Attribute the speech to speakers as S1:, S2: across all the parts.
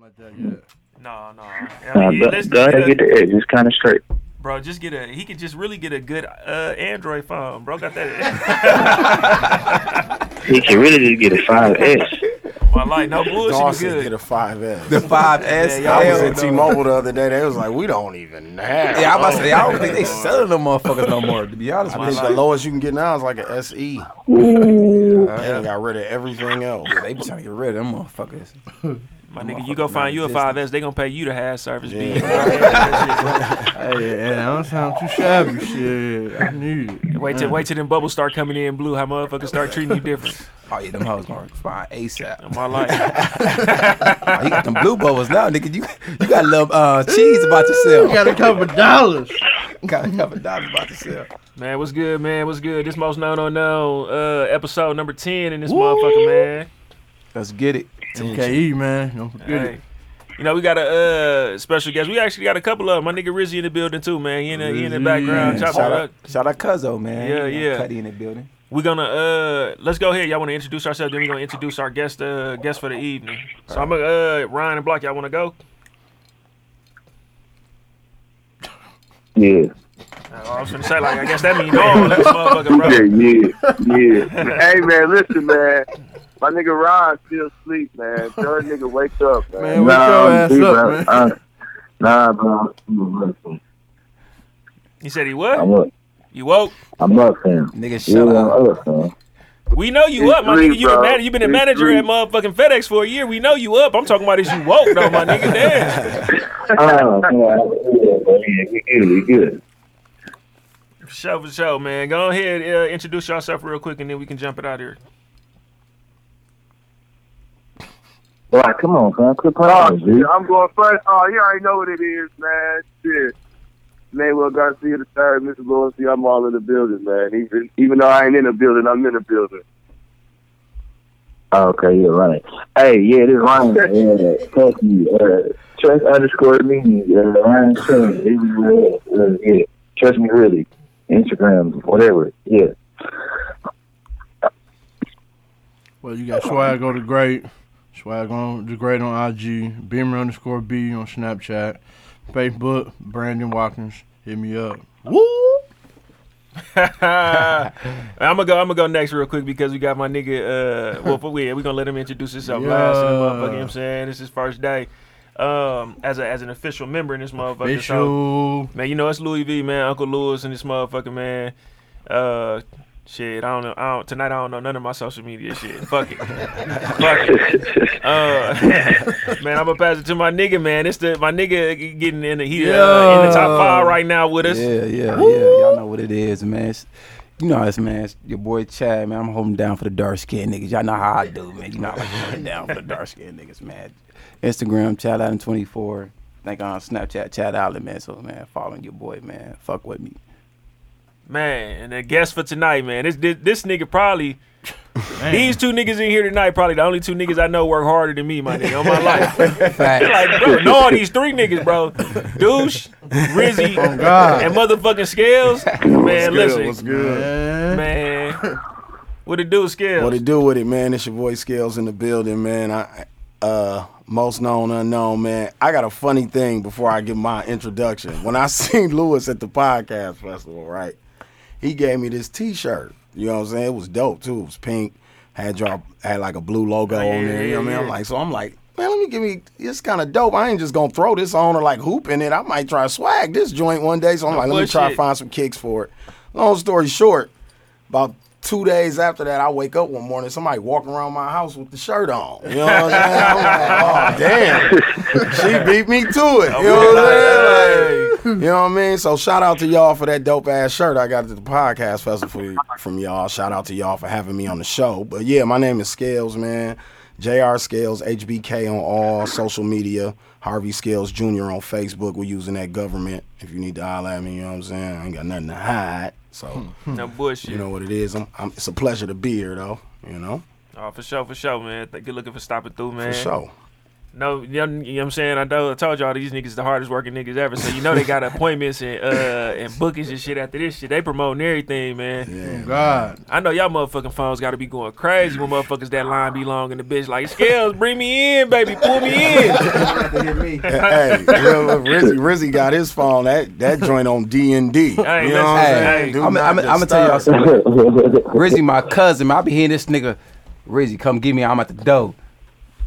S1: like that yet.
S2: No, no. I
S3: Uh,
S2: mean,
S3: go,
S2: let's
S3: go ahead
S2: just
S3: and
S2: get a,
S3: get the edge. It's kind of straight.
S2: bro, just get a. He could just really get a good uh, Android phone, bro. Got that?
S3: He can really just get a five S.
S2: My life, no bullshit.
S4: Dawson
S2: Good.
S4: get a 5S.
S5: The five S.
S2: Yeah,
S4: I was
S5: hell
S4: at
S5: no.
S4: T-Mobile the other day. They was like, we don't even have.
S5: Yeah, I'm about to
S4: those.
S5: say, I don't think they selling them motherfuckers no more. To be honest
S4: I
S5: with
S4: think
S5: you,
S4: the lowest you can get now is like an SE.
S6: Mm.
S5: Yeah.
S4: They got rid of everything else.
S5: they be trying to get rid of them motherfuckers.
S2: My nigga, you go find you a 5S, they gonna pay you to have service B.
S1: Hey, hey, I don't sound too shabby. Shit, I need it.
S2: Wait till wait till them bubbles start coming in blue, how motherfuckers start treating you different.
S5: Oh yeah, them hoes gonna find ASAP.
S2: My life.
S5: Oh, you got them blue bubbles now, nigga. You you got a little uh, cheese about yourself.
S1: Got a couple dollars.
S5: got a couple dollars about yourself.
S2: Man, what's good, man? What's good? This most known unknown uh episode number ten in this motherfucker, man.
S5: Let's get it.
S1: MKE, E, man. Don't forget
S2: Hey. You know, we got a uh, special guest. We actually got a couple of 'em. My nigga Rizzy in the building too, man. He in the, he in the
S1: Rizzy.
S2: background. Chop
S5: Shout
S2: it
S5: out,
S2: up.
S5: shout out, Cuzzo, man.
S2: Yeah,
S5: You know,
S2: yeah.
S5: Cuddy in the building.
S2: We're gonna uh let's go ahead. Y'all wanna introduce ourselves, then we're gonna introduce our guest uh guest for the evening. So I'm gonna uh Ryan and Block, y'all wanna go?
S3: Yeah.
S2: Uh, I was gonna say like I guess that means no this motherfucker, bro.
S3: Yeah, yeah, yeah.
S6: Hey man, listen man. My nigga Ron still asleep, man. Tell that nigga wake up, man.
S1: Man, wake your
S3: I'm
S1: ass
S3: sleep,
S1: up,
S3: bro.
S1: man.
S3: I- Nah, bro. I'm super restless.
S2: He said he what?
S3: I'm up.
S2: You woke?
S3: I'm up, fam.
S5: Nigga, shut
S3: Yeah,
S5: up.
S3: I'm up, fam.
S2: We know you
S6: It's
S2: up, my
S6: three,
S2: nigga. You been
S6: bro.
S2: man- you been a
S6: It's
S2: manager
S6: three.
S2: at motherfucking FedEx for a year. We know you up. I'm talking about is you woke though, my nigga. Damn.
S3: Oh, man. Yeah, bro. Yeah, we good, we good.
S2: For sure, for sure, man. Go ahead, uh, introduce yourself real quick, and then we can jump it out here.
S3: Right, come on, fam. Quit
S6: Oh,
S3: playing,
S6: shit,
S3: dude.
S6: I'm going first. Oh, you already know what it is, man. Shit. Manuel Garcia the third, Mr. Lewis, I'm all in the building, man. Even even though I ain't in the building, I'm in the building.
S3: Oh, okay, yeah, right. Hey, yeah, this Ryan. Yeah, thank you. Uh, trust underscore me. Uh, Ryan Trent. Everywhere. Uh, yeah, trust me really. Instagram, whatever. Yeah.
S1: Well, you got Swag go to great, Swag on the great on IG, Beamer underscore B on Snapchat, Facebook, Brandon Watkins. Hit me up.
S2: I'm gonna go. I'm gonna go next real quick because we got my nigga. Uh, well, for we we gonna let him introduce himself last. And the motherfucker, you know what I'm saying this is his first day. Um, as a as an official member in this motherfucker. So,
S1: Official.
S2: man, you know it's Louis V, man, Uncle Louis, and this motherfucker, man. Uh, shit, I don't know. I don't tonight. I don't know none of my social media shit. Fuck it. Fuck it. Uh, man, I'm gonna pass it to my nigga, man. It's the my nigga getting in the he uh, in the top five right now with us.
S5: Yeah, yeah, yeah. Y'all know what it is, man. It's- you know it's man. It's your boy Chad, man. I'm holding down for the dark skinned niggas. Y'all know how I do, man. You know I like holding down for the dark skinned niggas, man. Instagram, Chad Allen 24. I think on Snapchat, Chad Allen, man. So man, following your boy, man. Fuck with me.
S2: Man, and the guest for tonight, man. This this, this nigga probably these two niggas in here tonight probably the only two niggas I know work harder than me, my nigga, on my life.
S5: Fact.
S2: like, bro, no, these three niggas, bro. Douche, Rizzy,
S4: Oh,
S1: God.
S2: and motherfucking Scales. Man, listen,
S4: What's good?
S1: Man.
S2: man. What it do, Scales?
S4: What it do with it, man? It's your boy Scales in the building, man. I uh most known unknown, man. I got a funny thing before I give my introduction. When I seen Lewis at the podcast festival, right? He gave me this T-shirt. You know what I'm saying? It was dope too. It was pink. Had drop had like a blue logo
S2: Oh, yeah,
S4: on there. You know what I
S2: yeah,
S4: mean? I'm
S2: yeah.
S4: like, so I'm like, man, let me give me. It's kind of dope. I ain't just gonna throw this on or like hoop in it. I might try to swag this joint one day. So I'm like, let me try to
S2: bullshit.
S4: find some kicks for it. Long story short, about two days after that, I wake up one morning, somebody walking around my house with the shirt on. You know what I'm saying? I'm like, oh, damn. She beat me to it. You know what I'm saying? Like, you know what I mean? So shout out to y'all for that dope ass shirt I got at the podcast festival for- from y'all. Shout out to y'all for having me on the show. But yeah, my name is Scales, man. JR Scales, HBK on all social media. Harvey Scales Jr. on Facebook. We're using that government. If you need to holler at me, you know what I'm saying? I ain't got nothing to hide. So
S2: No bullshit.
S4: you know what it is. I'm, I'm, it's a pleasure to be here, though. You know,
S2: Oh, for sure, for sure, man. Th- Good looking for stopping through, man.
S4: for sure.
S2: No, you know, you know what I'm saying? I, know, I told y'all these niggas the hardest working niggas ever. So you know they got appointments and uh and bookings and shit after this shit. They promoting everything, man.
S4: Yeah.
S5: Mm.
S1: Oh, God.
S2: I know y'all motherfucking phones gotta be going crazy when motherfuckers that line be long in the bitch like scales, bring me in, baby, pull me in.
S5: hit me.
S4: hey, well, Rizzy, Rizzy got his phone. That that joint on D and D. You know what
S2: Hey,
S4: I'm
S2: listen,
S4: saying?
S2: hey.
S4: Do
S5: I'm,
S4: not
S5: I'm, I'm gonna tell y'all
S4: disturb.
S5: something. Rizzy, my cousin, man, I be hearing this nigga, Rizzy, come get me. I'm at the door.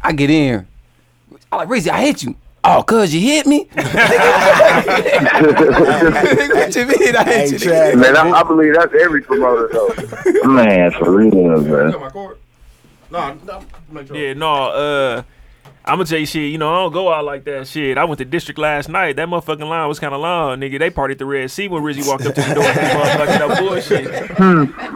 S5: I get in. I like Rizzy, I hit you. Oh, cuz you hit me? Nigga, what you mean? I hit
S4: Hey,
S5: you.
S4: Chad,
S5: nigga?
S6: Man, I, I believe that's every promoter though.
S3: Man, for real, bro.
S1: my cord? Nah, nah, make sure.
S2: Yeah, no, uh, I'm gonna tell you shit. You know, I don't go out like that. Shit, I went to district last night. That motherfucking line was kind of long, nigga. They partied the Red Sea when Rizzy walked up to the door. and motherfucking up bullshit.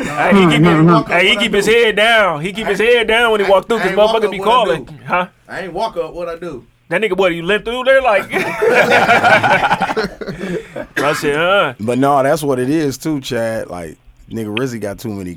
S2: hey, he keep, his, hey, he keep his head down. He keep his head down when he walked through because
S1: Hey, walk
S2: motherfucker
S1: up,
S2: be
S1: what I
S2: calling,
S1: do?
S2: huh?
S1: I ain't walk up. What I do?
S2: That nigga, what you limped through there like? I said, huh?
S4: But no, that's what it is too, Chad. Like nigga, Rizzy got too many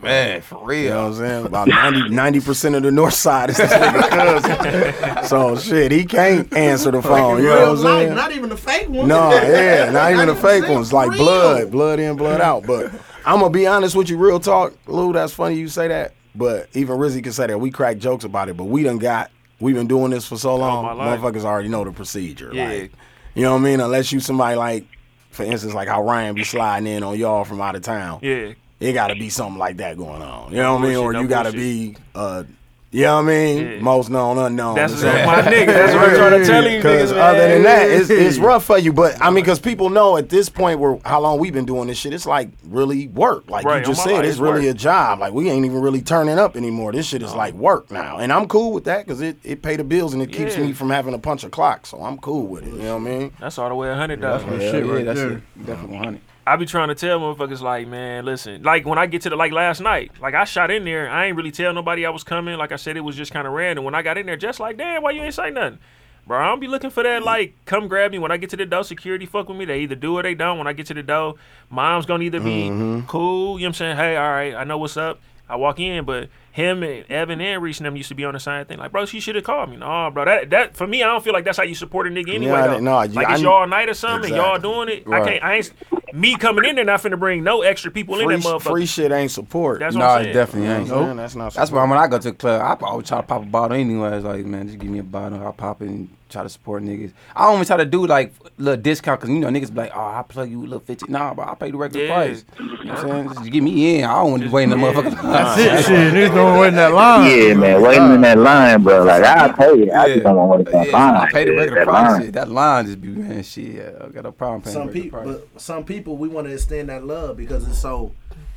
S5: Man, for
S4: You
S5: real.
S4: know what I'm saying? About 90 percent of the north side is this nigga cousin. So shit, he can't answer the phone. You know what I'm saying?
S1: Not even the fake one.
S4: No, yeah, not even the fake ones. Like blood, blood in, blood out. But I'm gonna be honest with you, real talk, Lou. That's funny you say that. But even Rizzy can say that. We crack jokes about it, but we done got. We've been doing this for so
S2: my
S4: long.
S2: life.
S4: Motherfuckers already know the procedure.
S2: Yeah.
S4: Like, you know what I mean? Unless you somebody like, for instance, like how Ryan be sliding in on y'all from out of town.
S2: Yeah,
S4: It got to be something like that going on. You know what I mean?
S2: Bullshit,
S4: Or
S2: no
S4: you got to
S2: bullshit.
S4: be, uh, you know what I mean?
S2: Yeah.
S4: Most known unknown.
S2: that's
S4: It's
S2: that's my nigga. That's what I'm trying to tell you,
S4: because
S2: niggas.
S4: other than that,
S2: man.
S4: it's, it's rough for you. But I mean, because people know at this point where how long we've been doing this shit, it's like really work. Like
S2: Right,
S4: you just
S2: on my
S4: said,
S2: life,
S4: it's
S2: it's
S4: really
S2: work.
S4: a job. Like we ain't even really turning up anymore. This shit is like work now, and I'm cool with that because it it pay the bills and it keeps
S2: Yeah.
S4: me from having to punch a clock. So I'm cool with it. You know what I mean?
S2: That's all the way a hundred dollars.
S5: Yeah,
S1: shit
S5: yeah,
S1: right
S5: that's
S1: there.
S5: it. Definitely 100.
S2: I be trying to tell motherfuckers like, man, listen, like when I get to the like last night, like I shot in there, I ain't really tell nobody I was coming. Like I said, it was just kind of random. When I got in there, just like, damn, why you ain't say nothing, bro? I don't be looking for that. Like, come grab me when I get to the door. Security fuck with me. They either do or they don't. When I get to the door, mom's gonna either be
S4: Mm-hmm.
S2: cool. You know what I'm saying? Hey, all right, I know what's up. I walk in, but him and Evan and Reese and them used to be on the same thing. Like, bro, she should have called me. No, bro, that that for me, I don't feel like that's how you support a nigga anyway.
S4: I-
S2: though.
S4: no,
S2: like
S4: I-
S2: it's y'all night or something. and Y'all
S4: Exactly.
S2: doing it. I
S4: Right.
S2: can't. I ain't me coming in there. Not finna bring no extra people
S4: Free,
S2: in that motherfucker.
S4: free shit ain't support.
S2: That's
S5: No,
S2: what I'm
S5: it
S2: saying.
S5: definitely ain't.
S4: no, that's not.
S5: That's
S4: support.
S5: why when I go to the club, I always try to pop a bottle anyway. It's like, man, just give me a bottle. I'll pop it and try to support niggas. I don't even try to do like little discount because, you know, niggas be like, oh, I plug you a little 50. Nah, but I pay the regular
S2: Yeah.
S5: price. You know what I'm saying? Just give me in. I don't want to wait in the
S2: yeah.
S5: motherfucker.
S1: That's it. Shit, niggas don't wait in that line.
S3: Yeah, man, waiting in that line, bro. Like I pay it, I just don't want to wait in that
S5: Yeah,
S3: line.
S5: I pay the
S3: Yeah,
S5: regular
S3: that
S5: price.
S3: line.
S5: Shit. That line just be, man, shit. yeah, I got no problem paying
S7: some
S5: the regular
S7: people,
S5: price.
S7: but some people, we want to extend that love because it's so,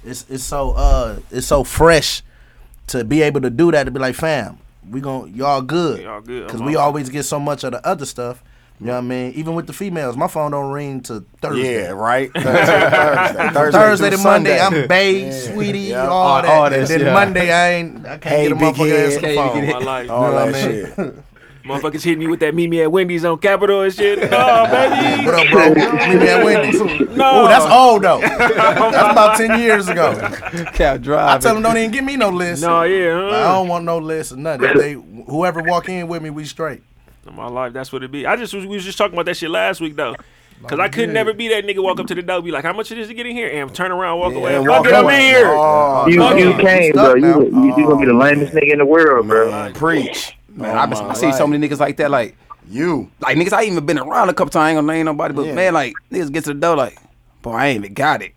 S7: it's it's so uh, it's so fresh to be able to do that to be like, fam, we gon' y'all good,
S2: Y'all good,
S7: because
S2: I'm
S7: we
S2: on.
S7: always get so much of the other stuff. You know what I mean? Even with the females, my phone don't ring to Thursday.
S4: Yeah, right. Thursday, Thursday,
S7: Thursday
S4: through
S7: to Monday,
S4: Sunday.
S7: I'm babe, sweetie,
S4: Yeah.
S7: all
S5: All-
S7: that.
S5: all
S7: And
S5: this,
S7: then
S5: yeah.
S7: Monday, I ain't, I can't
S4: Hey,
S7: get a
S4: big
S7: motherfucker
S4: head.
S7: ass
S5: Can't
S7: phone.
S5: even
S2: My life.
S4: all
S7: what I
S4: that
S7: mean?
S4: shit.
S2: Motherfuckers hitting me with that meet me at Wendy's on Capitol and shit. No, baby.
S7: What up, bro? Meet me at Wendy's.
S2: No.
S7: Ooh, that's
S2: Oh.
S7: old though. That's about ten years ago.
S5: Cab drive.
S7: I tell them don't even give me no list.
S2: No, yeah. huh?
S7: I don't want no list or nothing. If they whoever walk in with me, we straight.
S2: In my life, that's what it be. I just was, we was just talking about that shit last week though. Cause I could never be that nigga walk up to the door be like, how much it is to get in here? And turn around, walk away.
S4: And
S2: Fuck
S4: walk
S2: it, I'm
S4: away.
S2: in here.
S4: Oh,
S3: You
S2: Fuck
S3: you
S2: it.
S3: came, bro.
S7: Stuck
S3: You
S7: now.
S3: you, you gonna be the lamest nigga in the world, bro.
S4: man, preach.
S5: man, I, been- I see so many niggas like that. Like,
S4: You.
S5: like niggas, I even been around a couple times. I ain't gonna name nobody, but
S4: Yeah.
S5: man, like niggas get to the door, like, boy, I ain't even got it.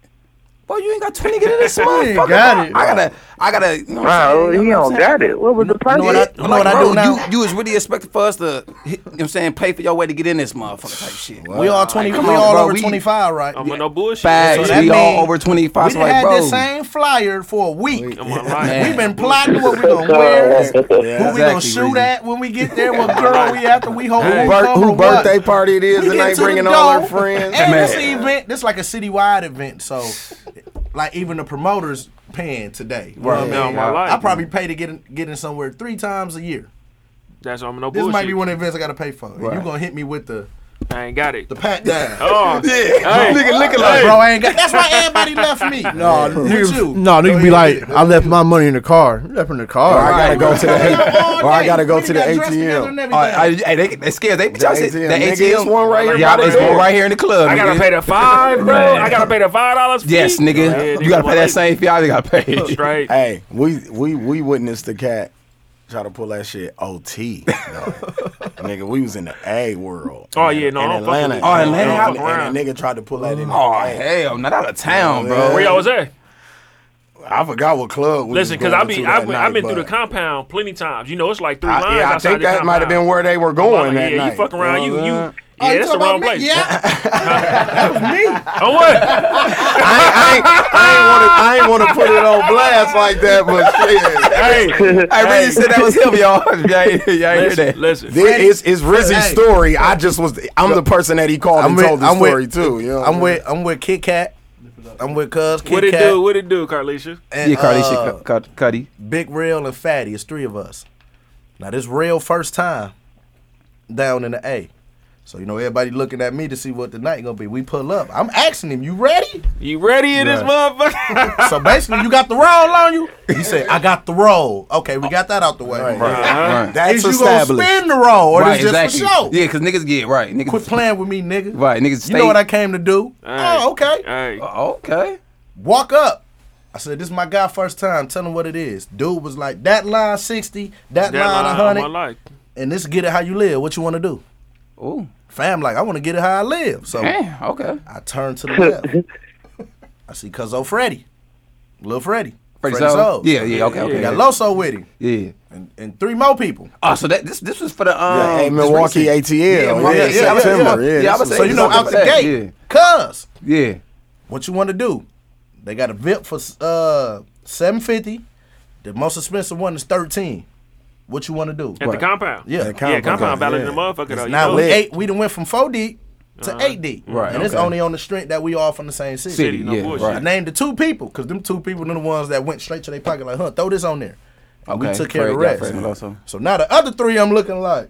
S5: Boy, you ain't got twenty niggas in this motherfucker.
S1: got it,
S5: I gotta, I gotta. You know what I'm
S3: Bro,
S5: saying?
S3: he
S5: You know what
S3: don't
S5: I'm saying?
S3: got it. What was the
S7: You
S3: price?
S7: know what I, you know
S5: Like,
S7: what I
S5: bro,
S7: do now?
S5: You, you was really expecting for us to, hit, you know what I'm saying, pay for your way to get in this motherfucker type shit.
S7: we all twenty.
S5: Like, come
S7: we
S5: on,
S7: all
S5: bro,
S7: over
S5: we-
S7: twenty five, right?
S2: I'm on no bullshit.
S5: Facts.
S7: So that
S5: we
S7: mean-
S5: all over twenty
S7: We
S5: five.
S7: done
S5: So like,
S7: had
S5: bro,
S7: the same flyer for a week.
S2: In my life.
S5: Man.
S7: We've been plotting what we gonna wear, who we gonna
S5: Exactly,
S7: shoot
S5: Reason.
S7: at when we get there, what girl we after, we hope
S2: Hey.
S7: we
S4: Bir-
S7: cover
S4: who
S7: what.
S4: birthday party it is
S7: We
S4: and
S7: get
S4: they
S7: to the
S4: bringing all
S7: door,
S4: her friends.
S5: Man.
S7: And this event, this like a citywide event, so like even the promoters paying today. You know what I
S5: Right.
S7: mean?
S2: Now, my life.
S7: I probably pay to get in, get in somewhere three times a year.
S2: That's on no
S7: This
S2: bullshit.
S7: might be one of the events I gotta pay for. And You
S5: Right.
S7: gonna hit me with the
S2: I ain't got it.
S7: the pat down?
S2: Oh,
S5: Hey, nigga looking
S7: Like,
S5: like,
S7: bro, I ain't got. That's why everybody left me. No, with you.
S1: No, nigga be like, I left my money in the car. You Left in the car.
S4: Or I gotta go to the
S7: All
S4: or I gotta
S7: day.
S4: go to
S7: Nigga
S4: the
S7: got dressed together
S4: ATM.
S7: and
S5: all right, all
S7: everything.
S5: right, hey, they, they scared. They be
S4: The
S5: trying to say
S4: ATM,
S5: that
S4: nigga, it's
S5: ATM
S4: one right here
S5: Yeah,
S4: by
S5: there's
S4: the
S5: one
S4: door.
S5: right here in the club.
S2: I gotta
S5: nigga.
S2: pay the five, bro. I gotta pay the five dollars.
S5: Yes, nigga, you gotta pay that same fee. I gotta pay.
S2: Right.
S4: Hey, we we we witnessed the cat try to pull that shit OT. No. nigga, we was in the A world.
S2: Oh, yeah, no,
S4: in
S2: I don't fuck
S4: Atlanta.
S2: with
S5: Oh, Atlanta,
S4: And-
S5: I
S4: And,
S2: fuck around.
S4: and a nigga tried to pull that in. the
S5: Oh
S4: A.
S5: hell, not out of town,
S4: Yeah.
S5: bro.
S2: Where y'all was at?
S4: I forgot what club. We
S2: Listen, because
S4: because
S2: I be I've been, I've been through the
S4: country.
S2: compound plenty times. You know, it's like three lines.
S4: I, yeah, I
S2: outside
S4: think
S2: the
S4: that might have been
S2: compound.
S4: where they were
S2: I'm
S4: going
S2: like,
S4: that
S2: yeah,
S4: night. Uh-huh.
S2: you fuck around, you you. Yeah,
S8: you
S2: that's the
S8: talking
S2: wrong
S8: about
S2: place.
S8: me? Yeah.
S2: On what?
S4: I ain't, I ain't, I ain't want to put it on blast like that, but shit. Hey,
S5: I really said that was him, y'all. y'all ain't, y'all ain't hear that.
S2: Listen, listen.
S4: This is it's Rizzy's
S7: Hey.
S4: story. I just was I'm the person that he called
S7: I'm
S4: and
S7: with-
S4: told the
S7: I'm with-
S4: story too. You know what I
S7: I'm
S4: mean?
S7: with I'm with Kit Kat. I'm with Cuz Kit
S2: What it
S7: Kat.
S2: do? What it do, Carlicia?
S7: And,
S5: Yeah, Cardi,
S7: uh,
S5: shit, Cardi, Cardi.
S7: Big Real and Fatty. It's three of us. Now this real first time down in the A. So you know everybody looking at me to see what the night gonna be. We pull up. I'm asking him, "You ready?"
S2: You ready in this motherfucker?
S7: So basically, you got the roll on you. He said, "I got the roll." Okay, we got that out the way.
S5: Right.
S4: That's
S7: Is you gonna
S4: established.
S7: spin the roll or
S5: right,
S7: is just
S5: exactly.
S7: for show?
S5: Yeah, because niggas get right. Niggas
S7: Quit playing with me, nigga.
S5: Right, niggas
S7: You
S5: stay.
S7: know what I came to do?
S2: right.
S7: Oh, okay.
S2: Hey,
S5: Okay.
S7: Walk up. I said, "This is my guy, first time. Tell him what it is." Dude was like, "That line sixty, that,
S2: that line
S7: line
S2: of my
S7: hundred,
S2: life.
S7: and this get it how you live. What you want to do?"
S5: Ooh.
S7: Fam, like, I want to get it how I live. So
S5: Damn. Okay.
S7: I turn to the left. I see Cuzzo Freddy, little Freddy,
S5: Freddie
S7: Freddy
S5: Soul.
S7: Soul.
S5: Yeah. Yeah. Okay. Okay.
S7: We got
S5: okay.
S7: Loso with him,
S5: Yeah.
S7: and, and three more people.
S5: Oh, so that this this was for the um
S4: Hey,
S5: this
S4: Milwaukee
S5: recent-
S4: ATL.
S7: Yeah,
S4: Yeah,
S7: yeah, yeah,
S4: September.
S7: yeah,
S4: Yeah,
S5: yeah.
S4: this
S5: I was
S4: was-
S7: So you know, out the
S5: Yeah.
S7: gate, Cuz,
S5: Yeah.
S7: what you want to do? They got a VIP for uh seven fifty. The most expensive one is thirteen. What you want to do?
S2: At the compound.
S7: Yeah,
S4: That
S2: Yeah,
S4: compound,
S2: compound ballot in
S4: yeah.
S2: the motherfucker though. you know?
S7: Now
S2: Uh-huh.
S7: we
S4: lit.
S7: eight, we done went from four D to eight D,
S5: Right,
S7: And it's
S5: okay.
S7: only on the strength that we all from the same city.
S5: City.
S2: no
S5: yeah.
S2: bullshit.
S7: I
S5: Right.
S7: named the two people because them two people are the ones that went straight to their pocket like, huh, throw this on there. And
S5: Okay,
S7: We took care of the
S5: Fred got Fred
S7: rest.
S5: Meloso.
S7: So now the other three, I'm looking like,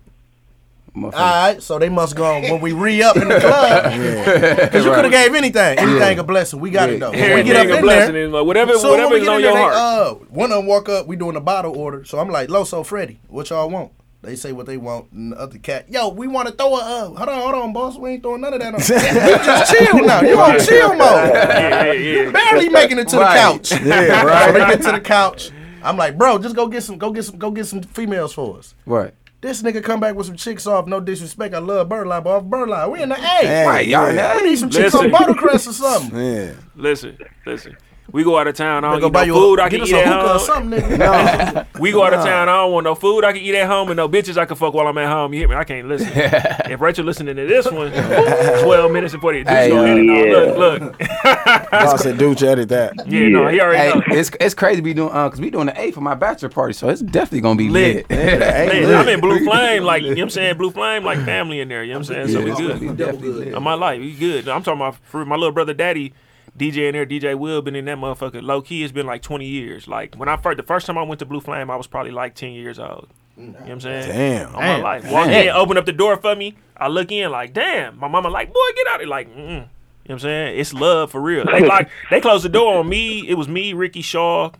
S5: Motherfucker.
S7: all right. So they must go on when we re up in the club because you could have gave anything, anything a blessing. We got
S5: Yeah.
S7: it though. When we
S2: Everything
S7: get up
S2: a
S7: in
S2: blessing
S7: there,
S2: is like whatever
S7: so
S2: whatever
S7: when we
S2: is
S7: get
S2: on
S7: in there,
S2: your
S7: they,
S2: heart.
S7: uh, one of them walk up, we doing a bottle order. So I'm like, Loso, Freddy, what y'all want? They say what they want, and the other cat, yo, we want to throw a, uh, hold on, hold on, boss, we ain't throwing none of that on. you just chill now. You on chill mode.
S2: yeah, yeah, yeah.
S7: Barely making it to
S5: Right.
S7: the couch. Yeah, So they get to the couch. I'm like, bro, just go get some, go get some, go get some females for us.
S5: Right.
S7: This nigga come back with some chicks off. No disrespect, I love Birdline, but off Birdline, we in the A.
S5: Right. Y'all
S7: I
S5: know.
S7: need some chicks
S2: Listen.
S7: on Buttercrest or something.
S4: Yeah.
S2: Listen, listen. We go out of town. I
S7: Nigga,
S2: don't eat no food. I
S7: get
S2: can
S7: us
S2: eat at
S7: a hookah or
S2: home.
S7: something, nigga.
S2: We go out of town. I don't want no food. I can eat at home and no bitches I can fuck while I'm at home. You hear me? I can't listen. if Rachel listening to this one, 12 minutes and 48. Hey,
S5: Hey,
S2: gonna
S5: uh,
S2: edit it out.
S3: yeah.
S2: Look, look.
S4: I said, dude, you edit that.
S2: Yeah, no, he already
S5: Hey,
S2: know.
S5: it's it's crazy to be doing uh, cause we doing the A for my bachelor party, so it's definitely gonna be
S2: Lit.
S5: lit.
S4: Hey,
S2: Man,
S4: look.
S2: I'm in Blue Flame, like, you know what I'm saying? Blue Flame, like family in there, you know what I'm saying?
S5: Yeah, it's
S2: so
S5: gonna
S2: we
S5: be
S2: good.
S5: definitely lit.
S2: On my life, we good. I'm talking about for my little brother daddy, DJ in there, DJ Will, been in that motherfucker. Low key, it's been like 20 years. Like, when I first, the first time I went to Blue Flame, I was probably like 10 years old. You know what I'm saying?
S4: Damn.
S2: On my life. Walk in, open up the door for me. I look in, like, damn. My mama, like, boy, get out of here. Like, mm. You know what I'm saying? It's love for real. They like they closed the door on me. It was me, Ricky Shaw,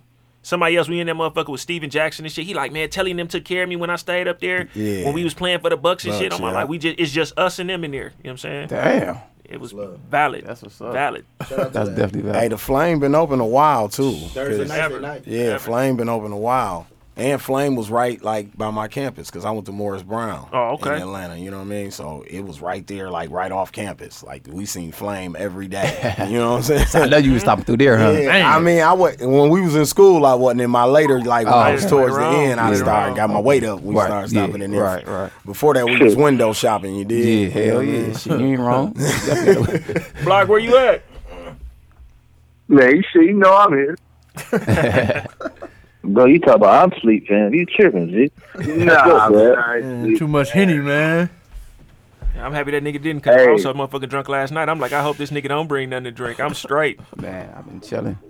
S2: somebody else. We in that motherfucker with Steven Jackson and shit. He like, man, telling them took care of me when I stayed up there.
S4: Yeah.
S2: When we was playing for the Bucks and shit.
S4: Bucks,
S2: I'm like,
S4: yeah.
S2: like, we just it's just us and them in there. You know what I'm saying?
S5: Damn.
S2: It was valid. That's
S5: what's up.
S2: Valid.
S5: That's definitely
S4: Hey,
S5: valid.
S4: the flame been open a while too.
S8: Thursday night,
S2: Ever.
S8: Thursday night.
S4: Yeah, Flame been open a while. And Flame was right like by my campus because I went to Morris Brown.
S2: Oh, okay.
S4: In Atlanta, you know what I mean? So it was right there, like right off campus. Like we seen Flame every day. You know what I'm
S5: I
S4: saying?
S5: know you was stopping through there, huh?
S4: Yeah, I mean, I was when we was in school. I wasn't in my later, like when I
S5: Oh.
S4: was towards the
S2: Later on.
S4: end. I
S2: Later
S4: started
S2: on.
S4: got my weight up. We
S5: Right,
S4: started
S5: yeah,
S4: stopping in there.
S5: right, right.
S4: Before that, we was window shopping. You did?
S5: Yeah, hell
S4: You know what I
S5: yeah.
S4: mean?
S5: Shit, you ain't wrong.
S2: Block, where you at?
S6: Man, you see, you know I'm here.
S3: Bro, you talk about I'm sleep, fam. You tripping, G.
S6: Nah,
S3: bro.
S6: man. I ain't sleep.
S1: Too much henny, man.
S2: I'm happy that nigga didn't because I
S6: Hey.
S2: was so motherfucking drunk last night. I'm like, I hope this nigga don't bring nothing to drink. I'm straight.
S5: Man, I've been chilling.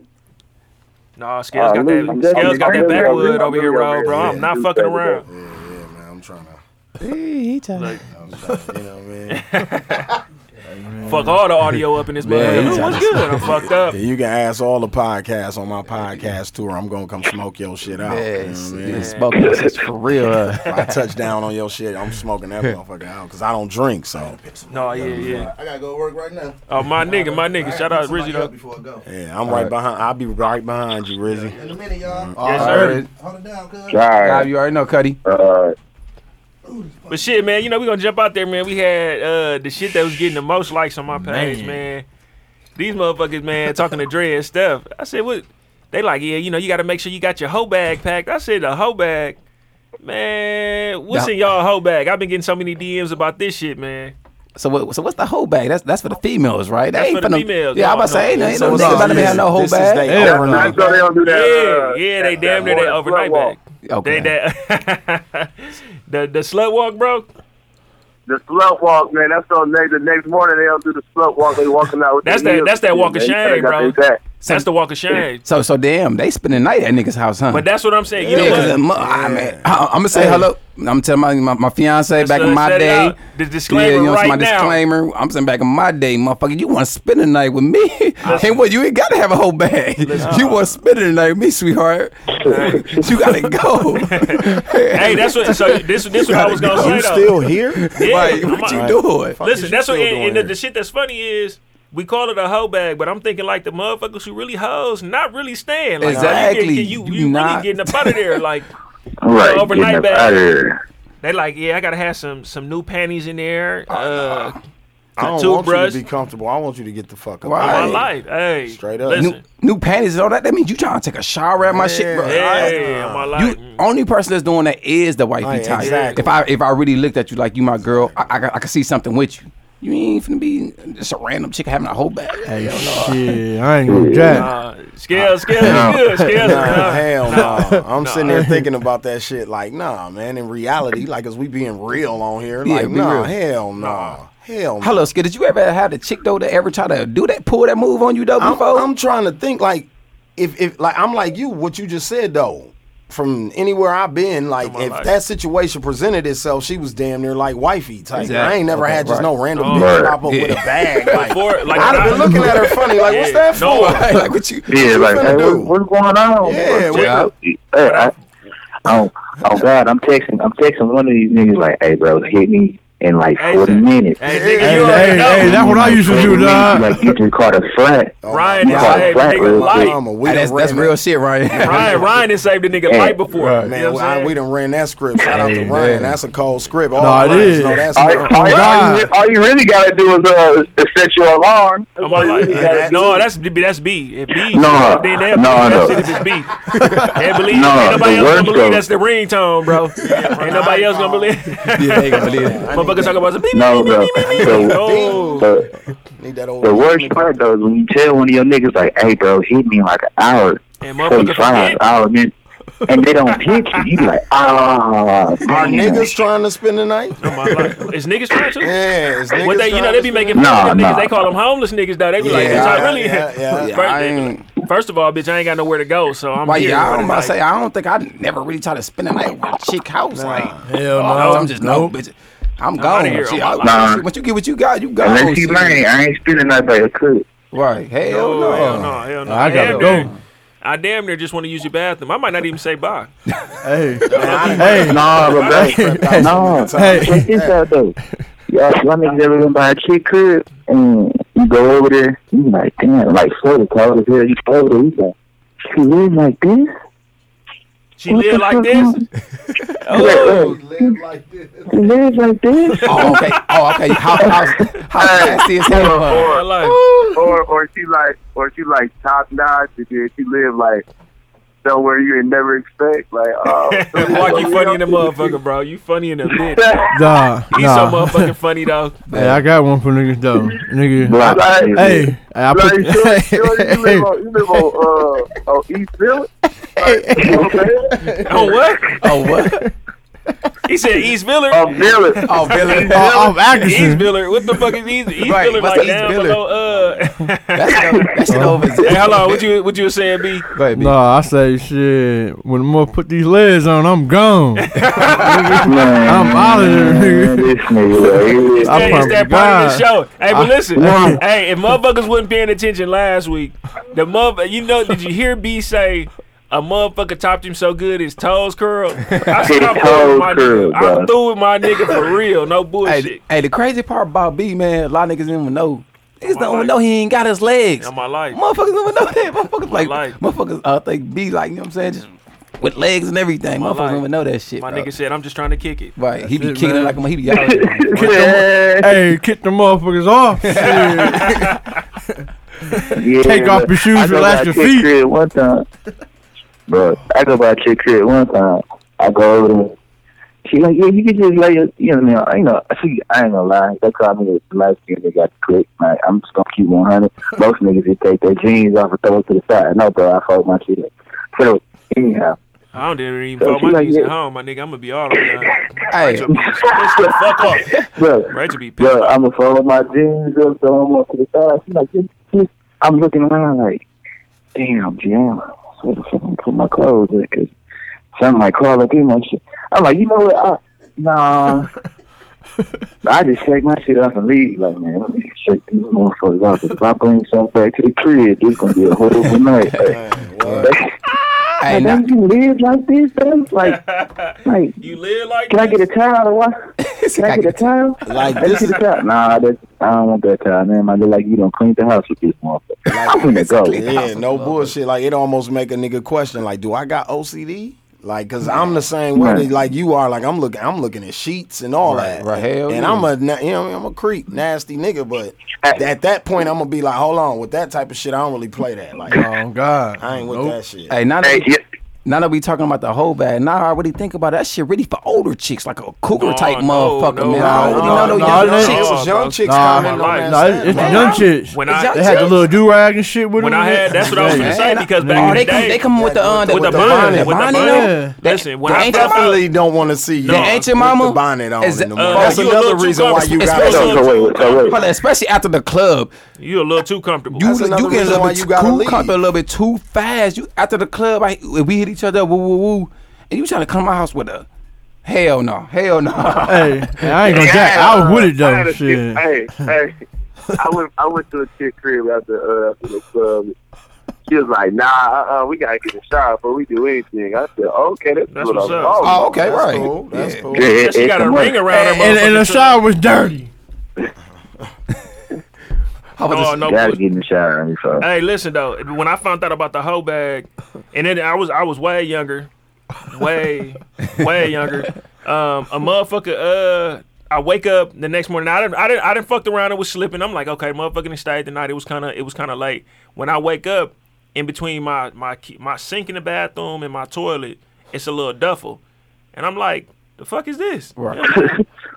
S2: Nah, Scales
S6: Uh,
S2: got
S6: Louis, I'm
S2: that.
S6: just-
S2: Scales
S6: I'm
S2: got that
S6: just-
S2: backwood
S6: I'm
S2: over here,
S6: just-
S2: bro. Bro,
S6: yeah,
S2: I'm not
S6: just
S2: fucking
S6: like
S2: around.
S4: Yeah, yeah, man. I'm trying to.
S5: Hey, he talking.
S6: Mm.
S4: I'm trying to you know what I mean?
S2: fuck all the audio up in this
S4: Man,
S2: motherfucker.
S4: you
S2: What's
S4: tryna-
S2: good? I'm fucked up.
S4: Yeah, you can ask all the podcasts on my podcast tour. I'm gonna come smoke your shit out.
S5: Yes,
S4: You know what I mean?
S5: yeah, smoking is for real. uh,
S4: If I touch down on your shit, I'm smoking that motherfucker out because I don't drink. So
S2: No, yeah, yeah.
S7: I gotta go to work right now.
S2: Oh, my nigga, my
S7: I
S2: nigga.
S7: gotta
S2: Shout
S7: pick
S2: out
S7: somebody
S2: Richie
S7: up
S2: though.
S7: Before I go.
S4: yeah, I'm right behind. I'll be right behind you, Rizzy.
S7: In a minute, y'all.
S5: all
S2: sir.
S5: right.
S7: Hold it down, cuz.
S5: Nah,
S3: Alright,
S5: you already know, Cuddy.
S3: alright.
S2: But shit, man, you know, we gonna jump out there, man. We had uh the shit that was getting the most likes on my page, man.
S5: Man.
S2: These motherfuckers, man, talking to Dre and stuff. I said, what they like, yeah, you know, you gotta make sure you got your hoe bag packed. I said the hoe bag. Man, what's
S5: Now-
S2: in y'all hoe bag? I've been getting so many DMs about this shit, man.
S5: So, what, so what's the whole bag? That's that's for the females, right?
S2: That's
S5: They ain't
S2: for the
S5: finna-
S2: females.
S5: Yeah, I'm
S2: No,
S5: about to say, ain't,
S2: no.
S5: ain't
S4: So
S5: no
S4: it's
S5: nigga
S4: all-
S5: about to have no whole
S4: this is
S5: bag.
S4: they
S5: Yeah.
S4: overnight.
S6: That's so they don't do that.
S2: Yeah,
S6: uh,
S2: yeah, they
S6: that-
S2: damn near
S6: that
S2: they
S6: morning
S2: overnight
S6: slut walk.
S2: bag.
S5: Okay.
S2: They that the the slut walk, bro.
S6: The slut walk, man. That's so next. The next morning they don't do the slut walk. They walking out. With
S2: That's
S6: their
S2: that-
S6: heels
S2: that's that
S6: in,
S2: walk of
S6: man. They
S2: shame,
S6: got
S2: bro.
S6: their back.
S2: That's the walk of shame.
S5: So so damn, they spend the night at niggas' house, huh?
S2: But that's what I'm saying. You
S5: yeah,
S2: know
S5: 'cause
S2: what?
S5: that mo- ah, I, am gonna say hello. I'm gonna tell my my, my fiance back
S2: So
S5: in my
S2: set it
S5: day.
S2: out. The disclaimer right
S5: my
S2: now.
S5: disclaimer. I'm saying back in my day, motherfucker, you want to spend the night with me? and what you ain't gotta have a whole bag. You want to spend the night with me, sweetheart? you gotta go.
S2: Hey, that's what. So this this what I was gonna
S4: You
S2: say though.
S4: still here?
S2: Yeah,
S5: like,
S2: I'm
S5: what
S2: out.
S5: you doing?
S4: Fuck
S2: Listen,
S4: is you
S2: that's what.
S4: still
S2: And, and the,
S4: doing
S2: the shit that's funny is we call it a hoe bag, but I'm thinking like the motherfuckers who really hoes, not really staying. Like,
S5: Exactly.
S2: You,
S5: You
S2: you, you really
S5: not.
S2: getting up out of there. Like
S3: Alright,
S2: overnight
S3: getting up
S2: bag.
S3: out of here.
S2: they like, yeah, I gotta have some some new panties in there. Uh,
S4: I don't want
S2: toothbrush.
S4: you to be comfortable. I want you to get the fuck up.
S5: Why?
S2: my
S5: Hey.
S2: life, hey,
S4: Straight up.
S5: New,
S2: Listen,
S5: new panties and all that. That means you trying to take a shower at my shit, bro.
S2: hey, on my life. Mm,
S5: You only person that's doing that is the wifey
S4: Right,
S5: type.
S4: exactly.
S5: If I if I really looked at you like you my girl, I I, I could see something with you. You ain't finna be just a random chick having a whole bag.
S1: Hey, shit, I ain't gonna jack.
S2: uh, scale, scale, is good, scale, is
S4: Nah,
S2: good.
S4: hell no. I'm sitting there thinking about that shit. Like, nah, man. In reality, like, as we being real on here,
S5: Yeah,
S4: like,
S5: be
S4: nah,
S5: real.
S4: hell nah, hell. Nah.
S5: Hello, Skid. Did you ever have the chick though that ever try to do that, pull that move on you though
S4: I'm,
S5: before?
S4: I'm trying to think like if if like I'm like you, what you just said though. From anywhere I've been, like
S2: on,
S4: if
S2: like-
S4: that situation presented itself, she was damn near like wifey type. I
S5: Exactly.
S4: ain't never
S5: Okay,
S4: had just
S5: right.
S4: no random
S2: Oh.
S4: bitch pop up
S5: Yeah.
S4: with a bag. Like,
S2: Before, like,
S4: I'd
S2: when
S4: have been
S2: I-
S4: looking at her funny, like, what's that for?
S2: No.
S5: Right, like what you?
S3: Yeah, like,
S4: finna
S3: hey,
S4: do?
S3: what, what's going on?
S4: Yeah,
S3: What's up? Hey, I, oh, oh God, I'm texting, I'm texting one of these niggas like, hey, bro, hit me in like 40 minutes.
S2: Hey, nigga,
S1: Hey,
S2: you already
S1: hey,
S2: know.
S1: hey, that's what I used to
S3: 40
S1: do,
S3: minutes,
S1: dog.
S3: Like, you just caught a flat.
S2: Ryan
S4: Oh, my
S2: is
S3: God,
S2: saved the
S3: Black
S2: nigga
S3: Lives
S2: light.
S4: mama, we
S5: Hey,
S4: done
S5: that's that's
S4: ran
S5: real
S4: that-
S5: shit, right?
S2: Ryan, Ryan is saved the nigga light before.
S1: Right.
S2: You
S4: Man,
S2: know what I'm
S4: I-
S2: saying?
S4: we done ran that script. Shout out to
S5: Hey,
S4: Ryan.
S5: man.
S4: That's a cold script. All
S1: Nah, it
S4: Ryan's
S1: is.
S4: know that's
S6: All,
S4: not-
S6: all, all, you,
S1: Oh, God.
S6: all you really gotta do is uh, is set your alarm. That's
S2: I'm
S6: all you
S2: like,
S6: really gotta do.
S2: no, that's that's B. If B,
S3: No,
S2: then they'll believe
S3: no, no.
S2: that shit if it's B. They believe
S3: No,
S2: ain't nobody else
S3: the
S2: gonna
S3: worst
S2: believe
S3: of-
S2: that's the ringtone, bro. ain't nobody else gonna believe.
S5: yeah, they ain't gonna believe it.
S2: Motherfuckers talking about some beep.
S3: No, bro. The,
S2: No,
S3: the,
S4: Need that old
S3: the worst part, though, is when you tell one of your niggas, like, hey, bro, hit me in like an hour,
S2: and motherfuckers
S3: 45
S2: hit.
S3: hour minutes, and they don't hit you. You be like, ah,
S4: Are
S3: damn.
S4: niggas trying to spend the night?
S2: My life. Is niggas trying to?
S4: Yeah, is niggas
S2: What they, you know,
S4: trying
S2: they
S4: to
S2: be
S4: spend
S2: making fun
S4: the
S3: Nah,
S2: of them niggas.
S3: nah.
S2: They call them homeless niggas though. They be like,
S4: Yeah,
S2: bitch, I
S4: yeah,
S2: really.
S4: yeah, yeah.
S5: Yeah, I ain't.
S2: First of all, bitch, I ain't got nowhere to go, so I'm
S5: Why?
S2: here.
S5: Yeah, I'm
S2: Like,
S5: about to say I don't think I never really tried to spend the night at a chick house. Like,
S1: Hell
S5: oh,
S1: no.
S5: I'm just no
S1: Nope.
S5: bitch. I'm
S2: outta
S5: gone.
S2: here.
S5: Shit,
S2: I'm
S5: I-
S3: out.
S5: shit, Once you get what you got, you go.
S3: Unless you
S5: Shit.
S3: lying, I ain't spending nothing but a cook.
S5: Right. Hell
S2: Oh, No, hell
S5: Oh, no.
S2: no, hell no.
S1: I gotta
S2: Damn
S1: go.
S2: near- I damn near just want to use your bathroom. I might not even say bye.
S1: Hey,
S4: I-
S1: hey,
S3: Nah, but bro,
S1: hey,
S3: No,
S1: Hey.
S3: check this out though. Y'all, y'all niggas ever been by a chick crib and you go over there, you like, damn, like Florida cold as hell. You go over there, you like, she live like this?
S2: She live like this.
S3: Oh. She live like this?
S5: Oh, okay. Oh, okay. How how how nasty is hell?
S2: My
S6: Or,
S2: life.
S6: or or she like or she like top notch and then she live like somewhere you would never expect. Like oh
S2: Mark, you funny in the motherfucker, bro. You funny in the bitch.
S1: nah,
S2: He's so
S1: nah.
S2: motherfucking funny though.
S1: Hey, I got one for niggas though, nigga.
S3: Black
S6: Like,
S1: I- Hey, hey, I
S6: like
S1: put.
S6: sure, sure, you live on you live on uh on East Village? Like, okay.
S2: Oh what?
S5: Oh what?
S2: He said East Villard.
S6: I'm feeling.
S4: Oh, Billy.
S1: Oh,
S2: East
S1: Atkinson.
S2: Villard. What the fuck is East, East
S5: Right,
S2: Villard?
S5: what's
S2: Like
S5: East
S2: down
S5: Villard?
S2: below. Uh,
S5: That's that shit over.
S2: hey, hold on. What you what you was saying, B?
S5: Go ahead, B.
S1: No, I say shit. When I'm gonna put these legs on, I'm gone.
S3: Man,
S1: I'm outta here, nigga.
S3: This nigga right here.
S1: I
S2: Hey, it's
S1: promise
S2: that part of the
S1: God.
S2: show. Hey, but listen,
S1: no.
S2: hey, if motherfuckers wasn't paying attention last week, the mother, you know, did you hear B say a motherfucker topped him so good his toes curled? I said I'm through
S3: His
S2: with
S3: toes
S2: my
S3: curled,
S2: nigga. I'm
S3: bro.
S2: through with my nigga for real, no bullshit.
S5: Hey, hey, the crazy part about B, man, a lot of niggas didn't even know. Niggas
S2: my
S5: don't even
S2: life.
S5: know he ain't got his legs.
S2: In my life,
S5: Motherfuckers don't even know that. Motherfuckers like,
S2: life.
S5: motherfuckers, I think B, like, you know what I'm saying? Just with legs and everything. Motherfuckers
S2: life.
S5: don't even know that shit.
S2: my
S5: bro.
S2: nigga said I'm just trying to kick it.
S5: Right, he be
S1: it,
S5: kicking it
S1: man.
S5: like a he be out.
S1: Hey, kick the motherfuckers off. Shit.
S3: Yeah,
S1: Take off
S3: but
S1: your shoes,
S3: I go
S1: relax
S3: by
S1: your
S3: Chick
S1: feet.
S3: Crib one time, bro. I go by Chick Crib one time. I go over there. She like, yeah, you can just lay your, you know, now, I ain't gonna, see, I ain't gonna lie. They call me a life skin. They got quick. Like, I'm just gonna keep 100. Most niggas just take their jeans off and throw it to the side. No, bro, I fold my shit up. So anyhow,
S2: I don't dare even
S3: So
S2: throw
S3: she
S2: my
S3: like,
S2: knees at
S3: yeah.
S2: home, my nigga. I'm gonna be all right now.
S5: Hey,
S2: Rachel be pissed the fuck off.
S3: bro,
S2: Rachel be pissed.
S3: bro,
S2: off.
S3: I'm gonna fold my jeans up, throw them up to the side. She like, just, just, I'm looking around like, damn, Jim, where the fuck I'm put my clothes at? Cause something like crawling through my shit. I'm like, you know what? I, nah. I just shake my shit off and leave. Like, man, let me shake these motherfuckers off. If I bring something back to the crib, this gonna be a horrible night. Like,
S5: hey,
S3: and
S5: now,
S3: don't you live like this, though? Like, like,
S2: You live like
S3: can I get a towel or what? Can I get a towel?
S4: Like
S3: Let's
S4: this,
S3: get the towel. Nah, that's, I don't want that towel, man. I look like you don't clean the house with this motherfucker. I'm gonna go.
S4: yeah, no bullshit. Like it almost make a nigga question. Like, do I got OCD? Like, cause I'm the same way.
S3: Right.
S4: Like you are. Like I'm looking. I'm looking at sheets and all
S5: Right,
S4: that.
S5: right, hell
S4: and
S5: yeah.
S4: I'm a, na- you know, I'm a creep, nasty nigga. But at that point, I'm gonna be like, hold on. With that type of shit, I don't really play that. Like,
S1: Oh God.
S4: I ain't with
S1: Nope.
S4: that shit.
S5: hey, now that,
S6: Hey, yeah.
S5: now that we talking about the whole bag, now I already think about it. that shit really for older chicks, like a cougar
S2: No,
S5: type
S2: no,
S5: motherfucker,
S2: no,
S5: man.
S1: no,
S5: I already
S1: no,
S5: know no,
S1: no, no,
S5: young
S2: no.
S5: chicks.
S4: Chicks, young chicks
S1: Nah,
S4: comment
S2: my life.
S4: on
S1: No,
S4: that.
S1: it's, it's the
S4: stuff.
S1: young chicks.
S2: when
S5: Is
S2: I
S5: y'all-
S1: They had the little do rag and shit with
S2: when
S1: them.
S2: I had that's what I was gonna say because back
S5: oh,
S2: in the
S5: they come,
S2: day
S5: they come with the uh,
S2: with the
S4: with the
S2: bonnet,
S4: bonnet,
S2: with the
S5: bonnet
S2: bonnet.
S1: on.
S2: Listen, when
S5: That
S2: I
S5: ain't
S2: first-
S5: your
S4: Definitely don't want to see you.
S5: The ancient
S4: with
S5: mama
S4: the bonnet on
S5: is-
S4: in the
S5: uh,
S4: morning.
S5: Oh,
S4: That's
S2: you a
S4: another
S2: little too
S4: reason why you
S5: comfortable.
S4: got.
S5: Especially-
S4: it.
S3: So wait, so wait.
S5: Brother, especially after the club,
S2: you a little too comfortable.
S5: you
S4: That's
S5: you
S4: another
S5: get a
S4: reason
S5: little
S4: why
S5: bit
S4: you
S5: too
S4: gotta leave.
S5: comfortable, a little bit too fast. You after the club, I if we hit each other, woo woo woo, and you trying to come to my house with a hell no, hell no.
S1: Hey, I ain't gonna jack. I
S3: uh,
S1: was with it
S6: I had
S1: though.
S6: a
S1: Shit.
S6: chick- Hey, hey. I went, I went to a chick crib after, uh, after the club. She was like, nah, uh-uh, we got to get a shower before we do anything. I said, okay, that's,
S2: That's
S6: what
S2: what's
S6: I'm
S2: up.
S6: talking
S5: oh, okay,
S4: That's
S5: right.
S4: cool. That's cool.
S3: Yeah, it-
S2: she
S3: it's
S2: got
S3: the
S2: a
S3: money.
S2: ring around her
S1: And, and the
S2: motherfucking
S1: shower was dirty.
S5: How
S2: tongue.
S5: about
S2: Oh
S5: this?
S2: no!
S3: Gotta
S2: bullshit.
S3: get in the shower. and so.
S2: Hey, listen though. When I found out about the hoe bag, and then I was I was way younger, way way younger. Um, a motherfucker. Uh, I wake up the next morning. I didn't I didn't I didn't fucked around. It was slipping. I'm like, okay, motherfucking it stayed the night. It was kind of it was kind of late. When I wake up, in between my my ki- my sink in the bathroom and my toilet, it's a little duffel, and I'm like, the fuck is this? Right.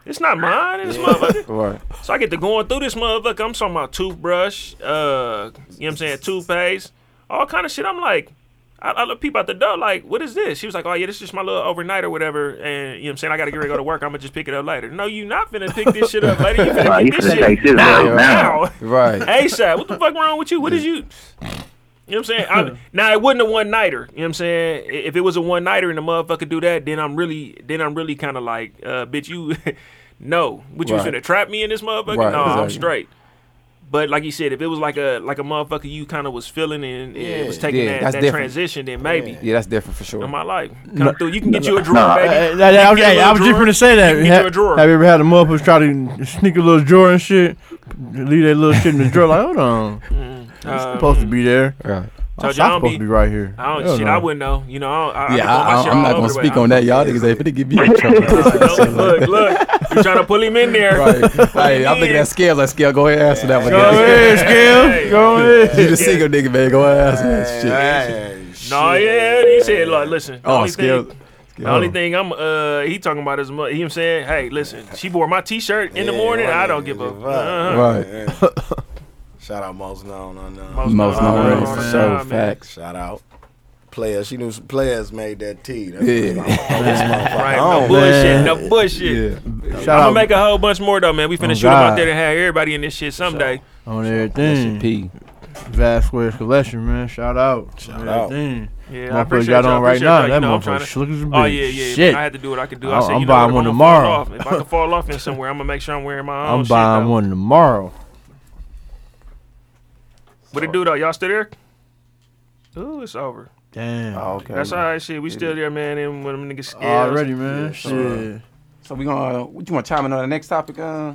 S2: It's not mine. It's motherfucker.
S5: Right.
S2: So I get to going through this motherfucker. I'm talking about toothbrush, uh, you know what I'm saying, toothpaste, all kind of shit. I'm like, I, I look peep out the door, like, what is this? She was like, oh yeah, this is just my little overnight or whatever. And you know what I'm saying, I gotta get ready to go to work. I'm gonna just pick it up later. No, you not finna pick this shit up later. You finna
S3: Nah,
S2: get
S3: you
S2: this
S3: finna
S2: shit
S3: take this
S2: now,
S3: right
S2: now.
S3: now.
S5: Right.
S2: ASAP. What the fuck wrong with you? What is you? You know what I'm saying? I, now it wasn't a one nighter. You know what I'm saying? I- If it was a one nighter and the motherfucker do that, then I'm really, then I'm really kind of like, uh, bitch, you, no, what you
S5: Right.
S2: finna trap me in this motherfucker?
S5: Right,
S2: no, I'm
S5: exactly.
S2: straight. But like you said, if it was like a like a motherfucker you kind of was feeling and, and it was taking
S5: Yeah,
S2: that,
S5: that's
S2: that
S5: different.
S2: transition, then maybe
S5: Yeah, that's different for sure.
S2: in my life, come through. You can get you a drawer,
S3: no.
S2: baby.
S1: Hey, Uh, that- that- I was,
S2: You can get
S1: hey,
S2: a
S1: I was
S2: little
S1: just
S2: drawer.
S1: gonna say that.
S2: You can get you a drawer.
S1: Have you ever had a motherfucker try to sneak a little drawer and shit? Leave that little shit in the drawer. Like, hold on, it's
S2: Um,
S1: supposed to be there.
S5: Right.
S1: I'm
S2: y'all don't
S1: supposed
S2: be-
S1: to be right here.
S2: I don't,
S1: Hell
S2: shit,
S1: no.
S2: I wouldn't know. You know, I, I,
S5: Yeah,
S2: I,
S5: I, I, I'm not gonna speak on that. Y'all niggas ain't finna give you a trouble.
S2: look, look, look, you trying to pull him in there.
S5: right. Hey, I'm thinking that scale. That scale. Go ahead, answer that one.
S1: Go
S5: nigga.
S1: ahead, Skip.
S2: uh,
S1: Go ahead.
S5: You the single nigga, man. Go ahead, answer that shit.
S4: Hey,
S2: No,
S4: shit.
S2: yeah, he said, like, listen. the
S5: Oh,
S2: only
S5: scale.
S2: thing-
S5: scale.
S2: The only thing I'm uh he talking about is mo- he him saying, hey, listen, she wore my t-shirt in the
S4: Yeah,
S2: morning.
S4: why
S2: I
S4: not?
S2: don't give a
S4: Right.
S2: uh-huh.
S5: Right.
S4: Shout out most known unknown.
S2: Most
S5: Most
S2: known
S5: known
S1: known,
S5: for sure.
S2: man.
S5: Facts.
S4: Shout out. players. She knew some players made that tea. That's
S5: Yeah.
S4: like, oh, this motherfucker
S2: Right, no
S4: on.
S2: bullshit,
S1: man.
S2: no bullshit.
S1: Shout
S2: I'm
S1: out
S2: gonna make a whole bunch more though, man. We finna
S1: Oh,
S2: shoot 'em out
S1: God.
S2: there and have everybody in this shit someday.
S1: on
S5: That's
S1: everything.
S2: Mm.
S5: P.
S1: Vasquez collection, man. Shout out.
S4: Shout
S1: Shout
S4: out.
S1: everything.
S2: Yeah, I
S1: Motherfucker
S2: appreciate
S1: got
S2: y'all.
S1: on right
S2: Appreciate
S1: now.
S2: y'all.
S1: That
S2: You know, I'm trying
S1: motherfucker's
S2: to.
S1: slick as a
S2: Oh
S1: bitch.
S2: yeah, yeah.
S1: Shit.
S2: When I had to do what I could do.
S1: I-
S2: I said,
S1: I'm
S2: you know what,
S1: buying
S2: if I'm
S1: one
S2: gonna
S1: tomorrow.
S2: Fall off. If I could fall off in somewhere, I'm gonna make sure I'm wearing my own.
S1: I'm
S2: shit,
S1: buying
S2: though.
S1: one tomorrow.
S2: What it do though? Y'all still there? Ooh, it's over.
S1: Damn.
S5: Oh, okay.
S2: That's all right, shit. We still there, man. And when them niggas scared
S1: Already, man. shit.
S5: So we gonna uh, what you want to chime in on the next topic? Uh,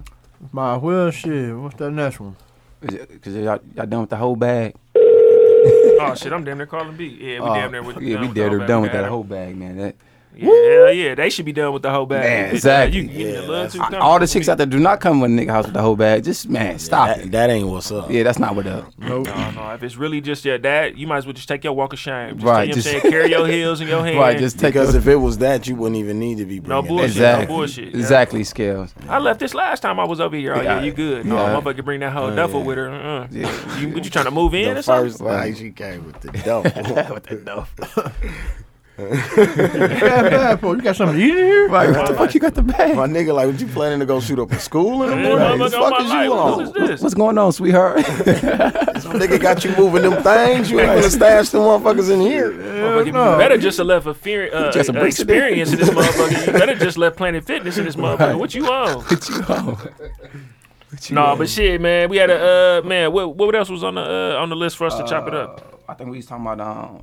S1: My well, shit. What's that next one?
S5: is it- cause y'all, y'all done with the whole bag.
S2: Oh shit, I'm damn near calling B. Yeah, we damn near with
S5: Oh, yeah,
S2: done
S5: we
S2: with
S5: dead
S2: the
S5: or done
S2: whole bag.
S5: with that
S2: Yeah,
S5: whole bag, man. That,
S2: Yeah, yeah, they should be done with the whole bag.
S5: Man,
S2: You- you-
S5: exactly.
S2: You getting a little too
S5: I-
S2: comfortable.
S5: all the chicks out there do not come with a nigga house with the whole bag. Just man, stop
S4: That,
S5: it.
S4: that ain't what's up.
S5: yeah, that's not what up.
S1: Nope.
S2: No, no, if it's really just your dad, you might as well just take your walk of shame. Just
S5: Right,
S2: take,
S5: just-
S2: you know what I'm saying, carry your heels in your hand.
S5: Right, just take
S4: Because
S5: the-
S4: if it was that, you wouldn't even need to be
S2: No
S4: bringing
S2: bullshit.
S4: that
S5: exactly,
S2: No bullshit. Yeah.
S5: exactly scales.
S2: I left this last time I was over here. Oh yeah, you good? No,
S5: Yeah.
S2: motherfucker, bring that whole duffel with her. Uh-uh.
S5: Yeah.
S2: You, what, you trying to move in
S4: The
S2: or something?
S4: first night she came with the dope.
S5: What the hell?
S1: Yeah, bad boy. You got something to eat in here?
S5: Right, what the fuck you got the
S4: My
S5: bag?
S4: nigga, like, what you planning to go shoot up a school in the
S2: Man,
S4: morning?
S2: motherfucker,
S4: The
S2: on
S4: fuck
S2: my
S4: is
S2: life,
S4: you
S2: What
S4: on?
S2: is this?
S5: What's going on, sweetheart?
S4: Nigga got you moving them things. You ain't gonna stash them motherfuckers in here.
S2: Motherfucker, you better just have left a fear, uh,
S5: Just a
S2: uh,
S5: brick stick.
S2: experience in this motherfucker. You better just left Planet Fitness in this motherfucker. What you on?
S5: What you on? What you
S2: No,
S5: on?
S2: but shit, man, we had a uh, man. What what else was on the uh, on the list for us to chop it up?
S5: I think we was talking about um,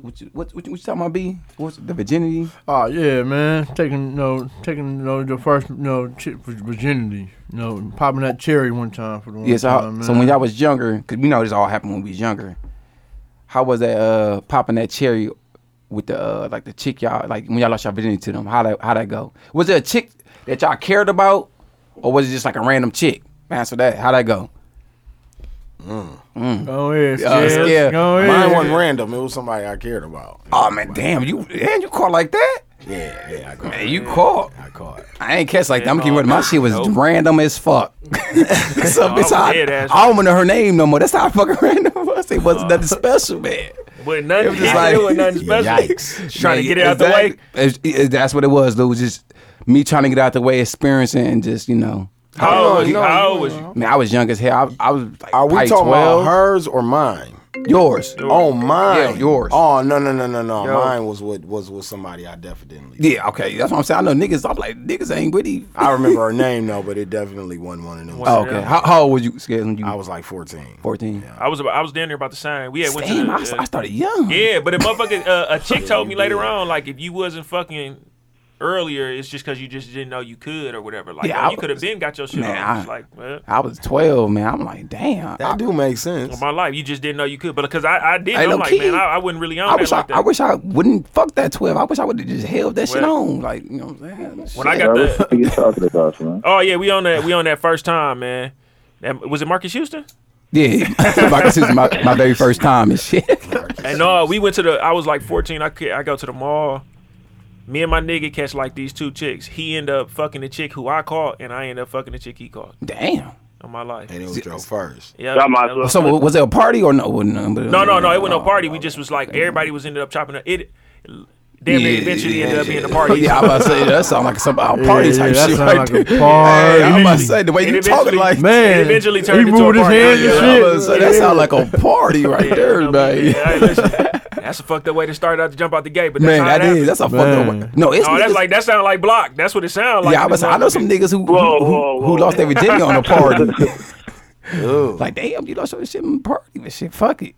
S5: what you, what, what, you- what you talking about? B? What's the virginity?
S1: Oh yeah, man. Taking you know, taking you know, the first you know, chi- virginity. You know, popping that cherry one time for the one
S5: Yeah, so,
S1: time,
S5: how, so
S1: man.
S5: when y'all was younger, because we know this all happened when we was younger. How was that uh, popping that cherry with the uh, like the chick y'all like when y'all lost y'all virginity to them? How that how that go? Was it a chick that y'all cared about, or was it just like a random chick? Answer that. How that go?
S1: Go ahead,
S5: Uh,
S1: Skip.
S5: yeah.
S1: Oh, Go ahead.
S4: Mine wasn't random. It was somebody I cared about.
S5: Oh man, damn you! Man, you caught like that?
S4: Yeah, yeah, I caught
S5: Man,
S4: it.
S5: you caught.
S4: I caught it.
S5: I ain't catch like that. I'm
S2: no,
S5: keeping with my shit was
S2: no.
S5: random as fuck. so
S2: No,
S5: bitch,
S2: I'm
S5: I,
S2: dead ass.
S5: I don't even know her name no more. That's how fucking random was. It wasn't nothing special, man.
S2: But nothing,
S5: was just like-
S2: it wasn't nothing special.
S4: Yikes.
S2: Just trying to
S5: Yeah,
S2: get it out the
S5: exactly.
S2: way.
S5: It's- it- that's what it was. It was just me trying to get out the way, experiencing, and just you know.
S2: How old was you?
S4: No,
S2: How
S4: you
S2: old was
S4: ain't
S2: you?
S5: Man, I was young as hell. I, I was. Like,
S4: Are we
S5: probably
S4: talking
S5: 12.
S4: about hers or mine?
S5: Yours.
S4: Oh, mine.
S5: Yeah, yours.
S4: Oh, no, no, no, no, no.
S2: Yo.
S4: Mine was with was with somebody I definitely.
S5: Yeah. Okay. That's what I'm saying. I know niggas. I'm like niggas ain't witty.
S4: I remember her name though, but it definitely wasn't one of them.
S5: Oh, okay. How, how old was you? Scared when you?
S4: I was like 14.
S5: 14.
S2: I was about, I was down there about the same. We had went
S5: Damn.
S2: to
S5: I,
S2: the,
S5: I started young.
S2: yeah, but a motherfucker, uh, a chick told me later on, like if you wasn't fucking earlier, it's just because you just didn't know you could or whatever. Like
S5: Yeah,
S2: man,
S5: I
S2: you could have
S5: was-
S2: been got your shit
S5: Man,
S2: on. It's
S5: I-
S2: like well,
S5: I was 12, man. I'm like, damn.
S4: That
S5: I,
S4: do make sense.
S2: on my life, you just didn't know you could. But because I, I did,
S5: Hey,
S2: I'm
S5: low
S2: like
S5: key,
S2: man, I, I wouldn't really on
S5: I
S2: that
S5: wish
S2: like
S5: I,
S2: that.
S5: I wish I wouldn't fuck that 12. I wish I would have just held that shit
S2: Well,
S5: on. Like, you know what I'm saying?
S2: when I
S5: Shit.
S2: got
S3: Bro,
S2: the
S3: what are you talking about, man?
S2: Oh yeah, we on that. We on that first time, man. That, was it Marcus Houston?
S5: Yeah. Like, this is my, my very first time and shit.
S2: And no, we went to the. I was like 14. I could, I go to the mall. Me and my nigga catch like these two chicks. He end up fucking the chick who I caught, and I end up fucking the chick he caught
S5: Damn.
S2: on my life.
S4: and it was your first.
S2: Yeah.
S6: That might as well-
S5: So wa- was it a party or no? No,
S2: No, no, no. It
S5: Oh,
S2: wasn't no party. We just was like everybody was ended up chopping up. It damn near eventually ended up being a party.
S5: Yeah, I'm about to say that sound like some a party
S1: yeah,
S5: type
S1: that
S5: shit
S1: sound
S5: right
S1: like a
S5: there.
S1: party.
S5: Hey, I'm about to say the way
S2: It
S5: you talking
S2: eventually-
S5: like
S2: Man,
S1: Man,
S2: It eventually
S1: he
S2: turned into a
S1: moved his
S2: party.
S1: hands and
S2: Yeah,
S5: I'm
S1: shit.
S5: about to say, that sound like a party right there,
S2: Yeah,
S5: man.
S2: hey, listen, that's a fucked up way to start out to jump out the gate, but that's
S5: Man,
S2: how
S5: that
S2: it
S5: is
S2: happened.
S5: that's a fucked
S1: Man.
S5: up. No, it's
S2: No, that's
S5: niggas-
S2: like that sound like block. That's what it sounds like.
S5: yeah, I was. I know some niggas who
S6: Whoa,
S5: who,
S6: whoa,
S5: who
S6: whoa.
S5: lost their virginity on a party.
S4: Ooh.
S5: like, damn, you lost your shit on a party, but shit, fuck it.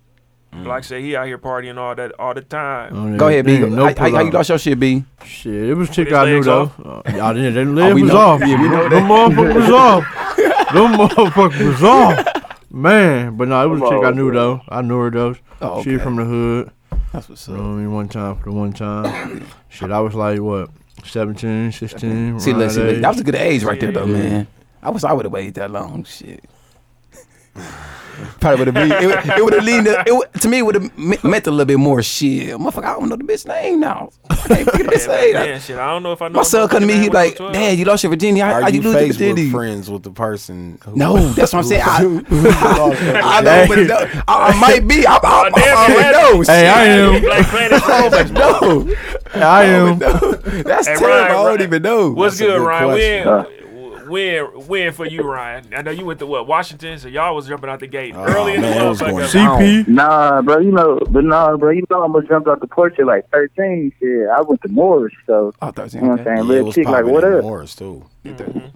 S2: Like I said, he out here partying all that all the time.
S1: On
S5: Go ahead, B.
S1: everything,
S5: No how, how, how you
S1: pull-out.
S5: lost your shit, B?
S1: Shit, it was chick
S2: his
S1: I knew
S2: legs
S1: though.
S2: off?
S1: Uh, y'all didn't. Them legs
S5: we
S1: was
S5: know-
S1: off.
S5: yeah, we know
S1: Them motherfuckers was off. Them motherfuckers was off. Man, but no, it was a chick I knew though. I knew her though.
S5: Oh,
S1: She
S5: okay.
S1: from the hood.
S5: That's what's
S1: You know what I mean? One time for the one time. Shit, I was like what, 17, 16.
S5: See,
S1: around
S5: look, see,
S1: that
S5: look,
S1: age.
S5: that was a good age right there, though,
S1: Yeah.
S5: man. I wish I would have waited that long. Shit. Probably would have been. It, would- it would have leaned. To, it, would- to me, it would have me- meant a little bit more shit. Motherfucker, I don't know the bitch name now. I can't figure this
S2: Yeah,
S5: name out.
S2: man, shit, I don't know if I know.
S5: My son come to me.
S2: man
S5: He
S2: when I was
S5: like,
S2: 12.
S5: Dad, you lost your virginity. How,
S4: Are
S5: how you
S4: you
S5: lose your
S4: Facebook
S5: virginity?
S4: friends with the person? Who,
S5: No, that's what I'm saying. I, I
S4: I
S5: know, but it don't- I, I might be. I, I, I,
S2: damn,
S5: already
S2: man.
S5: know.
S1: Hey, I am.
S2: Black Planet.
S5: no,
S1: I am.
S5: that's
S2: Hey,
S5: terrible.
S2: Ryan,
S5: I don't
S2: Ryan,
S5: even know.
S2: What's
S4: That's a
S2: good,
S4: good
S2: Ryan? When,
S4: question.
S2: w- when, when for you, Ryan? I know you went to what Washington, so y'all was jumping out the gate early in the
S4: Oh, man, it was going
S2: motherfucker.
S4: down.
S1: CP.
S3: Nah, bro, you know, but nah, bro, you know, I almost jumped out the porch at like 13. Shit, I went to Morris, so
S5: Oh, 13,
S3: you know what
S5: okay.
S3: I'm saying.
S4: Yeah, it
S3: Little
S4: was
S3: chick, like,
S4: popping
S3: what
S4: in
S3: up?
S4: Morris too.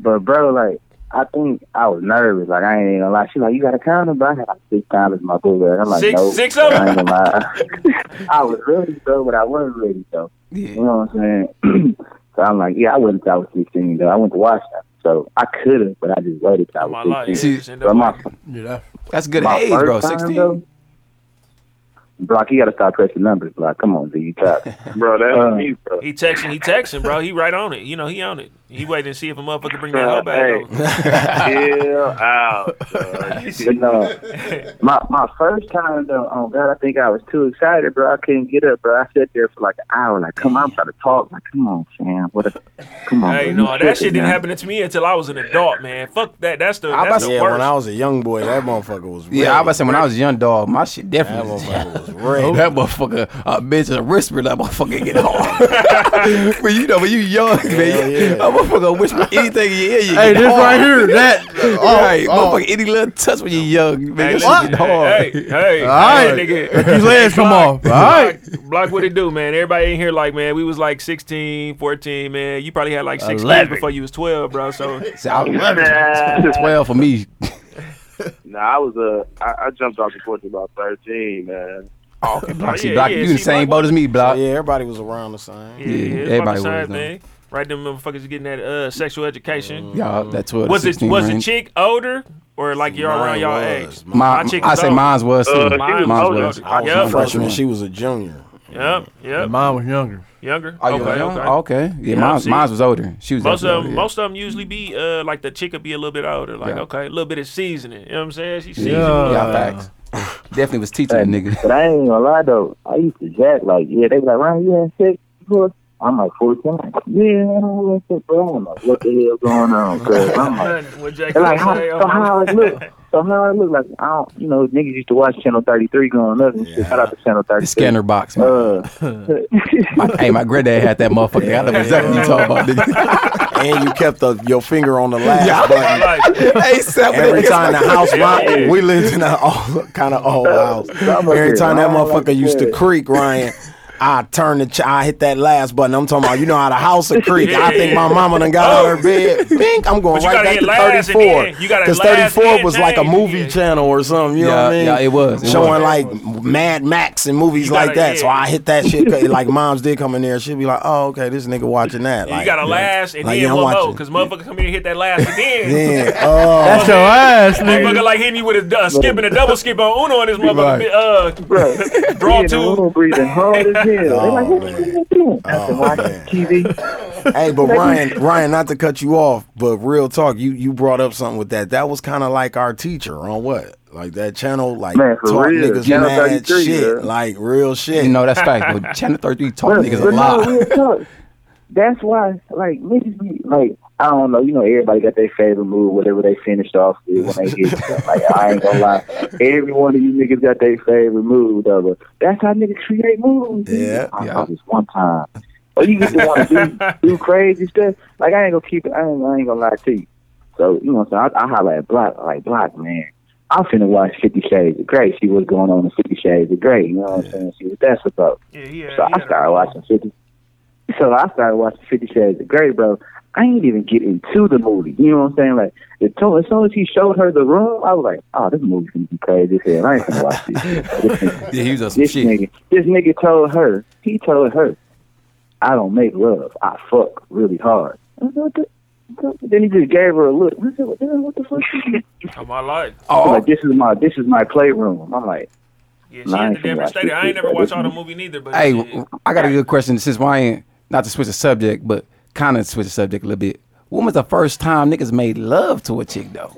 S3: But bro, like, I think I was nervous. Like, I ain't even gonna lie. She like, you got a condom, but I had like six condoms in my book bag. I'm like,
S2: Six-
S3: no,
S2: six of
S3: I ain't gonna lie. I was ready though, but I wasn't ready though.
S5: Yeah.
S3: You know what I'm saying? so I'm like, yeah, I went till I was 16 though. I went to Washington, so I could have, but I just waited till I
S2: Oh, My
S3: was
S2: life,
S3: 16.
S2: you just end
S3: But
S2: up
S3: my
S2: like-
S1: Yeah, that-
S5: That's good
S3: my
S5: age,
S3: first
S5: bro.
S3: time,
S5: Sixteen.
S3: though- Block, you gotta stop pressing numbers, Block. Come on, Z, you top.
S6: Bro, that's
S3: Uh,
S6: me, bro.
S2: He texting, he texting, bro. He right on it. You know, he on it. He waiting to see if a motherfucker bring that hoe back.
S6: Hey.
S2: over.
S6: Chill out. dog.
S3: But no, my my first time though, oh god, I think I was too excited, bro. I couldn't get up, bro. I sat there for like an hour, like, come on, I'm trying to talk, like, come on, fam, what? A, come on,
S2: Hey,
S3: bro, you
S2: no, that shit
S3: tripping,
S2: didn't
S3: man.
S2: happen to me until I was an adult, man. Fuck that. That's the
S5: I
S2: that's
S5: must-
S2: the
S4: Yeah,
S2: worst.
S4: when I was a young boy, that motherfucker was ready.
S5: Yeah, I was saying when I was a young dog, my shit
S4: that
S5: definitely. was-
S4: motherfucker was
S5: Oh,
S4: ready.
S5: that motherfucker, a bitch, a whisper, that motherfucker get hard. but you know, when you young, man,
S4: yeah.
S5: that motherfucker whisper anything in your ear, you
S1: Hey,
S5: get
S1: this
S5: hard.
S1: right here, that.
S5: All right,
S7: oh.
S5: motherfucker, any little touch when you young, man,
S2: Hey,
S5: that
S2: listen,
S5: shit get hard.
S2: Hey, hey, hey,
S1: right.
S2: nigga.
S1: These legs come off. All right.
S2: Block, block what it do, man. Everybody in here, like, man, we was like 16, 14, man. You probably had like six kids
S5: Eleven.
S2: before you was 12, bro. So,
S5: See, I was
S6: Nah.
S5: twelve for me.
S6: Nah, Uh, I was uh, I, I jumped off the porch about thirteen, man.
S5: Oh, okay, block, see,
S2: yeah,
S5: block,
S2: yeah,
S5: you in the
S2: see,
S5: same
S2: Block-
S5: boat as me,
S4: Yeah,
S5: block.
S4: everybody was around the same.
S2: yeah, yeah, it's
S5: everybody
S2: fucking
S5: was,
S2: side,
S5: though.
S2: man. Right, them motherfuckers getting that uh, sexual education.
S5: Y'all, that twelve. to
S2: Was it
S5: 16
S2: was the
S5: range.
S2: chick older or like you're around
S4: Mine
S2: y'all
S4: was.
S2: age?
S5: My,
S2: My chick
S5: I
S2: was
S5: say
S2: older.
S5: mine's was too.
S6: Uh, she was
S5: mine's
S2: older.
S5: was.
S4: I was
S2: Yeah.
S4: a freshman. She was a junior.
S2: Yep, yep.
S1: Mine was younger.
S2: Younger.
S5: Oh, you
S2: okay,
S5: young?
S2: okay.
S5: okay. Yeah,
S2: Yeah,
S5: mine's
S2: see?
S5: mine's was older. She was
S2: Most of
S5: older,
S2: them,
S5: yeah.
S2: most of them usually be uh like the chick could be a little bit older, like
S5: Yeah.
S2: okay, a little bit of seasoning. You know what I'm saying? She seasoned.
S1: Yeah.
S5: Yeah, facts. Definitely was teaching a nigga.
S3: But I ain't gonna lie though, I used to jack like, yeah, they be like, Ryan, you had sex before? I'm like 14. I'm like, yeah, I don't have sex, bro. I'm like, what the hell going on? Cause I'm like,
S2: What Jack
S3: And like,
S2: Hill
S3: how,
S2: say,
S3: so how it look? So how it look like? I don't, you know, niggas used to watch Channel 33 growing up and shit. Shout out to Channel 33.
S5: The scanner box, man.
S3: Uh,
S5: My- hey, my granddad had that motherfucker. I know exactly what you talking about. nigga.
S4: and you kept the, your finger on the last button.
S2: like,
S5: hey, seven
S4: Every
S5: days.
S4: time the house, my,
S2: Yeah.
S4: we lived in an all kind of old house. Every time that motherfucker used to creak, Ryan, I turned the, ch- I hit that last button. I'm talking about, you know how the house will creak. I think my mama done got out of her bed. Bink, I'm
S2: Oh. But you
S4: going
S2: gotta
S4: right
S2: hit
S4: back
S2: last
S4: to
S2: and then-
S4: 34.
S2: you gotta
S4: Because
S2: last
S4: 34
S2: and
S4: was
S2: then
S4: like a
S2: change,
S4: movie
S2: yeah.
S4: channel or something. You know
S5: Yeah,
S4: what I mean?
S5: yeah, it was. It was.
S4: Showing like Mad Max and movies
S2: You gotta-
S4: like that. So
S2: yeah.
S4: I hit that shit. 'cause, like moms did come in there. She'd be like, oh, okay, this nigga watching that. Like,
S2: you gotta last and
S4: Like,
S2: then
S4: yeah, I'm
S2: one more,
S4: watching.
S2: cause motherfucker come in and hit that last and then.
S4: Yeah. Oh.
S1: That's your ass,
S2: Motherfucker
S1: nigga.
S2: like hitting you with a du- skip and a double skip on Uno and this motherfucker uh, draw two.
S3: breathing hard as hell. They like,
S4: Oh,
S3: what the hell you doing? I said,
S4: Oh,
S3: watching
S4: man.
S3: TV.
S4: Hey, but Ryan, Ryan, not to cut you off, but real talk, you you brought up something with that. That was kind of like our teacher on what, like that channel, like
S3: Man, for
S4: taught
S3: real.
S4: niggas
S3: Channel
S4: mad
S3: 33,
S4: shit,
S3: yeah.
S4: like real shit.
S5: You know, that's fact. But Channel 33 taught
S3: But,
S5: niggas
S3: but
S5: a
S3: no,
S5: lot.
S3: real talk. That's why, like, niggas be, like, I don't know. You know, everybody got their favorite move, whatever they finished off with when they hit. stuff. Like, I ain't gonna lie. Every one of you niggas got their favorite move, though. But that's how niggas create moves. nigga.
S4: Yeah,
S3: I
S5: yeah.
S3: thought this one time. Or you get to want to do, do crazy stuff. Like, I ain't gonna keep it. I ain't, I ain't gonna lie to you. So, you know what I'm saying? I, I holler at Block, like, Block, man. I'm finna watch Fifty Shades of Grey. See what's going on in Fifty Shades of Grey. You know what I'm saying? See what that's about.
S2: Yeah, yeah.
S3: So I started watching Fifty. So I started watching Fifty Shades of Grey, bro. I ain't even get into the movie. You know what I'm saying? Like, it told, as soon as he showed her the room, I was like, "Oh, this movie's gonna be crazy as hell. I ain't gonna watch this." this nigga,
S5: Yeah, he was on some
S3: this
S5: shit.
S3: nigga, this nigga told her. He told her, "I don't make love. I fuck really hard." I said, what the- what the- Then he just gave her a look. I said, "What the, what the fuck?" you doing?"
S2: watching. My life.
S5: Oh,
S3: I'm Like, this is my this is my playroom. I'm like,
S2: Yeah, she
S3: Nah, I
S2: in
S3: ain't
S2: the
S3: finna
S2: different
S3: watch
S2: state.
S3: this
S2: I ain't
S3: shit,
S2: never
S3: bro.
S2: watched
S3: This
S2: all the
S3: is-
S2: movie neither, but
S5: Hey,
S2: shit.
S5: I got a good question since Ryan, not to switch the subject, but kind of switch the subject a little bit. When was the first time niggas made love to a chick, though?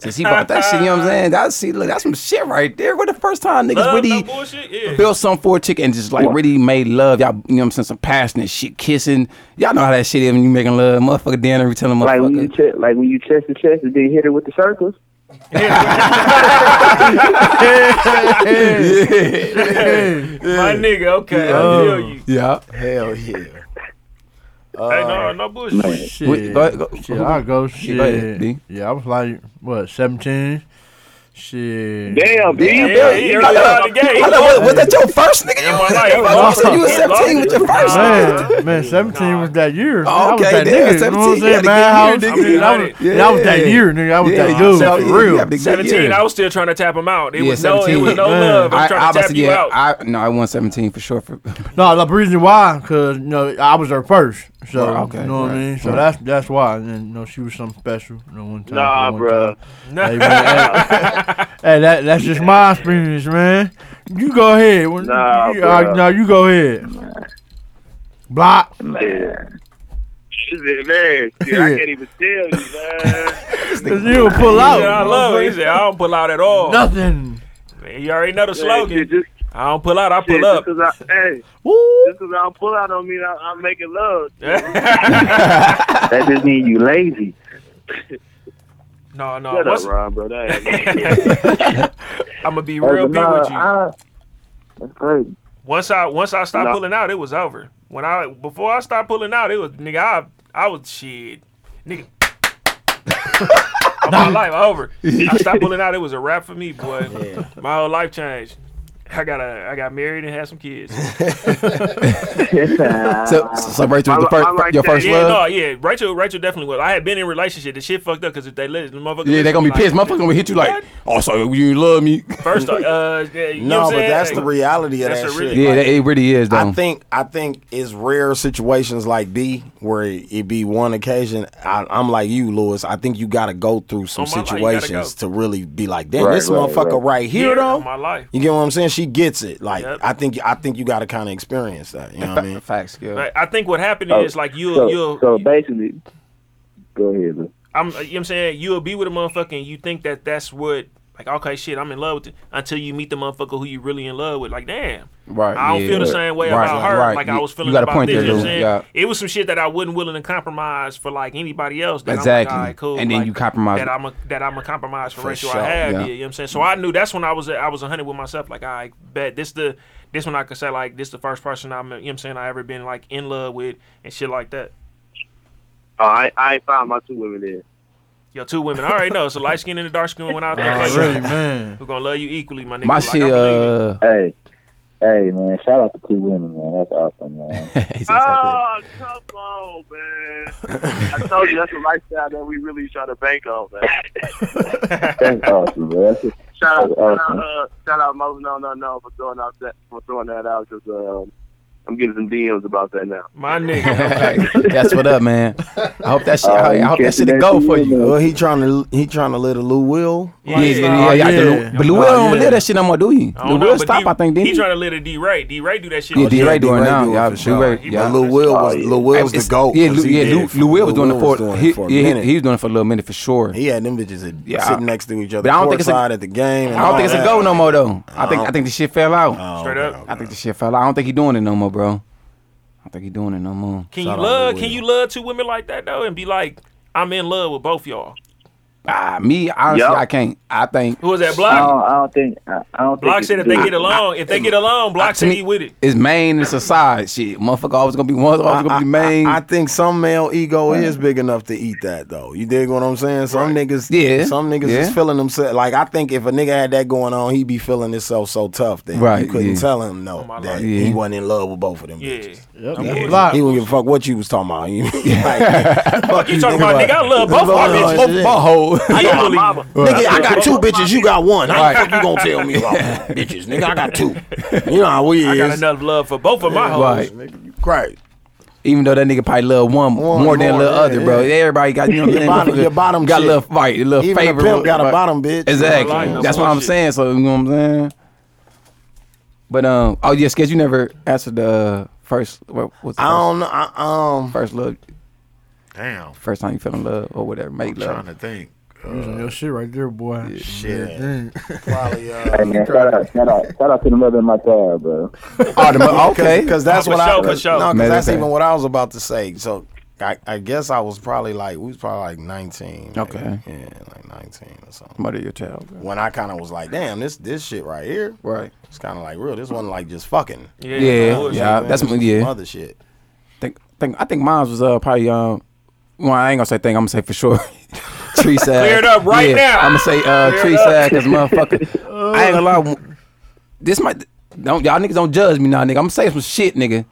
S5: Since he bought that shit, you know what I'm saying? That's see, look, that's some shit right there. What the first time niggas
S2: Love,
S5: really
S2: Uh, no bullshit. Yeah.
S5: built something for a chick and just like really made love. Y'all, you know what I'm saying? Some passionate shit, kissing. Y'all know how that shit is when you making love. Motherfucker down there telling
S3: Like when you
S5: motherfucker.
S3: che- like when you chest to chest and then hit it with the circles.
S2: My nigga, okay. I feel you.
S5: Yeah.
S4: Hell yeah.
S5: Uh,
S2: hey, no, no bullshit.
S1: Shit.
S5: Wait, go ahead, go-
S1: Shit, I go shit.
S5: go ahead, B.
S1: yeah, I was like what, seventeen? Shit.
S6: Damn,
S2: Yeah,
S6: B.
S2: yeah, yeah, right out the gate.
S5: Hold on, was, was that your first nigga? You,
S2: my life.
S5: I'm saying you was
S2: Fuck.
S5: 17 with your first.
S1: Man, man, seventeen was that year. I was
S5: Okay, damn,
S1: that nigga. You
S5: 17,
S1: know what I'm saying?
S5: you had
S1: Man,
S5: to
S1: I
S5: get
S1: was,
S2: here, nigga.
S1: I was, yeah, I was
S5: Yeah.
S1: that year, nigga. I was
S5: Yeah,
S1: that dude
S5: so, yeah,
S1: for real.
S5: you have to get-
S2: 17,
S5: yeah.
S2: I was still trying to tap him out. It
S5: Yeah,
S2: was no, it
S5: 17.
S2: was no
S1: Man.
S2: love. I'm
S5: I, I
S2: trying to
S5: about
S2: tap
S5: to
S2: you
S5: yeah,
S2: out.
S5: I no, I won 17 for sure. For,
S1: No, the reason why, cause you know, I was her first, so
S5: Right, okay,
S1: you know what
S5: right,
S1: I mean. So
S5: right.
S1: that's that's why. And then, you know, she was something special. You know, one time.
S6: Nah,
S1: one
S6: bruh.
S1: time. Hey, man, hey, hey, that that's just my experience, man. You go ahead. When-
S6: Nah,
S1: you, uh,
S6: bruh.
S1: no, you go ahead. Block.
S6: Man. Shit, man, shit, I can't even tell you, man.
S1: 'cause you pull
S2: He said, I
S1: out.
S2: love it. He said, I don't pull out at all.
S1: Nothing.
S2: Man, you already know the slogan.
S6: Man, shit, just,
S2: I don't pull out, I
S6: shit,
S2: pull up.
S6: Just cause I, hey,
S1: Woo.
S6: just cause I don't pull out on me, I, I'm making love.
S3: That just mean you lazy.
S2: no, no.
S6: Shut
S2: Oh, What's,
S6: up, Ron, bro. That ain't
S2: I'm gonna be
S3: Hey,
S2: real
S3: but
S2: big
S3: nah,
S2: with you.
S6: Ah,
S3: I- that's crazy.
S2: once I once I stopped
S6: Nah.
S2: pulling out, it was over. When I before I stopped pulling out, it was nigga. I I was shit, nigga. my life over. I stopped pulling out. It was a wrap for me, boy. My whole life changed. I got a, I got married and had some kids. Ah.
S5: so, so Rachel was the
S6: I- I
S5: first,
S6: like
S5: your
S6: that.
S5: first
S2: yeah,
S5: love.
S2: no, yeah. Rachel, Rachel definitely was. I had been in a relationship. The shit fucked up because if they let the motherfucker,
S5: Yeah,
S2: listen,
S5: they're gonna be
S2: like,
S5: pissed. Motherfucker gonna hit you like, oh, so you love me?
S2: First, off, uh, yeah, you know what
S4: No,
S2: I'm
S4: but
S2: saying?
S4: that's the
S2: Like,
S4: reality of
S2: that's
S4: that
S2: a really-
S4: shit.
S5: Yeah, that, it really is though.
S4: I think I think it's rare situations like D where it, it be one occasion. I, I'm like you, Lewis. I think you got to go through
S2: Oh,
S4: some
S2: my God, you gotta
S4: situations
S2: go.
S4: to really be like, damn,
S3: Right,
S4: this
S3: right,
S4: motherfucker right,
S3: right.
S4: here
S2: of
S4: though.
S2: my life.
S4: You get what I'm saying? She gets it. Like
S2: Yep.
S4: I think I think you got to kind of experience that. You know what I mean?
S5: facts, yeah.
S2: Like, I think what happened
S3: Oh,
S2: is like you,
S3: so,
S2: you,
S3: so basically, go ahead. Lou.
S2: I'm, you know what I'm saying you'll be with a motherfucker and you think that that's what like okay shit I'm in love with it until you meet the motherfucker who you really in love with like damn
S5: Right.
S2: I don't
S5: yeah.
S2: feel the same way
S5: Right,
S2: about
S5: right,
S2: her
S5: right.
S2: like I
S5: You-
S2: was feeling
S5: you got a
S2: about
S5: point
S2: this
S5: there,
S2: you know what I'm
S5: Lou.
S2: saying
S5: Yeah.
S2: it was some shit that I wasn't willing to compromise for like anybody else that
S5: Exactly.
S2: I'm like, all right, cool
S5: And then
S2: like,
S5: you compromise.
S2: that I'm a that I'm a compromise for,
S5: For
S2: Rachel
S5: sure,
S2: I have
S5: yeah.
S2: yeah. you know what I'm saying so I knew that's when I was at- I was 100 with myself like I bet this the this one I could say like this the first person I'm you know what I'm saying I ever been like in love with and shit like that
S6: Oh, I, I ain't found my two women there.
S2: Yo, two women. I already know. So light skin and the dark skin went out there.
S1: Oh,
S2: Like,
S1: really, man.
S2: We're gonna love you equally, my nigga.
S5: My
S2: Like, I
S5: shit,
S2: believe it.
S5: uh,
S3: Hey, hey, man! Shout out to two women, man. That's awesome, man.
S5: uh, he said something.
S6: Oh, come on, man. I told you that's the lifestyle that we really try to bank on, man.
S3: That's awesome, man. That's just,
S6: Shout out,
S3: Oh,
S6: shout out,
S3: awesome.
S6: uh, shout out, Mo. No, no, no, for throwing out that, for throwing that out because um, I'm getting some DMs about that now.
S2: my nigga.
S5: That's what up, man. I hope that shit.
S3: Oh,
S5: I,
S3: you
S5: hope that shit
S3: catching that
S5: go
S3: shit,
S5: for you.
S3: man.
S4: Well, he trying to he trying to let a Lou Will.
S5: Yeah, yeah, yeah.
S1: Oh,
S5: yeah.
S1: yeah.
S5: Lou- But Lou Will
S1: Oh,
S5: don't
S1: yeah.
S5: let that shit no more, do he?
S2: I
S5: Lou
S2: don't know,
S5: Will
S2: but
S5: stop,
S2: D-
S5: I think, didn't
S2: he
S5: he?
S2: trying to let a D Ray. D Ray do that shit.
S5: Yeah,
S2: all
S5: D
S2: the
S5: Oh, Ray
S2: time.
S5: doing
S4: D-Ray
S5: now.
S4: doing it
S5: Yeah, D Ray.
S4: for sure.
S2: He
S5: Yeah.
S2: about
S4: Lou Will was Lou Will was the
S5: It's-
S4: goat.
S5: Yeah,
S4: 'cause
S5: Lou,
S4: he
S5: yeah,
S4: did
S5: Lou,
S4: it for-
S5: Lou Will was doing it for.
S4: doing
S5: he,
S4: a
S5: yeah, he-
S4: minute.
S5: he was doing it for a little minute for sure.
S4: He had them bitches at-
S5: Yeah, I-
S4: sitting next to each other.
S5: but I don't think it's a-
S4: courtside at the game.
S5: I don't think it's a go no more though. I think I
S4: don't-
S5: think the shit fell out.
S4: more.
S2: Straight up.
S5: I think the shit fell out. I don't think he doing it no more, bro. I think he doing it no more.
S2: Can
S4: Shout
S2: you
S4: out
S2: love?
S4: Lil
S2: Can
S4: Will.
S2: you love two women like that though, and be like, I'm in love with both y'all?
S5: Ah, me honestly,
S6: Yup.
S5: I can't. I think
S2: Who was that?
S3: I
S2: Block.
S3: don't, I don't think. I, I don't
S2: Block
S3: think.
S2: said
S3: you
S2: if
S3: can
S2: they
S3: do
S2: get
S3: it.
S2: along, if they get along, Block
S5: to
S2: said
S5: me-
S2: he with it.
S5: it's main. It's a side shit. Motherfucker always gonna be one. Always gonna be main.
S4: I, I think some male ego is big enough to eat that though. You dig what I'm saying? Some niggas,
S5: Yeah.
S4: some niggas
S5: Yeah.
S4: is feeling themselves. Like I think if a nigga had that going on, he'd be feeling himself so tough that
S5: Right,
S4: you couldn't
S5: yeah.
S4: tell him no
S2: my
S4: that
S2: life.
S4: he
S5: Yeah.
S4: wasn't in love with both of them.
S2: Yeah.
S4: bitches.
S1: Yep.
S2: Yeah.
S1: Block.
S4: He wouldn't give a fuck what you was talking about. You, like, fuck
S2: You talking about nigga? I love both
S4: Both
S2: my
S4: of y'all
S2: bitches.
S4: shit.
S2: I
S6: Yeah, my
S2: don't believe.
S6: mama.
S2: it.
S4: Nigga, I got two bitches. You got one. How
S5: Right.
S4: the fuck you gonna tell me about bitches? Nigga, I got two. You know how we
S2: I got
S4: is.
S2: enough love for both of my hoes.
S5: Right.
S4: Great.
S5: Even though that nigga probably love one,
S4: One
S5: more than
S4: more,
S5: love
S4: yeah,
S5: other, bro.
S4: yeah.
S5: Everybody got you know what I'm
S4: Your
S5: saying?
S4: bottom- your
S5: Motherfucker
S4: bottom
S5: got
S4: shit.
S5: little fight, a little
S4: Even
S5: favorite.
S4: a pimp got a
S5: right.
S4: bottom bitch.
S5: Exactly.
S2: Like, no
S5: That's what I'm
S2: bullshit.
S5: saying. So you know what I'm saying. But um, oh yes, cause you never answered the first. What was the
S4: I
S5: first,
S4: don't know. I, um,
S5: first love?
S8: Damn.
S5: First time you fell in love or whatever, make
S8: Trying
S5: love.
S8: to think.
S1: Using your shit right there, boy.
S4: shit.
S1: Dang.
S4: Probably.
S3: Hey
S4: Uh,
S3: man, shout out, shout out, shout out to the mother of my child, bro.
S5: Oh, the mo- okay.
S4: because that's
S2: for
S4: what
S2: sure,
S4: I.
S2: for sure.
S4: No, because
S5: Matter of
S4: that's
S5: fact.
S4: even what I was about to say. So I, I guess I was probably like we was probably like nineteen. maybe.
S5: Okay.
S4: Yeah, like nineteen or something.
S5: Mother of your child. bro.
S4: When I kind of was like, damn, this this shit right here,
S5: Right.
S4: it's kind of like real. This wasn't like just fucking.
S2: Yeah,
S5: Yeah.
S2: bullshit,
S5: Yeah.
S2: man.
S5: That's
S4: This was
S5: yeah.
S4: Some other shit.
S5: think think I think mine was uh probably um well I ain't gonna say thing I'm gonna say for sure tree side
S2: Clear it up right now.
S5: I'm gonna say uh tree side because motherfucker I ain't gonna lie this might don't y'all niggas don't judge me now nigga I'm gonna say some shit nigga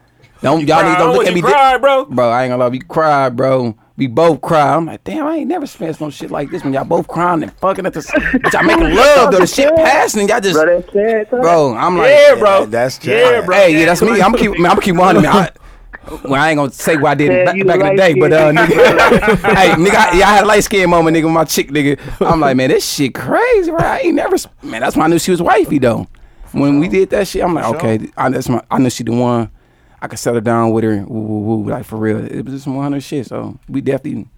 S5: don't y'all
S2: Bro,
S5: niggas
S2: I
S5: don't look
S2: want
S5: at me
S2: you
S5: di-
S2: cry, bro.
S5: bro I ain't gonna lie we cried bro we both cried I'm like damn I ain't never spent some shit like this when y'all both crying and fucking at the s- bitch I making love though the shit passing and y'all just
S3: Bro, that's sad. son.
S5: bro I'm like
S2: Yeah, bro.
S4: that's
S2: yeah,
S4: just-
S2: bro.
S5: Hey, yeah, that's me. I'm keep. I'm gonna keep one. I, well, I ain't gonna say what I did
S3: Yeah,
S5: back,
S3: you
S5: back in the
S3: light
S5: day, but uh,
S3: skinned.
S5: nigga, hey, nigga, I, yeah, I had a light skin moment, nigga, with my chick, nigga. I'm like, man, this shit crazy, bro. I ain't never, s- man. That's when I knew she was wifey though. When we did that shit, I'm like, okay, I, that's my, I knew she the one. I could settle down with her, woo, woo, woo, like for real. It was just 100 shit. So we definitely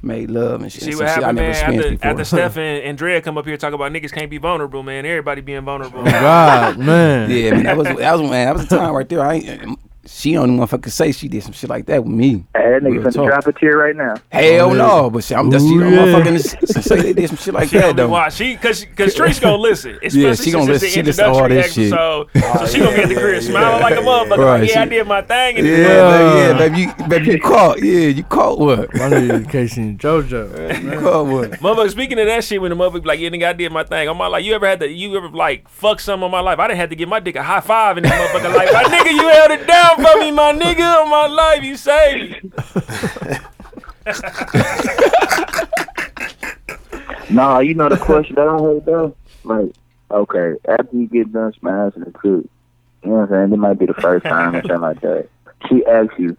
S5: made love and shit.
S2: See
S5: Some
S2: what
S5: shit I
S2: happened,
S5: never
S2: man.
S5: experienced
S2: After,
S5: before.
S2: after Steph and, and Drea come up here talk about niggas can't be vulnerable, man. Everybody being vulnerable.
S1: God, man.
S5: Yeah, man, that was that was man, that was a time right there. I ain't, she don't even motherfucking say she did some shit like that with me.
S3: Hey, that
S5: Real
S3: nigga finna
S5: talk.
S3: drop a tear right now.
S5: Hell no, but shit, I'm just she
S1: Ooh,
S5: don't
S1: yeah.
S5: motherfucking s- say they did some shit like
S2: She
S5: that
S2: don't be
S5: though.
S2: watch. She cause she- cause Trish gonna listen. Especially
S5: Yeah, she gonna
S2: since
S5: listen. She
S2: It's
S5: listen
S2: the
S5: to all
S2: introductory
S5: this shit.
S2: episode, so she gonna be at the crib smiling like a motherfucker.
S5: Right,
S2: like, yeah, I
S5: she-
S2: did my thing. And
S5: Yeah,
S2: yeah.
S5: yeah, baby, yeah, baby, you, baby, you caught. Yeah, you caught what?
S1: My nigga Casey and JoJo.
S5: You caught what?
S2: Motherfucker, speaking of that shit, when the motherfucker be like, yeah, nigga, I did my thing. I'm like, you ever had to, you ever like fuck something on my life? I didn't have to give my dick a high five in that motherfucker. Like, my nigga, you held it down for me, my nigga, on my life, you saved me.
S3: Nah, you know the question that I heard though? Like, okay, after you get done smashing the cook, you know what I'm saying? It might be the first time or something like that. She asks you,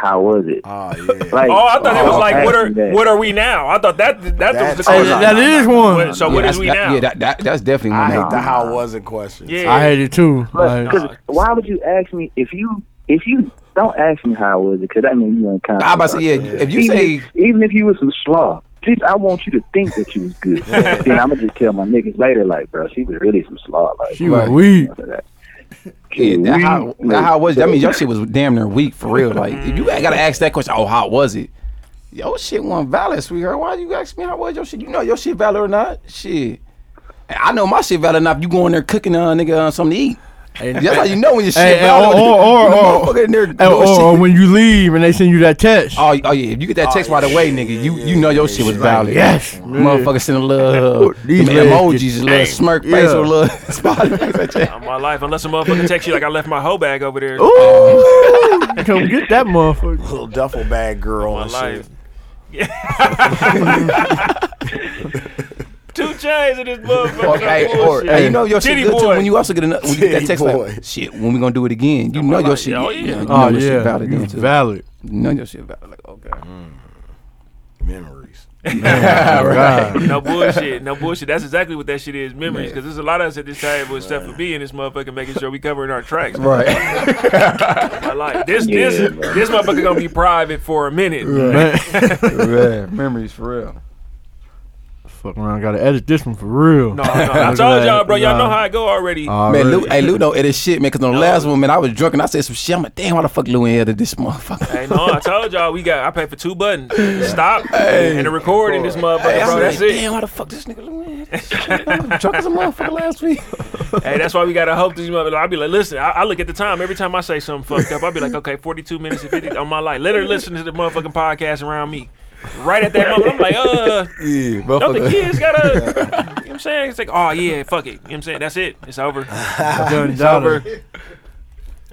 S3: how was it?
S4: Oh yeah.
S2: Mm-hmm.
S3: Like,
S2: Oh, I thought it was
S3: oh,
S2: like, what
S3: ask
S2: are,
S3: you that.
S2: what are we now? I thought that, that,
S4: That's-
S2: was the
S4: oh,
S1: Hey,
S2: question.
S4: no,
S1: that is one.
S2: What- so what
S5: that's
S2: is we
S5: that-
S2: now?
S5: Yeah, that, that that's definitely
S4: I
S5: one.
S4: hate
S5: That,
S4: the how was it question.
S2: yeah.
S1: I hate it too.
S3: But,
S1: Like,
S3: 'cause why would you ask me if you if you don't ask me how was it? Because I mean you ain't kind.
S5: I about to say, yeah, if you
S3: even
S5: say-
S3: if, even if you was some slaw, just I want you to think that you was good. then I'm gonna just tell my niggas later, like, bro, she was really some slaw. Like,
S1: she was
S5: Right.
S1: weak.
S5: yeah, that how,
S3: we-
S5: that how was? I mean, your shit was damn near weak for real. Like, if you ain't gotta ask that question, oh, how was it? Your shit wasn't valid, sweetheart. Why you ask me how was your shit? You know your shit valid or not? Shit, And I know my shit valid enough. You go in there cooking uh, nigga uh, something to eat. That's how you know when your shit
S1: Hey, hey,
S5: valid.
S1: or- or-
S5: When the
S1: or-
S5: motherfucker in there
S1: Hey,
S5: doing
S1: or,
S5: shit.
S1: or Oh, when you leave and they send you that text.
S5: Oh, oh yeah, if you get that text right away, nigga, you you know your shit was valid.
S1: yes.
S5: Motherfucker send a little uh,
S1: These
S5: them
S1: legs
S5: emojis, a little
S1: get-
S5: smirk
S1: Yeah.
S5: face or a little smiley face. like that.
S2: on my life, unless a motherfucker text you like I left my hoe bag over there.
S1: Ooh, come get that motherfucker.
S4: Little duffel bag girl
S2: my
S4: and shit.
S2: life. Two chains in this motherfucker.
S5: Or, hey, or,
S2: bullshit.
S5: hey, you know your shit
S2: Titty
S5: good too
S2: boy.
S5: when you also get another when you get that
S4: Titty
S5: text
S4: boy.
S5: like shit when we gonna do it again. You know your shit.
S2: oh,
S5: you
S2: yeah.
S5: know, you know
S1: Oh
S5: your shit
S1: yeah,
S5: valid
S1: you
S5: then too.
S1: valid.
S5: You know your shit valid. Like okay,
S4: Memories.
S1: God.
S2: no bullshit, no bullshit. That's exactly what that shit is. Memories, because there's a lot of us at this table, except for me and this motherfucker, making sure we covering our tracks.
S5: right.
S2: My life. This this this motherfucker gonna be private for a minute.
S1: Man,
S5: right. Memories for real.
S1: fuck around. Gotta edit this one for real.
S2: No, no. I told y'all, bro. Y'all know how I go already.
S5: Man, Lou, hey, Lou don't edit shit, man. Cause on the last one, man, I was drunk and I said some shit. I'm like, damn, why the fuck Lou ain't edit this motherfucker?
S2: Hey, no, I told y'all we got. I paid for two buttons, stop, and the recording. This motherfucker,
S5: Hey, I'm
S2: bro.
S5: like,
S2: That's it.
S5: damn, why the fuck this nigga Lou ain't edit this shit? I was drunk as a motherfucker last week.
S2: Hey, that's why we gotta hope these mother. I'll be like, listen, I, I look at the time every time I say something fucked up. I'll be like, okay, forty-two minutes and fifty on my life. Let her listen to the motherfucking podcast around me. Right at that moment, I'm like, uh,
S5: Yeah,
S2: don't the kids gotta? You know what I'm saying? It's like, oh yeah, fuck it. You know what I'm saying? That's it. It's over.
S1: it's
S2: over.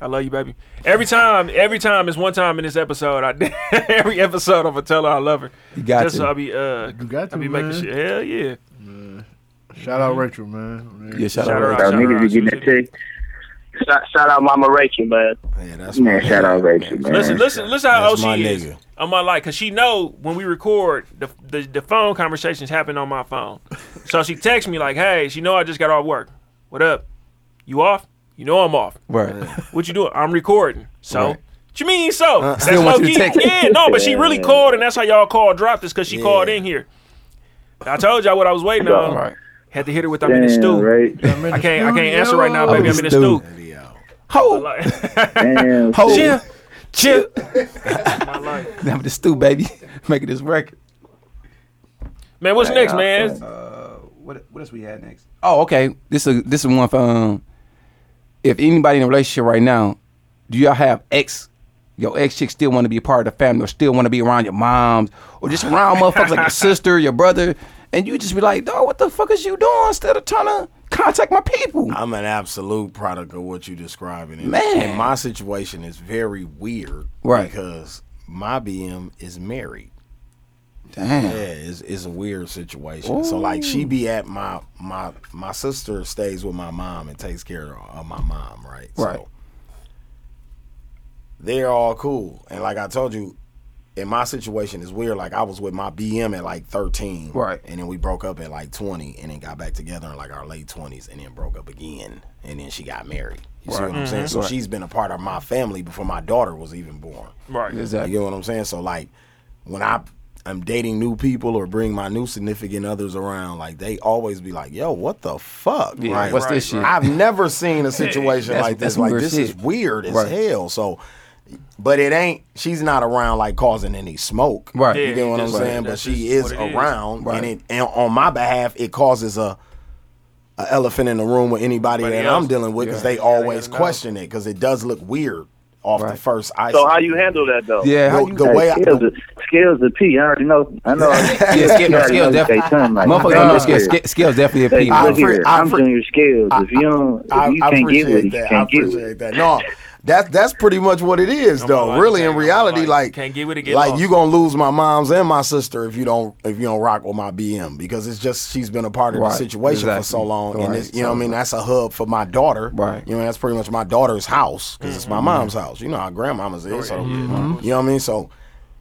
S2: I love you, baby. Every time, every time, it's one time in this episode. I every episode I'm gonna tell her I love her.
S5: You got
S2: Just so I'll
S5: to.
S2: be uh,
S1: You got to
S2: I'll be
S1: man.
S2: making shit. Hell yeah.
S1: Shout out Rachel, man.
S5: Yeah, shout,
S2: Shout
S5: out.
S2: her
S5: Rachel.
S2: out.
S3: Bro, niggas
S2: out,
S3: be getting
S2: shout
S3: that text.
S8: Shout, shout out Mama Rachel, man.
S4: Yeah, that's
S3: Man,
S4: my
S3: shout out
S4: nigga.
S3: Rachel, man.
S2: Listen, listen, listen how
S4: That's my
S2: old Oh, she is
S4: nigga.
S2: on my life, cause she know when we record the, the the phone conversations happen on my phone. so she texts me like, "Hey, she know I just got off work. What up? You off? You know I'm off.
S5: Right.
S2: What you doing? I'm recording. So."
S5: Right. Uh,
S2: What you mean so? that's
S5: still want you to
S2: low-key-
S5: text.
S2: Yeah, no, but she really called, and that's how y'all call dropped this because she called in here. I told y'all what I was waiting on. Had to hit her with I'm in the
S3: Damn,
S2: stew.
S3: right?
S2: I can't I can't answer right now, baby. I'm in the stew.
S5: Ho,
S2: Like-
S3: Damn.
S5: ho, chill, chill.
S2: my life.
S5: Now with the stew, baby, making this record.
S2: Man, what's next, man?
S5: Uh, what what else we had next? Oh, okay. This is this is one for um. If anybody in a relationship right now, do y'all have ex? Your ex chick still want to be a part of the family, or still want to be around your moms, or just around motherfuckers like your sister, your brother, and you just be like, dog, what the fuck is you doing? Instead of trying to contact my people,
S4: I'm an absolute product of what you're describing. And,
S5: Man.
S4: and my situation is very weird
S5: Right.
S4: because my BM is married. Yeah,
S5: damn,
S4: it's, it's a weird situation. So like she be at my my my sister stays with my mom and takes care of of my mom, right?
S5: Right.
S4: So they're all cool. And like I told you, in my situation is weird. Like I was with my BM at like thirteen.
S5: Right.
S4: And then we broke up at like twenty and then got back together in like our late twenties and then broke up again. And then she got married. You see what I'm saying? So she's been a part of my family before my daughter was even born.
S2: Right.
S5: exactly.
S4: You get what I'm saying? So like when I I'm dating new people or bring my new significant others around, like they always be like, "Yo, what the fuck?"
S5: Yeah,
S4: Like,
S5: what's this shit?
S4: I've never seen a situation
S5: That's-
S4: like
S5: that's
S4: this. Like
S5: weird
S4: this
S5: shit.
S4: is weird as
S5: Right.
S4: hell. So, but it ain't. She's not around like causing any smoke.
S5: Right.
S4: You get what
S2: Yeah,
S4: I'm
S2: that's-
S4: saying? But
S2: that's
S4: she
S2: just
S4: is
S2: what it is.
S4: around,
S5: Right.
S4: and it and on my behalf, it causes a. a elephant in the room with anybody
S2: Anybody
S4: that
S2: else.
S4: I'm dealing with because
S2: Yeah.
S4: they always
S2: gotta know.
S4: question it because it does look weird off the
S5: Right.
S4: first ice.
S8: So how you handle that
S3: Oh.
S8: though?
S5: Yeah, how
S4: The-
S5: you,
S4: the
S3: Hey,
S4: way I,
S3: skills, is- skills is P. I already know. I know.
S5: yeah,
S3: I
S5: skills, no,
S3: already know
S5: skills,
S3: what they
S5: definitely.
S3: sound like.
S5: Motherfuckers don't know skills. Sk- Skills definitely a
S3: Hey,
S5: P.
S4: I
S3: look
S5: bro.
S4: appre-
S3: here,
S4: I
S3: I'm
S4: appre-
S3: junior skills.
S4: I-
S3: If you don't,
S4: I,
S3: if you
S4: I
S3: can't
S4: appreciate
S3: get with it,
S4: that.
S3: you
S4: I
S3: can't get with it.
S4: appreciate that. No, that's that's pretty much what it is, though.
S2: like,
S4: really,
S2: like,
S4: in reality,
S2: like,
S4: like
S2: can't get with it, get
S4: like
S2: lost.
S4: you gonna lose my mom's and my sister if you don't if you don't rock with my BM because it's just she's been a part of
S5: Right,
S4: the situation
S5: exactly.
S4: for so long,
S5: Right,
S4: and it's, you know what I mean. That's a hub for my daughter.
S5: Right.
S4: You know that's pretty much my daughter's house because it's
S2: Mm-hmm.
S4: my mom's house. You know how grandmamas is. So you know what I mean. So.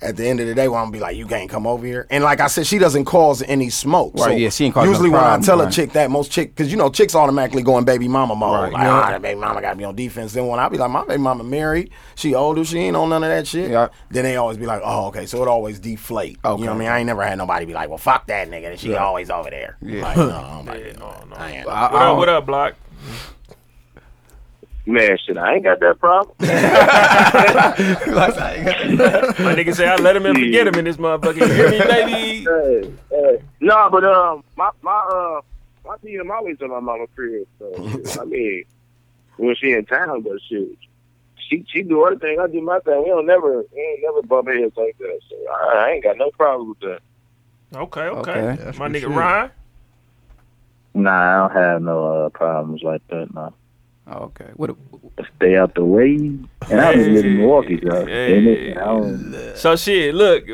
S4: At the end of the day, well, I'm gonna be like, you can't come over here. And like I said, she doesn't cause any smoke.
S5: Right,
S4: so
S5: yeah, she ain't causing no
S4: Usually, when I
S5: problem,
S4: tell a
S5: right.
S4: chick that, most chick, because you know, chicks automatically go in baby mama mode.
S5: Right.
S4: Like, ah, that baby mama got to be on defense. Then when I be like, my baby mama married, she older, she ain't on none of that shit.
S5: Yeah.
S4: Then they always be like, oh, okay. So it always deflate.
S5: Okay.
S4: You know what I mean? I ain't never had nobody be like, well, fuck that nigga. And she always over there.
S5: Yeah.
S4: Like, no, I don't like that.
S2: No, no.
S4: I
S5: I-
S4: ain't.
S2: What
S5: I
S2: up,
S5: don't-
S2: what up, Block?
S8: Man, shit, I ain't got that problem.
S2: My nigga say I let him and forget him in this motherfucker. You hear me, baby?
S8: hey, hey. No, but um, my my uh, my DM always in my mama crib. So shit, I mean, when she in town, but shit, she she do her thing. I do my thing. We don't never we ain't never bump heads like that. So I, I ain't got no problem with that.
S2: Okay, okay.
S5: Okay.
S1: That's
S2: My
S1: good
S2: nigga
S1: shit.
S2: Ryan.
S3: Nah, I don't have no uh, problems like that. No,
S5: Oh, Okay, what? a-
S3: stay out the way. And I just live in Milwaukee, though.
S2: Hey.
S3: And it, I don't,
S2: So shit, look.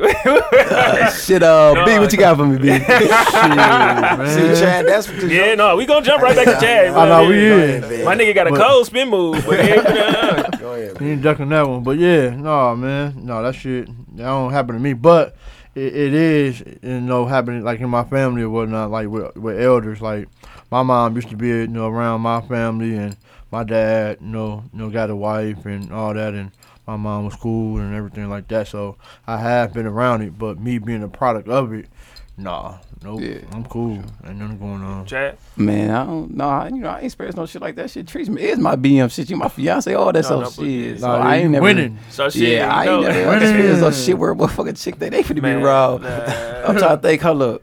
S5: Shit, uh, B, what you got for me, B?
S4: See, Chad, that's what
S2: yeah, no, we gonna jump right back to Chad.
S1: I know Oh, we
S2: Yeah.
S1: is.
S2: My nigga got a cold spin move, but it ain't gonna-
S4: Go ahead.
S1: You ain't ducking that one, but yeah, no man, no that shit that don't happen to me. But it, it is, you know, happening like in my family or whatnot, like with with elders. Like my mom used to be, you know, around my family, and my dad, you know, you know, got a wife and all that, and my mom was cool and everything like that. So I have been around it, but me being a product of it, nah, nope,
S5: Yeah,
S1: I'm cool, ain't nothing going on.
S2: Chad.
S5: Man, I don't know. I- You know, I ain't experienced no shit like that. Shit treats me. It's my BM shit. You my fiance, all that
S2: No,
S5: stuff.
S2: no, but-
S5: shit. So
S1: Nah,
S5: I
S1: you
S5: ain't never.
S1: winning.
S2: So shit,
S5: Yeah, I
S2: you
S5: ain't
S2: know,
S5: never
S1: Winning.
S5: experienced no shit where a motherfucking chick that they finna be
S2: Man,
S5: robbed.
S2: nah.
S5: I'm trying to think. Hold up.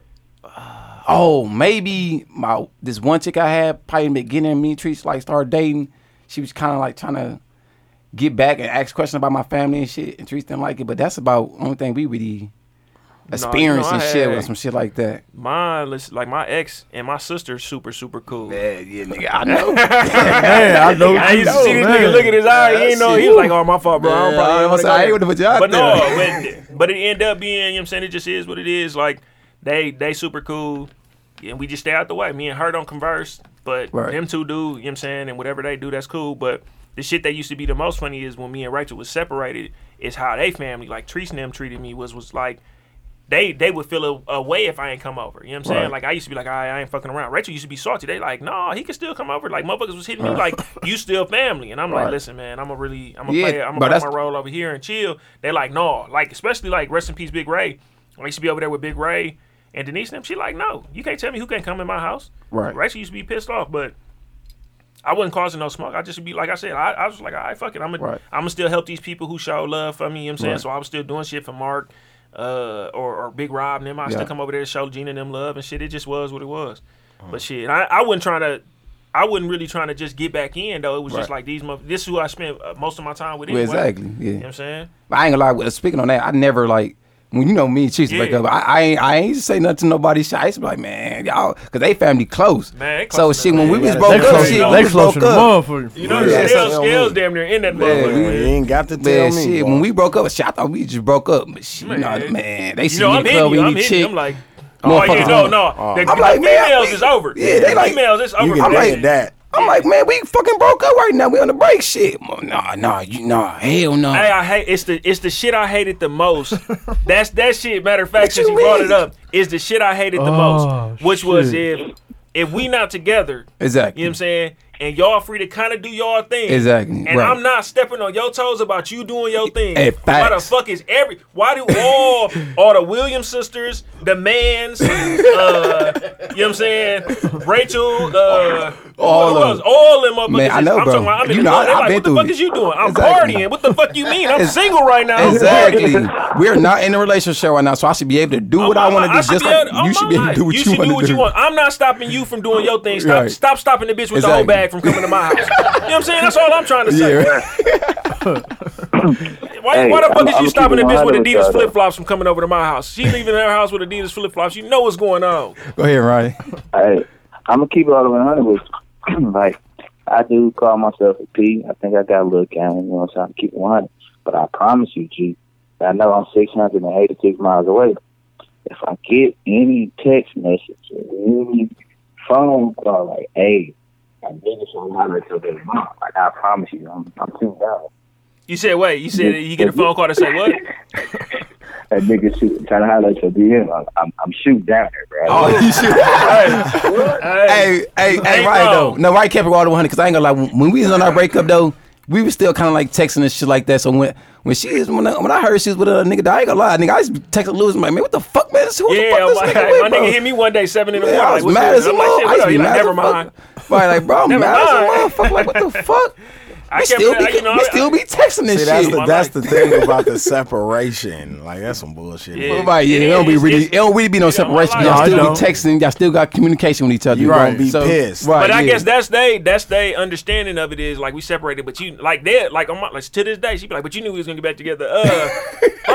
S5: Oh, maybe my this one chick I had probably in the beginning of me treats like started dating. She was kind of like trying to get back and ask questions about my family and shit and treat them like it. But that's about only thing we really experienced and
S2: I
S5: shit
S2: had-
S5: with some shit like that.
S2: Mine, let's- like my ex and my sister, super super cool.
S5: Yeah, yeah, nigga, I know.
S1: Man, I know.
S2: I used to
S1: you,
S2: see this
S1: man.
S2: nigga look at his eye. He ain't know. He was like, "Oh, my fault, bro. I don't
S5: Yeah,
S2: probably
S5: I
S2: wanna
S5: was
S2: go
S5: like, I
S2: there."
S5: ain't wanna put you out
S2: But
S5: there.
S2: no, but, but it ended up being. You know what I'm saying it just is what it is. Like they they super cool, and we just stay out the way. Me and her don't converse, but
S5: Right.
S2: them two do. You know what I'm saying, and whatever they do, that's cool. But the shit that used to be the most funny is when me and Rachel was separated. Is how they family like Treese and them treated me was was like they they would feel a, a way if I ain't come over. You know what I'm saying?
S5: Right.
S2: Like I used to be like, I, I ain't fucking around. Rachel used to be salty. They like, no, he can still come over. Like motherfuckers was hitting me like, you still family. And I'm like,
S5: Right.
S2: listen, man, I'm a really, I'm a
S5: Yeah,
S2: play,
S5: but
S2: I'm gonna play
S5: that's-
S2: my role over here and chill. They like, no, like especially like rest in peace, Big Ray. I used to be over there with Big Ray. And Denise and them, she like, no, you can't tell me who can't come in my house.
S5: Right.
S2: Rachel used to be pissed off, but I wasn't causing no smoke. I just be like I said, I, I was like, all right, fuck it. I'm gonna
S5: Right.
S2: I'm gonna still help these people who show love for me. You know what I'm saying?
S5: Right.
S2: So I was still doing shit for Mark, uh, or, or Big Rob and them. I
S5: Yeah.
S2: still come over there to show Gina and them love and shit. It just was what it was.
S5: Uh-huh.
S2: But shit, I, I wasn't trying to. I wasn't really trying to just get back in though. It was just
S5: Right.
S2: like these. mo- This is who I spent uh, most of my time with.
S5: Well,
S2: Anyway.
S5: exactly.
S2: You know what
S5: Yeah.
S2: I'm saying?
S5: I ain't gonna lie. with- Speaking on that, I never like when you know me and Chiefs
S2: Yeah.
S5: wake up. I, I ain't I ain't say nothing to nobody. Shit. I used to be like, man, y'all, cause they family close.
S2: Man, they
S5: so
S2: close
S5: shit,
S2: enough.
S5: when we was
S4: Yeah, they
S5: broke up,
S2: close
S5: shit,
S2: enough.
S5: we
S1: They
S5: was
S1: close
S5: broke
S1: to the
S5: up.
S1: motherfucker.
S2: You know,
S4: Yeah,
S2: yeah,
S4: that's
S2: scales,
S4: what I
S2: scales
S4: mean.
S2: damn near in that
S4: Man,
S2: motherfucker.
S4: you
S2: man.
S4: ain't got to tell
S5: Man,
S4: me.
S5: shit,
S4: boy.
S5: when we broke up, shit, I thought we just broke up. But shit, man,
S2: Man.
S5: man they
S2: You
S5: see
S2: know,
S5: me in
S2: I'm
S5: the
S2: hitting
S5: club,
S2: you.
S5: we
S2: I'm
S5: need
S2: hitting you.
S5: chick.
S2: I'm like, oh, yeah,
S5: Motherfucker.
S2: no, no. The,
S5: I'm
S2: the
S5: like, man,
S2: females
S5: we-
S2: is over.
S5: Yeah, they
S2: The
S5: like-
S2: females, it's over.
S4: you
S2: I'm
S4: can
S2: like,
S4: date that.
S5: I'm like, man, we fucking broke up right now. We on the break, shit. Mo- Nah, nah, you nah, hell no.
S2: Hey, I hate it's the it's the shit I hated the most. That's that shit. Matter of fact,
S5: What
S2: since
S5: you
S2: you brought
S5: mean?
S2: it up, is the shit I hated the
S1: Oh,
S2: most, which was
S1: shit.
S2: if if we not together,
S5: exactly.
S2: you know what I'm saying, and y'all free to kind of do y'all thing,
S5: Exactly,
S2: And
S5: right.
S2: I'm not stepping on your toes about you doing your thing.
S5: Hey,
S2: why the
S5: facts.
S2: fuck is every? Why do all all the Williams sisters, the Mans, uh, you know what I'm saying, Rachel, uh,
S5: All
S2: who
S5: of
S2: else?
S5: them.
S2: all them motherfuckers.
S5: Man, I know,
S2: I'm
S5: bro.
S2: talking about. I'm in
S5: You
S2: the
S5: know,
S2: club,
S5: I-
S2: they
S5: I've
S2: like,
S5: been
S2: what the
S5: through
S2: fuck
S5: it.
S2: is you doing? I'm
S5: Exactly.
S2: partying. What the fuck you mean? I'm
S5: Ex-
S2: single right now. I'm
S5: Exactly.
S2: partying.
S5: We're not in a relationship right now, so I should be able to
S2: Oh
S5: do what I want to do.
S2: should
S5: Just
S2: be
S5: like
S2: able- oh,
S5: you should be able
S2: my
S5: to do
S2: God.
S5: what
S2: You
S5: you,
S2: should
S5: want
S2: do
S5: to
S2: what
S5: do.
S2: you want. I'm not stopping you from doing your thing. Stop,
S5: Right.
S2: stop stopping the bitch with the
S5: Exactly.
S2: whole bag from coming to my house. you know what I'm saying? That's all I'm trying to say. Why,
S3: Hey,
S2: why the fuck
S3: I'm-
S2: is
S3: I'm
S2: you stopping the
S3: keeping
S2: bitch with
S3: 100 with y'all,
S2: Adidas
S3: though.
S2: flip flops from coming over to my house? She leaving her house with Adidas flip flops. You know what's going on.
S5: Go ahead, Ryan.
S3: Hey, I'm gonna keep it all the way hundred with you. like I do call myself a P. I think I got a little game, you know what I'm saying? I'm keeping one hundred. But I promise you, G, I know I'm six hundred and eighty six miles away. If I get any text message or any phone call like, Hey, I need you on holler till this month, like I promise you, I'm I'm too down.
S2: You said, wait. You said you get a phone call to say what?
S3: That nigga shoot trying to holler at your DM. I'm I'm, I'm shooting down there, bro.
S5: Oh, you should. hey, hey, hey,
S2: Hey,
S5: Ryan
S2: bro.
S5: though. No, Ryan kept it all the one hundred because I ain't gonna lie. When when we was on our breakup though, we was still kind of like texting and shit like that. So when when she is when I, when I heard she was with a nigga, that I ain't gonna lie, nigga, I used to text Lewis. I'm like, man, what the fuck, man? Who
S2: Yeah,
S5: the fuck
S2: my,
S5: this nigga with,
S2: my
S5: bro?
S2: nigga hit me one day seven in the
S5: Yeah,
S2: morning.
S5: I was
S2: like, what's
S5: mad
S2: good?
S5: as a
S2: I'm like, shit,
S5: motherfucker. I
S2: what
S5: used
S2: up?
S5: to
S2: He
S5: be
S2: like,
S5: mad as a
S2: never mind.
S5: motherfucker. Right, like, bro, I'm
S2: Never
S5: mad
S2: mind.
S5: as a motherfucker. Like, what the fuck?
S2: I
S5: We
S2: kept-
S5: still be,
S2: you know,
S5: we
S2: I-
S5: still be texting this
S4: See, that's
S5: shit.
S4: the
S2: My
S4: that's the
S2: life.
S4: thing about the separation. Like that's some bullshit.
S2: Yeah.
S5: Right, yeah, it don't be
S2: It's-
S5: really,
S2: it's-
S5: it don't really be no
S2: you know, my
S5: separation.
S2: life-
S5: Y'all
S1: No, it
S5: still
S1: don't.
S5: be texting. Y'all still got communication with each other.
S4: You
S5: bro.
S4: gonna be pissed.
S5: Right,
S2: But I
S5: yeah.
S2: guess that's they that's they understanding of it is like we separated, but you like that like on my like to this day she be like, but you knew we was gonna get back together. Uh,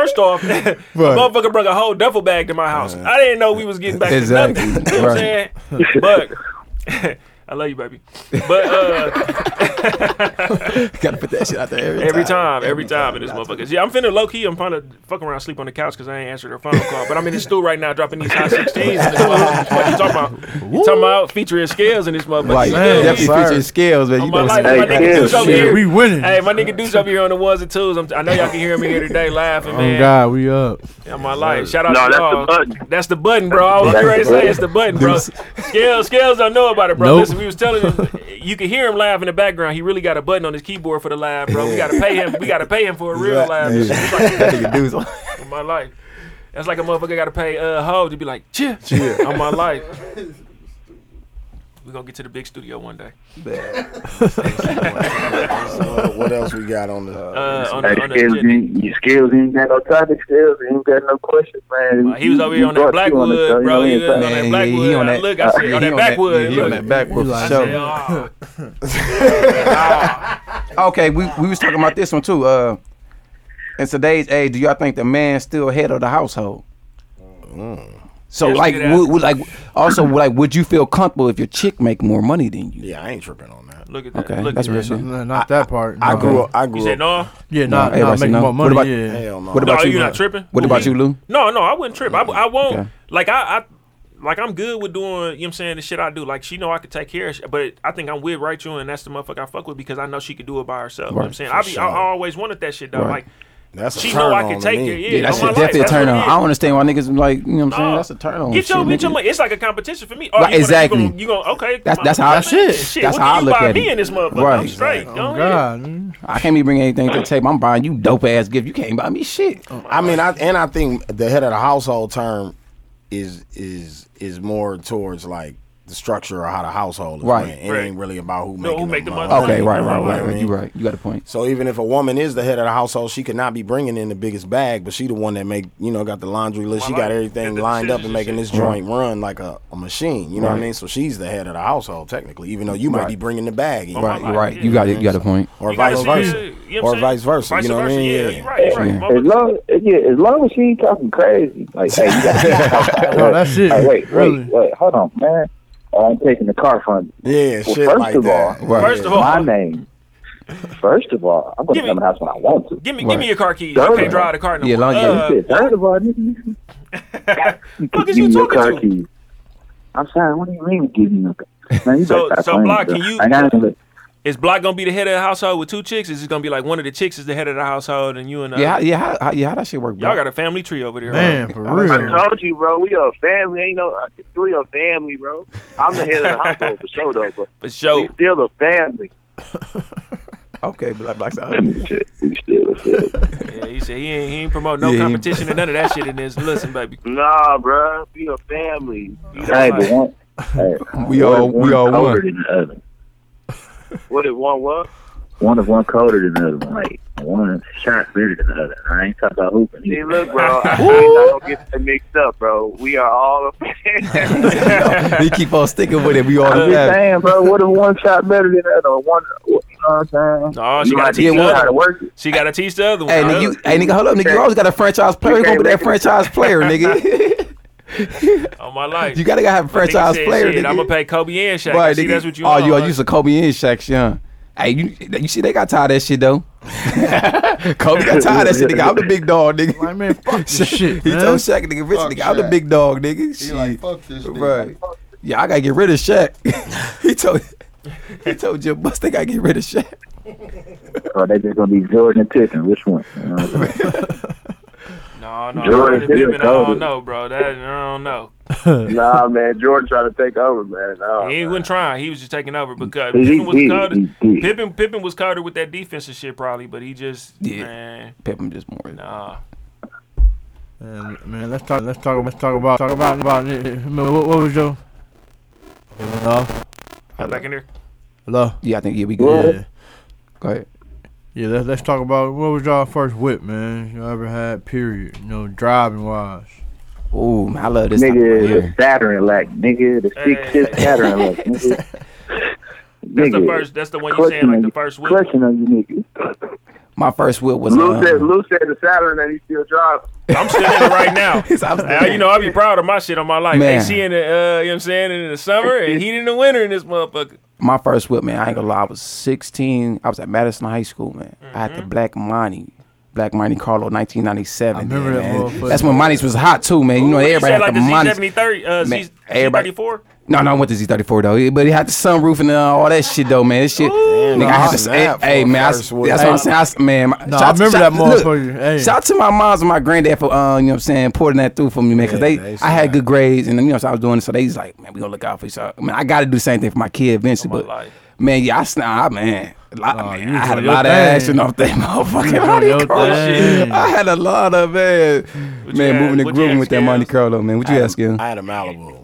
S2: first off, the motherfucker brought a whole duffel bag to my house. I didn't know we was getting back
S5: Exactly.
S2: to nothing. You know what I'm
S5: Right.
S2: saying? But I love you, baby. But uh,
S5: gotta put that shit out there every,
S2: every time, every time in this motherfucker. Yeah, I'm finna low key. I'm trying to fuck around, sleep on the couch because I ain't answered her phone call. But I'm in the stool right now, dropping these high 16s. in this motherfucker. What you talking about? You talking about featuring scales in this motherfucker?
S5: Like,
S2: You feel me?
S5: definitely
S4: sir.
S5: featuring scales, man. You
S2: Oh, my
S5: know
S2: life,
S5: what
S2: my
S5: I'm
S3: Hey,
S2: nigga
S3: Cam,
S2: Deuce over
S3: shit,
S2: here.
S1: we winning.
S2: Hey, my nigga Deuce over here on the ones and twos. I'm, I know y'all can hear me here today laughing,
S1: Oh
S2: man.
S1: God, we up.
S2: On my life. Shout out
S8: No,
S2: to
S8: that's
S2: y'all.
S8: the button.
S2: That's the button, bro. I was
S3: That's
S2: ready to
S3: the
S2: say it's the button, bro. Scales, Scales don't know about it, bro.
S1: Nope.
S2: Listen, we was telling him, you can hear him laugh in the background. He really got a button on his keyboard for the laugh, bro. We gotta pay him. We gotta pay him for a real laugh.
S5: saying?
S2: It's
S5: Yeah. That nigga dudes.
S2: like, on my life. That's like a motherfucker gotta pay uh hoe to be like, chill, chill. On my life. we gonna get to the big studio one day.
S4: So, what else we got on the?
S2: Uh, on,
S3: Hey,
S2: the, on the
S3: skills,
S2: agenda.
S3: ain't, your skills ain't got no topic skills, ain't got no questions, man.
S2: Uh, He was over here on that Blackwood, bro. He was on that
S5: Man, he- he
S2: Blackwood.
S5: on
S2: I
S5: that-
S2: look, I see
S5: yeah,
S2: on
S5: Uh, he on
S2: that
S5: that-
S2: backwood.
S5: yeah, he on
S2: look.
S5: that backwood for
S2: I
S5: sure.
S2: said, "Oh."
S5: Okay, we, we was talking about this one too. Uh, in today's age, do y'all think the man still head of the household?
S1: Mm.
S5: So
S2: Yes,
S5: like,
S2: get out.
S5: would, would, like, also like, would you feel comfortable if your chick make more money than you?
S4: yeah, I ain't tripping on that.
S2: Look at that.
S5: Okay,
S2: look
S5: that's
S2: at
S5: real
S2: that.
S5: shit.
S1: Nah, not that part.
S4: I
S1: nah.
S4: grew up. I grew
S2: You said
S4: up.
S2: no?
S1: Yeah, not,
S5: everybody
S1: not
S5: say
S1: making
S5: no.
S1: more
S5: What
S1: money.
S5: about-
S1: yeah.
S4: Hell no.
S5: What
S2: No,
S5: about you?
S2: you not
S5: Lou?
S2: tripping?
S5: What about you, Lou?
S2: No, no, I wouldn't trip. I, I won't.
S5: Okay.
S2: Like I, I, like I'm good with doing. You know what I'm saying the shit I do. Like she know I could take care of. Shit, but I think I'm with Rachel, and that's the motherfucker I fuck with because I know she could do it by herself. You know what I'm
S5: Right,
S2: saying
S4: for
S2: I be, I
S4: sure.
S2: always wanted that shit though.
S5: Right.
S2: Like
S4: That's a
S2: she
S4: turn
S2: know I
S4: on
S2: can
S4: to
S2: take
S4: me.
S2: it. Yeah,
S5: Yeah, that
S2: on
S5: shit
S2: my life.
S5: definitely a
S2: That's
S5: turn
S2: what
S5: on. I
S2: it is.
S5: don't understand why niggas like, you know what I'm saying?
S2: Nah.
S5: That's a turn on.
S2: Oh, Get your,
S5: shit,
S2: get your
S5: nigga.
S2: money. It's like a competition for me. Oh,
S5: Right,
S2: you gonna-
S5: exactly.
S2: You gonna, you gonna okay?
S5: That's-
S2: come
S5: that's
S2: on,
S5: how I-
S2: man, shit.
S5: shit, that's
S2: what
S5: how
S2: can
S5: I
S2: you
S5: look
S2: buy
S5: at
S2: me
S5: it.
S2: in this motherfucker.
S5: Right.
S2: I'm straight. Go ahead.
S1: God, man.
S5: I can't even bring anything to the table. I'm buying
S4: Oh,
S5: you dope ass gift. You can't buy me shit.
S4: I mean, I and I think the head of the household term is is is more towards like the structure or how the household is
S5: Right.
S4: ran. It
S2: Right.
S4: ain't really about who
S2: No,
S4: making
S2: who make the money.
S5: Okay, right,
S4: You
S5: right,
S4: know what I
S5: right. right.
S4: mean?
S5: You right. You got a point.
S4: So even if a woman is the head of the household, she could not be bringing in the biggest bag, but she the one that make you know got the laundry list. She
S2: Well,
S4: got
S2: like,
S4: everything
S2: the- the
S4: lined up
S2: decisions
S4: and making
S2: and
S4: this joint run like a, a machine. You know what I
S5: Right.
S4: mean? So she's the head of the household technically, even though you might
S5: Right.
S4: be bringing the bag. in.
S5: Right,
S2: my
S5: right.
S2: God.
S5: You got it. You got a point.
S4: Or
S2: You gotta
S4: vice
S2: see the-
S4: versa.
S2: you know what
S4: Or
S2: I'm
S4: vice
S2: saying?
S4: versa, you know what I
S2: versa,
S4: mean?
S2: Yeah,
S4: Yeah.
S2: you right, you right.
S5: Yeah.
S3: As
S2: Motherfucker.
S3: long, yeah, as long as she ain't talking crazy, like, hey, you gotta
S1: No, that's it.
S3: Hey, wait,
S1: Really.
S3: wait, wait, hold on, man. Oh, I'm taking the car from you.
S4: Yeah,
S3: Well,
S4: shit
S3: first
S4: like
S3: of all,
S4: that.
S5: Right.
S2: First of all,
S3: My name. First of all, I'm gonna
S2: Give me-
S3: come in the house when I want to.
S2: give me give
S5: Right.
S2: me your car keys.
S3: Third
S2: I
S3: of
S2: can't
S3: all-
S2: drive the car no
S5: Yeah,
S2: more.
S5: long-
S3: You
S5: yeah.
S2: Uh,
S3: said, Third of all, nigga, you
S2: fuck
S3: can
S2: is
S3: give
S2: you
S3: me your
S2: talking
S3: car
S2: to?
S3: keys. I'm sorry, what do you mean give me your car Man, you
S2: So-
S3: better stop
S2: so,
S3: playing,
S2: Block,
S3: bro.
S2: can you-
S3: I gotta look.
S2: is Block gonna be the head of the household with two chicks? Is it gonna be like one of the chicks is the head of the household and you and uh,
S5: Yeah, how- yeah, how, how, yeah. How that shit work? Bro?
S2: y'all got a family tree over there?
S1: Man, for
S5: I
S1: real.
S8: I told you, bro. We a family. Ain't no, we a family, bro. I'm the head of the household for sure, though, but
S2: For sure.
S8: we still a family.
S5: okay, black black side.
S2: Yeah, he said he ain't, he ain't promote no
S5: Yeah, he-
S2: competition and none of that shit in this. Listen, baby.
S8: Nah, bro. We a family. You know,
S3: Hey,
S8: like,
S3: but one, hey,
S5: We
S3: one
S5: all-
S3: of
S5: we
S3: one's
S5: all
S3: colder
S5: one.
S3: than the other.
S8: what if one was?
S3: One of one colder than the other. one. Like one shot bigger than the other. I ain't talking about hooping.
S8: See,
S3: either.
S8: look, bro. I, I don't get that mixed up, bro. We are all a family.
S5: we keep on sticking with it. We all
S3: I'm just
S5: have.
S3: saying, bro. What if one shot better than the other? One, you know what I'm saying?
S2: No, Oh, she
S3: you
S2: gotta
S3: gotta
S2: teach
S3: teach
S2: the
S3: her how
S2: other.
S3: to
S2: one.
S3: work it.
S2: She gotta teach the other one.
S5: Hey, nigga, you, hey, nigga, hold up, nigga. You always got a franchise player. It's gonna be that franchise player, nigga.
S2: on my life.
S5: you gotta have a franchise player,
S2: I'm
S5: nigga.
S2: gonna pay Kobe and Shaq.
S5: Right,
S2: see,
S5: nigga.
S2: that's what you.
S5: Oh,
S2: are,
S5: you
S2: huh?
S5: are used to Kobe and Shaq, yeah. Hey, you, you see, they got tired of that shit though. Kobe got tired of that shit, nigga. I'm the big dog, nigga.
S1: Like, man, fuck this shit,
S5: he
S1: man.
S5: told Shaq, nigga, rich
S9: Fuck
S5: nigga, I'm the
S9: Shaq.
S5: big dog, nigga.
S9: He
S5: Shit.
S9: like, fuck this nigga.
S5: Right. Yeah, I gotta get rid of Shaq. he told he told Jim Bus they gotta get rid of Shaq.
S3: Or they just gonna be Jordan and Pippen. Which one? You know what I'm saying?
S2: No, no,
S8: Jordan
S2: Jordan Pippen,
S8: Pippen,
S2: I don't
S8: Kobe.
S2: know, bro. That I don't know.
S8: nah, man. Jordan trying to take over, man. Nah,
S2: He wasn't trying. He was just taking over because
S3: He
S2: Pippen was
S3: did,
S2: colder.
S3: he did.
S2: Pippen, Pippen was colder with that defensive shit probably, but he just
S5: Yeah.
S2: man,
S5: Pippen just more.
S2: nah.
S1: Man, man, let's talk. Let's talk. Let's talk about. Talk about about it. Man, what, what was your? Hello.
S2: Got back in there.
S1: Hello.
S5: Yeah, I think yeah, we good.
S1: Yeah.
S5: Go ahead.
S1: Yeah. Let's let's talk about what was y'all first whip, man. You all ever had? Period. You know, driving wise.
S5: Oh man, I love this. time of
S3: nigga, the
S5: year.
S3: Saturn lack. Nigga, the six
S2: Hey.
S3: six Saturn lack. Nigga.
S2: That's the
S3: Nigga,
S2: first. That's the one you
S3: clutching
S2: saying like
S3: on
S2: the
S3: you,
S2: first week.
S3: clutching on you, nigga.
S5: My first whip was
S8: Lou said,
S5: um,
S8: Lou said the Saturn that he still driving.
S2: I'm still in it right now.
S5: Yes, I'm still
S2: Now,
S5: in
S2: you know, I be proud of my shit on my life.
S5: Man.
S2: AC in the, uh, you know what I'm saying, in the summer and heat in the winter in this motherfucker.
S5: my first whip, man. I ain't gonna lie, I was sixteen. I was at Madison High School, man. I had
S2: Mm-hmm.
S5: the black Monty. Black Monte Carlo, 1997.
S1: I remember that
S5: man.
S1: motherfucker.
S5: That's when Monte's was hot too, man. You know,
S2: Ooh, you
S5: everybody
S2: said
S5: had
S2: like
S5: the
S2: the
S5: Monte's.
S2: Z70, 30, uh,
S5: Man,
S2: Z,
S5: everybody-
S2: Z34.
S5: No, no, I went to Z34 though. Yeah, But he had the sunroof and uh, all that shit though, man. This shit, nigga, I had to say,
S4: snap
S5: hey
S4: for
S5: man, I,
S4: a
S5: that's
S4: first whip.
S5: what I'm saying. I s- man, my-
S1: No,
S5: shout
S1: I
S5: out to-
S1: remember
S5: shout-
S1: that
S5: look,
S1: motherfucker. Hey.
S5: Shout out to my moms and my granddad for, uh, you know what I'm saying, pouring that through for me, man, because
S4: Yeah,
S5: they,
S4: they
S5: I had
S4: snapped.
S5: good grades and, you know, so I was doing it. So they was like, man, we going to look out for you. So, I mean, I got to do the same thing for my kid eventually.
S2: Oh, my
S5: but,
S2: life.
S5: man, yeah, I snapped, man. A lot,
S1: Nah,
S5: man,
S1: you
S5: I
S1: was
S5: had a
S1: on your
S5: lot of
S1: thing.
S5: action off that motherfucking
S1: was on
S5: Monte
S1: your
S5: Carlo.
S1: thing.
S5: I had a lot of, man,
S2: What you
S5: man, moving
S2: had? What
S5: and
S2: you
S5: grooving
S2: had,
S5: with that Monte
S2: Skills?
S5: Carlo, man. What you ask him?
S4: I had a Malibu.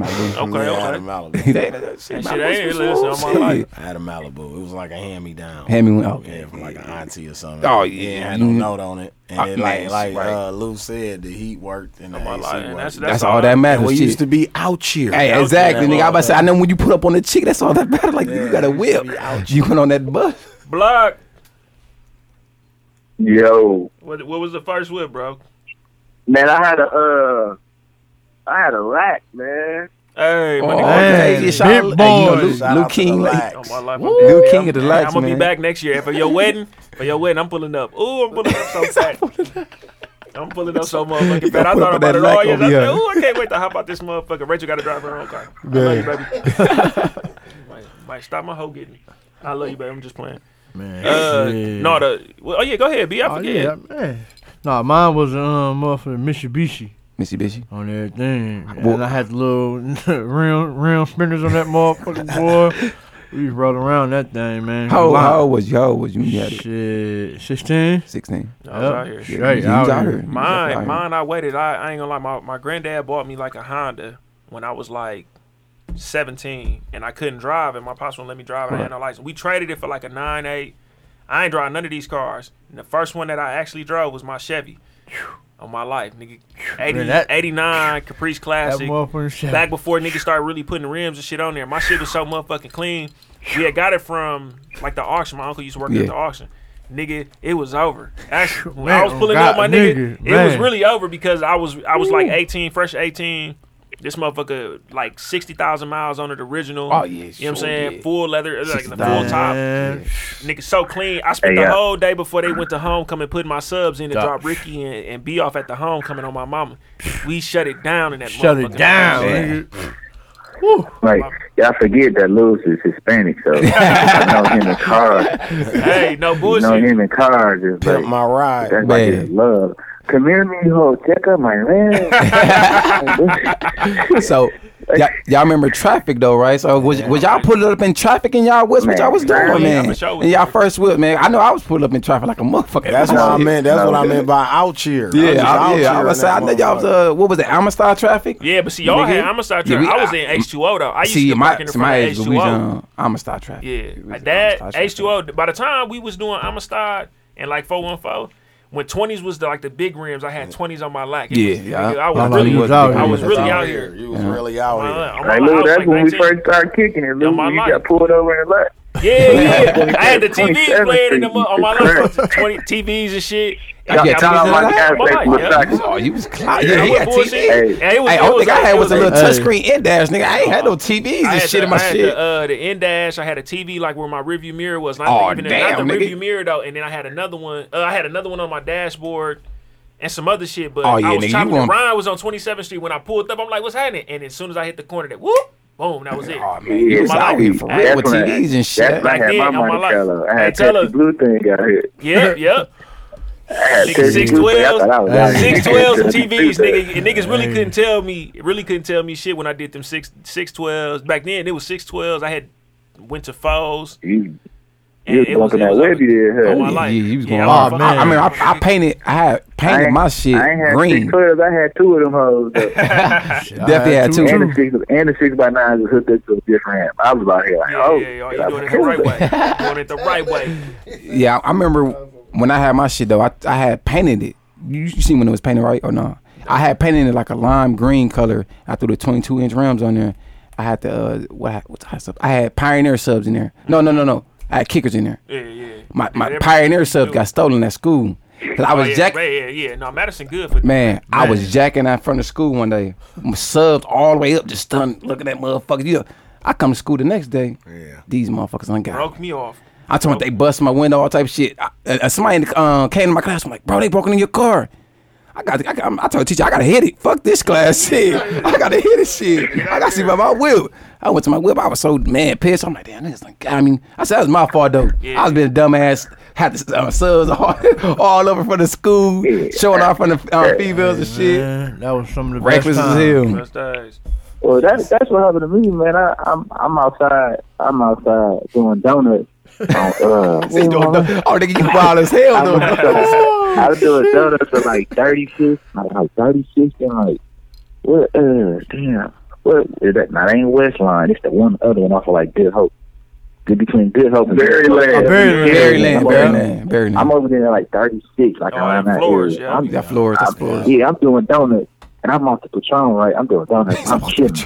S2: Okay,
S4: Yeah, I had a
S2: okay.
S4: Malibu.
S2: That shit ain't listen on my life.
S4: I had a Malibu. It was like a hand me down.
S5: Hand me oh, one. Okay.
S4: Yeah, from like an auntie or something.
S5: Oh,
S4: it
S5: yeah.
S4: had no
S5: Mhm.
S4: note on it. And
S5: Oh,
S4: it,
S5: nice,
S4: like like
S5: right.
S4: uh, Lou said, the heat worked and the
S2: Oh, my
S4: AC
S2: life. And
S4: worked.
S2: that's, that's,
S5: That's
S2: all
S5: all that
S4: and
S5: matters.
S4: we
S5: shit.
S4: used to be out here.
S5: Hey,
S2: That was
S5: exactly,
S4: that
S5: nigga. I about to say,
S4: motherfucker.
S5: I know when you put up on the chick, that's all that matter. Like
S4: Yeah,
S5: you got a
S4: it used to
S5: whip.
S4: be out
S5: You went on that bus.
S2: Block.
S8: Yo,
S2: What, what was the first whip, bro?
S8: man, I had a, uh, I had a lack, man.
S2: Hey, my
S5: Oh,
S2: nigga.
S5: okay.
S1: man.
S5: Yeah, shout
S1: Big
S5: out- hey, you know,
S1: boy.
S5: Luke-
S4: Shout out
S5: Luke
S4: to the
S5: King. like-
S4: Lax.
S2: On Oh, my life,
S5: Woo,
S2: I'm
S5: Lil
S2: dead.
S5: King
S2: I'm-
S5: of the lights,
S2: I'm gonna be
S5: man.
S2: back next year for your wedding. For your wedding, I'm pulling up. Ooh, I'm pulling up so fat. I'm pulling up so motherfucking fat. I
S5: put up
S2: thought
S5: with that
S2: about it all
S5: lack
S2: year. I
S5: over here.
S2: said, ooh, I can't wait to hop out this motherfucker. Rachel got to drive her own car. I love you, baby. might, might stop my hoe getting me. I love you, baby. I'm just playing.
S1: Man.
S2: Uh,
S1: yeah.
S2: no, the well, oh yeah, go ahead, B. I
S1: Oh,
S2: forget.
S1: yeah, man. Nah, mine was um motherfucking Mitsubishi
S5: Missy Bitchy.
S1: on everything,
S5: Well-
S1: and I had little round round spinners on that motherfucking boy. We rode around that thing, man.
S5: How,
S1: Wow.
S5: how old was you? How old was you when you had it?
S1: Shit, sixteen.
S5: 16.
S2: I was out here.
S5: Yeah,
S1: Straight
S5: you was
S1: out
S5: out
S1: here.
S5: here. You was out
S2: Mine,
S5: here.
S2: mine. I waited. I, I ain't gonna lie. My my granddad bought me like a Honda when I was like seventeen, and I couldn't drive, and my pops wouldn't let me drive, and I had no license. We traded it for like a nine eight. I ain't drive none of these cars. And the first one that I actually drove was my Chevy. On my life, nigga. 80,
S1: that-
S2: 89 Caprice
S1: That
S2: Classic.
S1: motherfucker shit.
S2: back before niggas started really putting rims and shit on there. My shit was so motherfucking clean. We had got it from like the auction. My uncle used to work
S5: Yeah.
S2: at the auction. Nigga, it was over. Actually, when
S1: Man, oh
S2: I was pulling
S1: God,
S2: up, my nigga,
S1: nigga,
S2: it was
S1: man.
S2: really over because I was I was like 18, fresh 18. This motherfucker like sixty thousand miles on it original.
S5: Oh, yeah,
S2: you know what I'm
S5: sure,
S2: saying?
S5: yeah.
S2: Full leather, like the full
S5: 60,000.
S2: top.
S1: Man,
S2: Nigga, so clean. I spent
S8: Hey,
S2: the
S8: yeah.
S2: whole day before they went to homecoming putting my subs in to
S1: Duh.
S2: drop Ricky and, and B off at the homecoming on my mama. We shut it down in that.
S1: Shut it
S2: motherfucker.
S1: down,
S2: Yeah.
S1: nigga. Woo.
S3: Like y'all forget that Lewis is Hispanic, so I know him in cars.
S2: hey, no
S3: You know
S2: bullshit.
S3: him in cars is
S4: Pimp
S3: like
S4: my ride.
S3: that's like
S5: Man.
S3: his love. Come here, me ho, check out my land.
S5: So, y'all, y'all remember traffic though, right? So was, was y'all pulled up in traffic and y'all was what y'all was
S3: Man,
S5: doing,
S2: yeah,
S5: man?
S2: for sure.
S5: And y'all first whip, man. I know I was pulled up in traffic like a motherfucker.
S4: That's what
S5: why
S4: I meant. That's
S3: No,
S4: what I
S3: dude.
S4: meant by out here.
S5: Yeah,
S4: was
S5: I,
S4: out
S5: yeah. I
S4: here
S5: was
S4: in
S5: say, I
S4: that
S5: know y'all was
S4: motherfucker.
S5: uh, what was it? Amistad traffic.
S2: Yeah, but see, y'all
S5: Nigga.
S2: had Amistad
S5: Yeah,
S2: traffic.
S5: we-
S2: I was in H2O though. I used
S5: See,
S2: to
S5: my
S2: park in the
S5: see,
S2: front
S5: my
S2: of
S5: age, but we
S2: H2O.
S5: on Amistad traffic.
S2: Yeah,
S5: We
S2: my
S5: was
S2: dad,
S5: Amistad traffic.
S2: H2O. By the time we was doing Amistad and like 414, when 20s was the, like the big rims, I had 20s on my lap. It
S5: Yeah,
S2: was-
S5: yeah.
S2: nigga, I
S1: I
S2: was
S1: know
S2: really,
S1: you was out
S2: I
S1: here.
S2: was
S1: That's
S2: really
S1: out
S2: out here.
S4: You was really out
S2: My-
S4: here.
S2: on my
S3: Like
S2: life, I
S3: Lou,
S2: was,
S3: that's
S2: like,
S3: when we
S2: 19.
S3: first started kicking it. Lou,
S2: Yeah, my
S3: you
S2: life.
S3: got pulled over and left.
S2: Yeah, yeah. I had the
S3: Twenty
S2: TVs
S3: seventh
S2: playing in the
S3: Street,
S2: mo- on my
S3: Jesus
S2: life.
S3: Christ.
S2: 20 TVs and shit.
S5: Y'all got
S3: Shout out
S5: TVs in
S3: my
S5: that?
S3: gas
S2: my
S3: station,
S2: life, yeah.
S3: Masaki.
S5: Oh, you was clout.
S2: Yeah,
S5: Yeah, he
S2: it
S5: had
S2: was bullshit.
S5: TV.
S3: Hey.
S2: Yeah, it was-
S5: Hey,
S2: it
S5: only
S2: was
S5: thing I
S2: like-
S5: had
S2: it
S5: was a
S2: like-
S5: little
S1: Hey.
S5: touchscreen in dash, nigga. I ain't had no TVs
S2: I
S5: and
S2: had
S5: shit
S2: the,
S5: in my
S2: I had
S5: shit.
S2: The, uh, the end dash. I had a TV like where my rearview mirror was. Not,
S5: Aw,
S2: even
S5: damn,
S2: not the
S5: nigga.
S2: rearview mirror though. And then I had another one. Uh, I had another one on my dashboard and some other shit. But
S5: Aw, yeah,
S2: I was
S5: nigga, you
S2: chopping.
S5: want-
S2: Ryan was on 27th Street when I pulled up. I'm like, what's happening? And as soon as I hit the corner, that whoop, boom, that was it.
S5: Oh man, you
S3: Yeah,
S5: was
S2: my
S5: out
S2: life.
S5: here for
S2: Hey,
S5: real
S3: That's
S5: with
S3: when I-
S5: TVs and shit.
S3: That's when I
S2: Back
S3: had my
S2: then, on my
S3: Monte
S2: life.
S3: Carlo. I
S2: Hey,
S3: had
S2: tell her-
S3: Pepsi Blue thing out here.
S2: Yep, yep.
S3: I had
S2: Nigga,
S3: Pepsi Blue thing. I thought I was out here.
S2: Six twelves and TVs, nigga. And niggas really
S1: Hey.
S2: couldn't tell me, really couldn't tell me shit when I did them six six twelves. Back then, it was six twelves. I had went to foes.
S3: You,
S2: And
S3: you was
S2: it was-
S3: bumping
S2: it
S3: that
S2: was
S3: webby there,
S2: on
S3: huh?
S2: my life.
S5: Yeah, you was going
S2: I
S1: off.
S2: fucking-
S1: Man.
S5: I, I mean, I, I painted. I had
S3: I
S5: painted
S3: ain't-
S5: my shit
S3: I ain't had
S5: green.
S3: six twelves. I had two of them hoes. though.
S5: Definitely had two.
S3: and the six and the six by nines was hooked up to a different amp. I was out here like,
S2: Yeah,
S3: oh,
S2: yeah, yeah.
S3: shit,
S2: You
S3: I
S2: doing it
S3: was
S2: the right
S3: killing
S2: way. doing it the right way.
S5: Yeah, I I remember when I had my shit though. I, I had painted it. You, you seen when it was painted, right or no? I had painted it like a lime green color. I threw the 22 inch rims on there. I had the uh, what? I- What's I sub? I had Pioneer subs in there. No, no, no, no. I had kickers in there.
S2: Yeah, yeah.
S5: My my
S2: Yeah,
S5: Pioneer subs got stolen at school. Cause I
S2: Oh,
S5: was
S2: yeah,
S5: jack.
S2: yeah, yeah, yeah. No, Madison good for
S5: Man, I was jacking out front of school one day. My subs all the way up, just stunned, looking at motherfuckers. Yeah. I come to school the next day. Yeah. These motherfuckers ain't got it.
S2: broke me off.
S5: I told them they bust my window, all type of shit. I, uh, somebody in the, uh, came to my class. I'm like, bro, they broken in your car. I got. I, got- I'm- I told the teacher I gotta hit it. Fuck this class shit. I gotta hit this shit. I gotta see by my whip. I went to my whip. I was so mad, pissed. I'm like, damn, niggas like. I mean, I said that was my fault though. I was being a dumbass. Had the uh, subs all, all over for the school, showing off on the uh, females and shit.
S1: Man, that was some of the
S5: Reckless
S1: best
S5: as
S1: times.
S5: hell.
S2: Those days.
S3: Well, that, that's what happened to me, man. I, I'm I'm outside. I'm outside doing donuts. on, uh,
S5: They doing- Oh, nigga, you wild as hell
S3: I
S5: though.
S3: was doing- I was doing donuts for like thirty six, like, like thirty six, and like what? Uh, damn, what is that? Now, that ain't West Line. It's the one other one off of like Good Hope. Good between Good Hope and
S8: Berry Land.
S3: Oh,
S1: Berry
S5: Berry
S3: I'm
S5: land,
S3: over-
S5: Berry land, Berry land.
S3: I'm over there like thirty six, like
S2: Oh,
S3: around
S2: yeah,
S3: that
S2: Flores,
S3: area.
S2: yeah.
S3: I'm
S5: You got floors. That's floors.
S3: yeah, I'm doing donuts, and I'm off the Patron, right? I'm doing donuts. I'm chilling.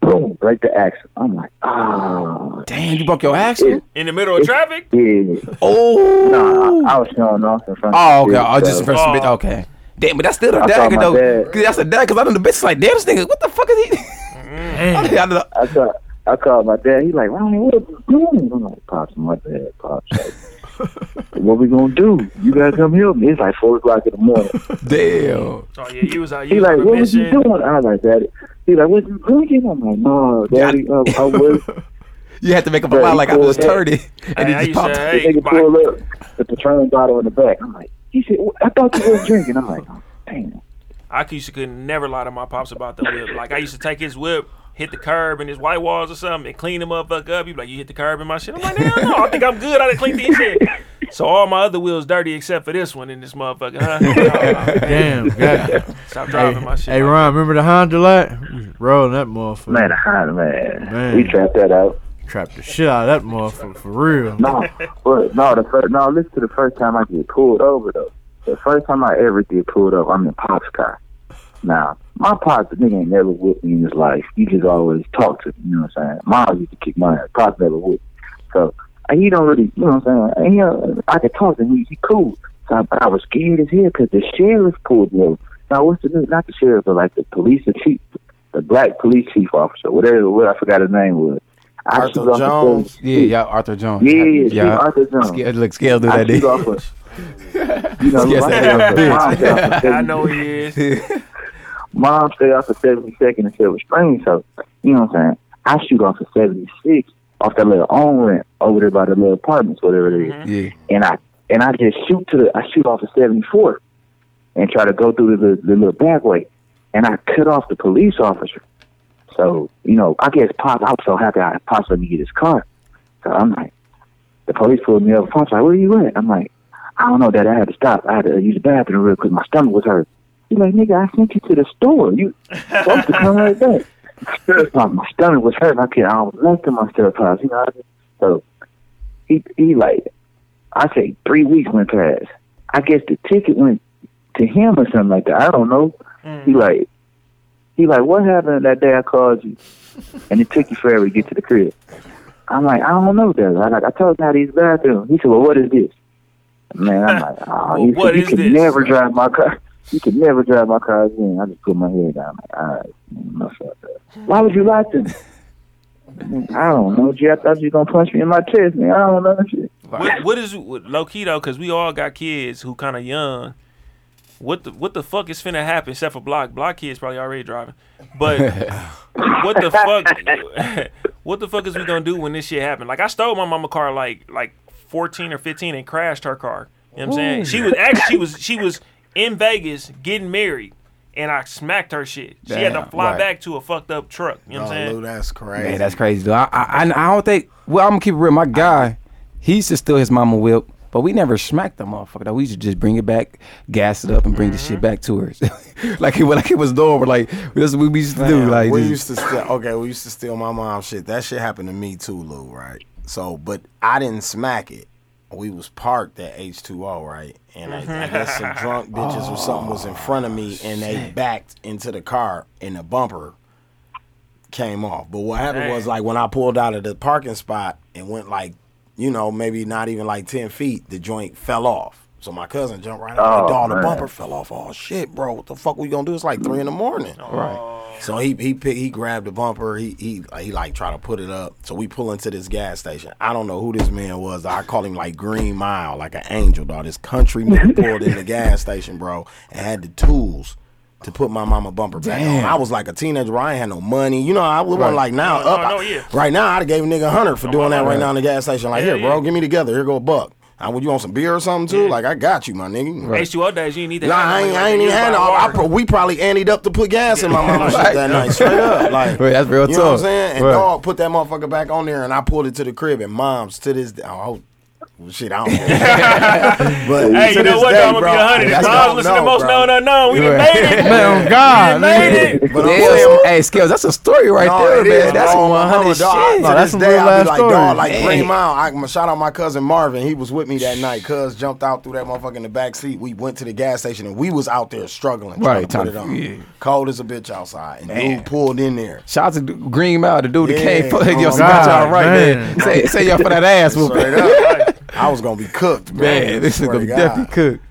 S3: Boom, break the axle. I'm like, ah,
S5: Damn, you broke your axle.
S2: In the middle of traffic?
S3: yeah.
S5: Oh.
S3: Nah, I, I was showing off in front.
S5: Oh,
S3: of
S5: okay.
S3: the
S5: Oh,
S3: bitch,
S5: just in
S3: so-
S5: front of some
S2: Oh.
S5: bitch. Okay. Damn, but that's still the
S3: I saw
S5: dagger
S3: my
S5: though.
S3: dad.
S5: Cause that's the dagger. Cause I done the bitch like, damn, this nigga, what the fuck is he? I done- I done-
S3: I call, I called my dad. He like, Ronnie, what you doing? I'm like, pops, my dad, pops. Like, what we gonna do? You gotta come help me. It's like four o'clock in the morning.
S5: damn.
S2: Oh, yeah, you was out. You
S3: He
S2: was
S3: like,
S2: on a
S3: what was you
S2: mission.
S3: doing? I was like, daddy. He like, what you drinking? I'm like, no, daddy, uh, I was.
S5: You had to make up a
S3: Yeah,
S5: lie
S3: he
S5: like I was
S3: pulled
S5: thirty, and
S2: Hey,
S5: he
S2: I
S5: just
S2: used
S5: popped.
S2: to,
S3: The
S2: hey,
S3: nigga
S2: bye.
S3: pulled up the Patron bottle in the back. I'm like, he said, "Well, I thought you was drinking. I'm like, "Oh, damn.
S2: I used to could never lie to my pops about the whip. Like I used to take his whip hit the curb and his white walls or something and clean the motherfucker up. You be like, you hit the curb and my shit. I'm like, hell no, I think I'm good. I done cleaned this shit. So all my other wheels dirty except for this one in this motherfucker, huh?
S1: Damn, God.
S2: Stop driving
S1: hey,
S2: my shit.
S1: Hey, Ron, remember the Honda lot? We was Rolling that motherfucker.
S3: Man, hot man.
S1: Man.
S3: We trapped that out.
S1: Trapped the shit out of that motherfucker for real.
S3: No, but no, the first no. Listen to the first time I get pulled over though. The first time I ever get pulled over, I'm in Pop's car. Now, my pops nigga ain't never whooped me in his life. He just always talked to me. You know what I'm saying? Mom used to kick my ass. Pops never whooped. me. So and he don't really, you know what I'm saying? And he, uh, I could talk to him. He, he cool. So I, but I was scared as hell because the sheriff pulled me over. Now, what's the name? Not the sheriff, but like the police the chief, the black police chief officer, whatever. What I forgot his name was. I
S4: Arthur
S3: shoot off the
S4: Jones.
S3: face.
S5: Yeah, yeah, Arthur Jones.
S3: Yeah, yeah,
S5: yeah.
S3: Arthur Jones.
S5: Scared, look, scared do
S3: I
S5: that
S3: shoot
S5: day.
S3: off a, you know,
S5: Yes,
S3: mom
S5: that
S3: stay off the-
S5: damn
S3: mom stay off the
S2: I know he is.
S3: Mom stay off the 72nd and Silver Spring, so you know what I'm saying. I shoot off the 76 off that little on ramp over there by the little apartments, whatever it is.
S5: Yeah.
S3: and I and I just shoot to the I shoot off the 74th and try to go through the, the, the little back way, and I cut off the police officer. So you know, I guess Pop, I was so happy I Pops let me get his car. So I'm like, the police pulled me over. Pops like, where you at? I'm like, I don't know that I had to stop. I had to use the bathroom real quick. My stomach was hurt. He's like, nigga, I sent you to the store. You supposed to come right back. Like, my stomach was hurt. I could I was left to myself, Pops. You know, so he he like I say three weeks went past. I guess the ticket went to him or something like that. I don't know.
S2: Mm.
S3: He like he like, What happened that day I called you? And it took you forever to get to the crib. I'm like, I don't know that. I like I told him how to use the bathroom. He said, Well what is this? Man, I'm like, Oh he
S2: What
S3: said, you
S2: is
S3: can
S2: this?"
S3: never drive my car you can never drive my car again. I just put my head down. Like, all right, man, no fuck that. Why would you lie to me? I don't know, Jay. I thought you were gonna punch me in my chest, man. I don't know that shit.
S2: What, what is what, low key though? Because we all got kids who kind of young. What the what the fuck is finna happen? Except for block block kids probably already driving. But what the fuck? what the fuck is we gonna do when this shit happen? Like I stole my mama car like like fourteen or fifteen and crashed her car. You know what I'm saying? She was actually she was she was in Vegas getting married. And I smacked her shit. She had to
S5: Damn,
S2: fly
S5: right.
S2: back to a fucked up truck. You know what I'm
S4: Oh,
S2: saying?
S4: Lou, that's crazy.
S5: Man, that's crazy. Though. I, I I- I don't think. Well, I'm gonna keep it real. My guy, he used to steal his mama whip, but we never smacked the motherfucker. Though. We used to just bring it back, gas it up, and bring the
S4: Mm-hmm.
S5: shit back to her, like it was like it was normal. Like that's what we used to do. Like
S4: we
S5: just-
S4: used to steal. Okay, we used to steal my mom's shit. That shit happened to me too, Lou. Right. So, but I didn't smack it. We was parked at H two O, right? And I, I guess some drunk bitches or something was in front of me, and they backed into the car, and the bumper came off. But what happened was like when I pulled out of the parking spot and went like, you know, maybe not even like ten feet, the joint fell off. So my cousin jumped right out.
S3: Oh,
S4: Oh, the
S3: man.
S4: bumper fell off. Oh shit, bro! What the fuck we gonna do? It's like three in the morning. So he he pick, he grabbed the bumper. He he he like try to put it up. So we pull into this gas station. I don't know who this man was. I call him like Green Mile, like an angel dog. This country man pulled in the gas station, bro, and had the tools to put my mama bumper back on. I was like a teenager. Bro. I ain't had no money. You know, I was not like now
S2: No,
S4: up.
S2: no, no,
S4: I-
S2: yeah.
S4: Right now, I'd have gave a nigga a hundred for doing that right now in the gas station. Like
S2: Yeah,
S4: here, bro,
S2: yeah.
S4: give me together. Here go a buck. I, would you want some beer or something too? Like I got you, my nigga.
S2: H2O days, you ain't need that.
S4: Nah, I ain't, I ain't even had no. I pro- we probably anteed up to put gas in my mama's shit that night, straight up. Like,
S5: Right, that's real
S4: You know what I'm
S5: tough.
S4: saying? And
S5: Right.
S4: dog put that motherfucker back on there, and I pulled it to the crib, and mom's to this. day- Oh, well, shit, I don't know. but
S2: Hey,
S4: to
S2: you know what?
S4: this day,
S2: though? I'm gonna
S4: bro,
S2: be a hundred.
S4: that's-
S2: If
S4: I
S2: I
S4: don't
S2: was listening
S4: know,
S2: to most
S4: bro.
S2: known unknown, we done
S5: Right.
S2: made it.
S1: Man, God,
S2: made
S1: man.
S2: it.
S4: But I'm
S5: Yeah,
S4: saying,
S5: hey, Skills, that's a story right
S4: No,
S5: there,
S4: it
S5: man.
S4: is,
S5: that's
S4: bro.
S5: some 100
S4: Dog, I-
S5: shit.
S4: To
S1: No, that's
S4: this
S1: some
S4: day,
S1: real
S4: I
S1: life
S4: be like,
S1: stories.
S4: dog, like Green
S5: Dang.
S4: Mile. I, my shout out my cousin Marvin. He was with me that night. Cuz jumped out through that motherfucker in the back seat. We went to the gas station and we was out there struggling.
S5: Right,
S4: Right, trying to put it
S5: time-
S4: on.
S5: yeah.
S4: Cold as a bitch outside, and dude pulled in there.
S5: Shout out to Du- Green Mile, the dude that
S4: Yeah.
S5: came for
S4: Oh,
S5: your
S4: God,
S5: smash y'all right,
S1: man.
S5: man. Say, say y'all for that ass
S4: Straight
S5: whooping.
S4: up, I was gonna be cooked, bro.
S5: Man, this is
S4: Swear
S5: gonna
S4: to
S5: be
S4: God.
S5: definitely cooked.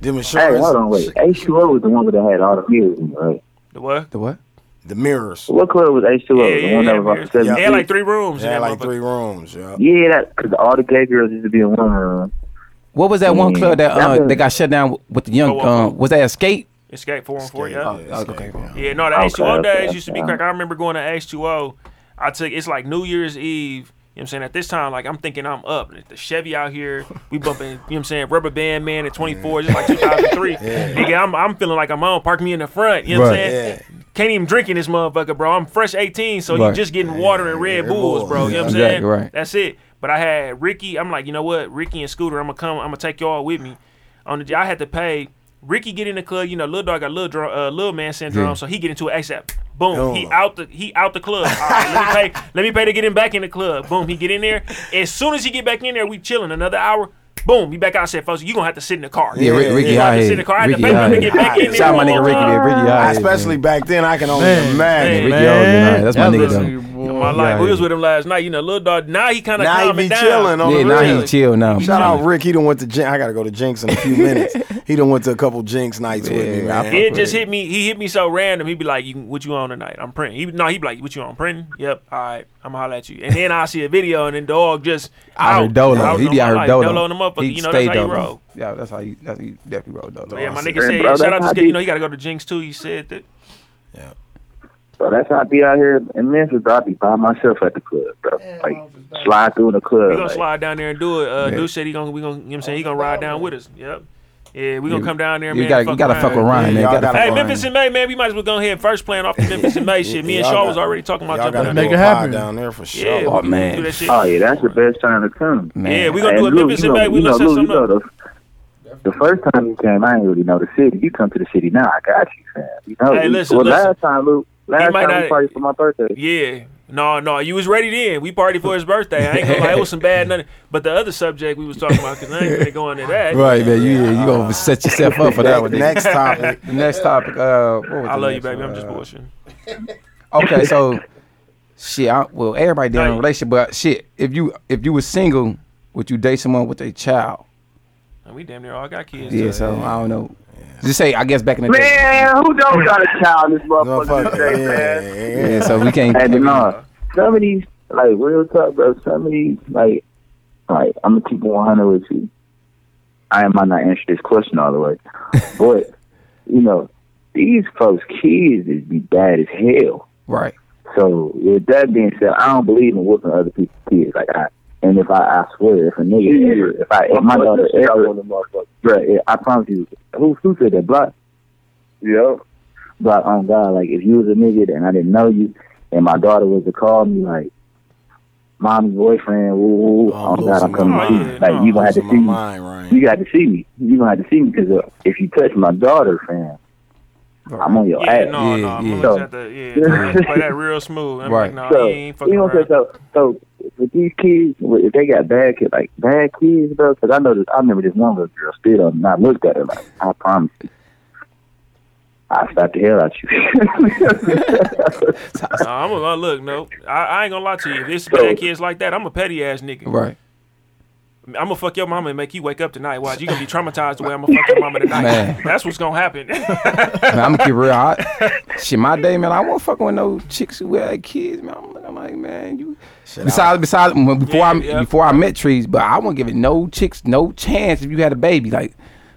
S4: Them
S3: Hey,
S4: insurance,
S3: hold on, wait. H2O was the one that had all the mirrors in it, right?
S2: The what?
S5: The what?
S4: the mirrors.
S3: What club was H2O?
S2: Yeah,
S3: the
S2: yeah,
S3: one
S2: yeah.
S3: that was off
S2: yeah.
S3: the
S2: They had like three rooms.
S4: They had
S2: in that
S4: like three rooms. Yeah.
S3: Yeah, that because all the gay girls used to be in one room.
S5: What was that one
S3: Mm,
S5: club that
S3: that
S5: uh,
S3: was-
S5: that got shut down with the young?
S2: Oh, oh,
S5: Um, was that Escape?
S2: motherfucker. Escape 414, yeah.
S5: Okay.
S2: Yeah, no, the
S3: Okay,
S2: H2O
S3: okay,
S2: days used to be
S3: okay.
S2: crack. I remember going to H2O. I took, it's like New Year's Eve. You know what I'm saying? At this time, like, I'm thinking I'm up. The Chevy out here, we bumping, you know what I'm saying? Rubber Band Man at 24, just like 2003. Nigga, I'm, I'm feeling like I'm on. Park me in the front. You know what I'm
S5: Right.
S2: saying? Can't even drink in this motherfucker, bro. I'm fresh 18, so you
S5: Right.
S2: just getting water and Red
S4: Red
S2: Bulls,
S4: Bulls.
S2: bro. You know what I'm
S5: Exactly
S2: saying?
S5: right.
S2: That's it. But I had Ricky. I'm like, you know what? Ricky and Scooter, I'm gonna come. I'm gonna take y'all with me. On the, I had to pay. Ricky get in the club. You know, little dog got little dr- uh, little man syndrome,
S5: Yeah.
S2: so he get into an ASAP. Boom, he
S4: Boom.
S2: out the he out the club. All right, let me pay. Let me pay to get him back in the club. Boom, he get in there. As soon as he get back in there, we chilling another hour. Boom, he back out. I said, folks, you gonna have to sit in the car.
S5: Yeah, Rick- Ricky
S2: You gonna have
S5: out
S2: to
S5: here.
S2: sit in the car. I had to
S5: Ricky
S2: pay him
S5: out
S2: to
S5: here.
S2: get back in there.
S5: Shout out my nigga Ricky there. Ricky out here.
S4: Especially back then, I can only
S1: Man.
S4: imagine.
S5: Ricky
S1: Man,
S5: Ogden, all right, that's my
S1: that
S5: nigga
S1: little
S5: though.
S1: boy.
S2: My life.
S5: Yeah,
S2: we
S5: yeah.
S2: was with him last night. You know, little dog. Now he kind of
S4: Now he
S2: calming
S4: be
S2: down.
S4: chilling on
S5: Yeah,
S4: the
S5: now
S4: real.
S5: he chill now.
S4: Shout out Rick. He done went to Jinx. I gotta go to Jinx in a few minutes. He done went to a couple Jinx nights with me,
S5: Yeah,
S4: man.
S5: I-
S2: It just hit me. He hit me so random. He'd be like, you, "What you on tonight? I'm printing." He, no, he'd be like, "What you on printing?" Yep. All right, I'm gonna holler at you. And then I see a video, and then dog just
S5: Out here dolo. He be out
S2: on my
S5: here
S2: life.
S5: dolo.
S2: Dolo on the motherfucker.
S5: He
S2: you know
S5: stay
S2: that's how you
S5: dolo.
S2: roll.
S5: Yeah, that's how you. That's how you definitely roll dolo.
S2: But yeah, my
S5: I see.
S2: nigga said,
S3: bro,
S2: "Shout
S3: that's
S2: out
S3: how
S2: to you
S3: deep-
S2: know you gotta go to Jinx too." He said that.
S3: So that's how I be out here in Memphis. I be by myself at the club, bro. like slide through the
S2: We
S3: club.
S2: gonna
S3: Like,
S2: slide down there and do it. Uh,
S5: Yeah.
S2: Dude said he gonna we gonna you know what I'm saying he gonna ride down with us. Yep. Yeah, we gonna
S5: You-
S2: come down there.
S5: You
S2: man,
S5: gotta, you
S2: fuck
S5: gotta fuck with Ryan, man.
S4: Yeah,
S5: You gotta
S4: y'all
S5: fuck
S2: Hey,
S5: with
S2: Memphis
S5: Ryan.
S2: and May, man, we might as well go ahead first playing off the Memphis and May shit. Me and
S4: Y'all
S2: Shaw
S4: got-
S2: was already talking about
S4: Y'all
S2: jumping
S4: gotta
S2: on
S1: Make
S4: make
S1: it
S4: a
S1: happen.
S4: pod down there for
S2: Yeah, we
S4: sure.
S5: Oh,
S2: can
S5: man.
S2: do that shit.
S3: oh yeah, that's the best time to come.
S2: Yeah,
S5: Man,
S2: we gonna do a
S3: Lou,
S2: Memphis
S3: you
S2: and
S3: know-
S2: May. We
S3: you know,
S2: let's set
S3: Lou,
S2: something
S3: you
S2: up.
S3: know The, the first time you came, I didn't really know the city. You come to the city now, I got you, fam. You know,
S2: Hey,
S3: you-
S2: listen,
S3: well,
S2: listen.
S3: last time, Lou, last
S2: might
S3: time
S2: not-
S3: we party for my birthday.
S2: Yeah. No, no, you was ready then. We partied for his birthday. I ain't gonna lie, it was some bad nothing. But the other subject we was talking about, because I ain't gonna go into that.
S5: Right, man. You, yeah, you gonna set yourself up for that one. nigga.
S4: Next topic.
S5: The next topic. Uh, what was
S2: I
S5: the
S2: love you,
S5: next
S2: baby.
S5: one?
S2: I'm just
S5: Uh,
S2: bullshitting.
S5: Okay, so shit. I, well, everybody
S2: No,
S5: dealing in a
S2: you-
S5: relationship, but shit. If you if you was single, would you date someone with a child?
S2: And we damn near all got kids.
S5: Yeah. So I don't know. Just say. I guess back in the day.
S3: Man, who don't got a child in this motherfucker
S4: Motherfucker.
S3: today,
S4: Yeah,
S3: man?
S4: yeah, yeah.
S5: Yeah. So we can't.
S3: Hey, but no, uh, some of these, like, real talk, bro, some of these, like, like, I'm going to keep it 100 with you. I might not answer this question all the way. But, you know, these folks' kids is be bad as hell.
S5: Right.
S3: So, with that being said, I don't believe in whooping other people's kids. Like, I, and if I, I swear, if a nigga ever, if I, if my daughter ever, bro, I promise you, who, who said that, Block?
S6: Yep.
S3: But on God, like if you was a nigga and I didn't know you, and my daughter was to call me like, mom's boyfriend, woo, woo, woo,
S4: Oh,
S3: on
S4: I'm
S3: God, I'm
S4: losing
S3: coming
S4: my
S3: to you.
S2: mind.
S3: Like
S2: No,
S3: you gonna have to
S4: Losing
S3: see
S4: my
S3: me.
S4: mind, Ryan.
S3: You got to see me. You gonna have to see me because uh, if you touch my daughter, fam, I'm on your
S2: Yeah,
S3: ass.
S2: no,
S5: Yeah,
S2: no. I'm
S5: yeah.
S2: gonna just have to, yeah, play that real smooth. I'm
S5: Right.
S2: like, no,
S3: So
S2: he ain't fucking
S3: you know what I'm saying?
S2: around.
S3: So, so with these kids, with- if they got bad kids, like bad kids, bro, because I know this. I remember this one little girl spit on me. and I looked at her like, I promise. you, I slapped the hell out you.
S2: No, I'm gonna uh, look. No, I, I ain't gonna lie to you. If this
S3: So-
S2: bad kids like that, I'm a petty ass nigga.
S5: Right.
S2: I'm gonna fuck your mama and make you wake up tonight. Watch, you gonna be traumatized the way I'm gonna fuck your mama tonight.
S5: Man.
S2: That's what's gonna happen.
S5: Man, I'm gonna keep it real. I, shit, my day, man. I won't fucking with no chicks who had kids, man. I'm, I'm like, man, you. Besides, besides, when- before I
S2: Yeah, yeah.
S5: before I met trees, but I won't give it no chicks no chance if you had a baby. Like,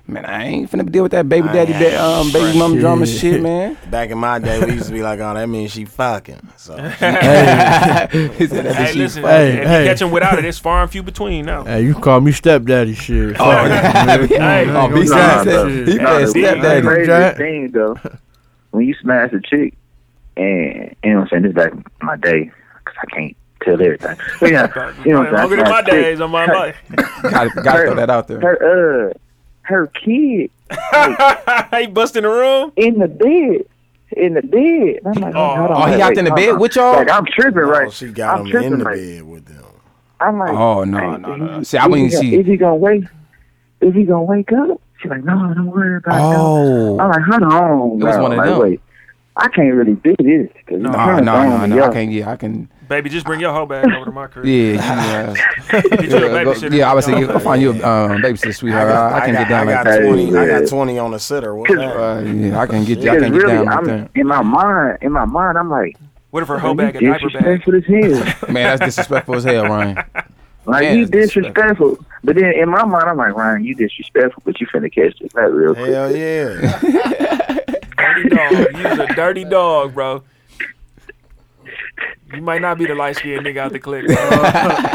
S5: man, I ain't finna deal with that baby daddy, that um, baby mom drama shit, man.
S4: Back in my day, we used to be like, "Oh, that means she fucking." So
S5: He said that
S2: hey,
S5: shit.
S2: listen,
S1: Hey,
S2: if
S1: hey.
S2: you catch him without it, it's far and few between now.
S1: Hey, you call me stepdaddy shit. Oh,
S2: Hey,
S5: Oh, B
S3: Nah,
S5: said,
S3: bro.
S5: he
S3: Nah,
S5: said,
S3: the
S5: step
S1: that
S5: daddy.
S1: nigga.
S3: craziest thing though, when you smash a chick, and you know what I'm saying, this back in my day, 'cause I can't tell everything. But yeah, you know what I'm
S2: Longer than my
S3: saying. I smash a chick,
S2: days on my life.
S5: Gotta, gotta throw that out there.
S3: Her uh, her kid
S2: he bust in the room.
S3: in the bed. In the bed, And I'm like,
S2: Oh,
S3: hold on,
S5: oh, he
S3: wait,
S5: out
S3: wait,
S5: in the
S3: hold
S5: bed
S3: on.
S5: with y'all?
S3: Like I'm tripping,
S4: oh,
S3: right?
S4: she got
S3: I'm
S4: him in the
S3: right?
S4: bed with them.
S3: I'm like,
S5: Oh, no,
S3: hey,
S5: no,
S3: is
S5: no.
S3: he-
S5: See, I
S3: is he
S5: wouldn't
S3: gonna-
S5: see-
S3: Is he gonna wake? Is he gonna wake up? She's like, no, don't worry about it. Don't I'm
S5: Oh,
S3: like, hold on.
S5: It was
S3: bro.
S5: one of
S3: like,
S5: them.
S3: Wait, I can't really do this. No,
S5: no, no, no, no. I can't. Yeah, I can.
S2: Baby, just bring your whole bag over to my crib.
S5: Yeah, you, uh,
S2: Get you a
S5: yeah, go-
S2: babysitter.
S5: yeah. I would say, I'll find you a um, babysitter,
S4: I
S5: sweetheart.
S4: got,
S5: I, I can't
S4: got,
S5: get down
S4: I
S5: like
S4: got
S5: that.
S4: twenty. I got
S3: Yeah.
S4: twenty on the sitter. What the heck?
S5: Uh, yeah, I can't get, I
S3: Because
S5: can't get
S3: really,
S5: down
S3: I'm
S5: like that.
S3: in my mind. In my mind, I'm like,
S2: What if her whole
S3: you
S2: bag a diaper bag?
S3: disrespectful as hell.
S5: Man, that's disrespectful as hell, Ryan.
S3: Like
S5: Man,
S3: you
S5: that's
S3: disrespectful. But then in my mind, I'm like, Ryan, you disrespectful, but you finna catch this nut real quick.
S4: Hell yeah!
S2: Dirty dog. You was a dirty dog, bro. You might not be the light skinned nigga out the clique.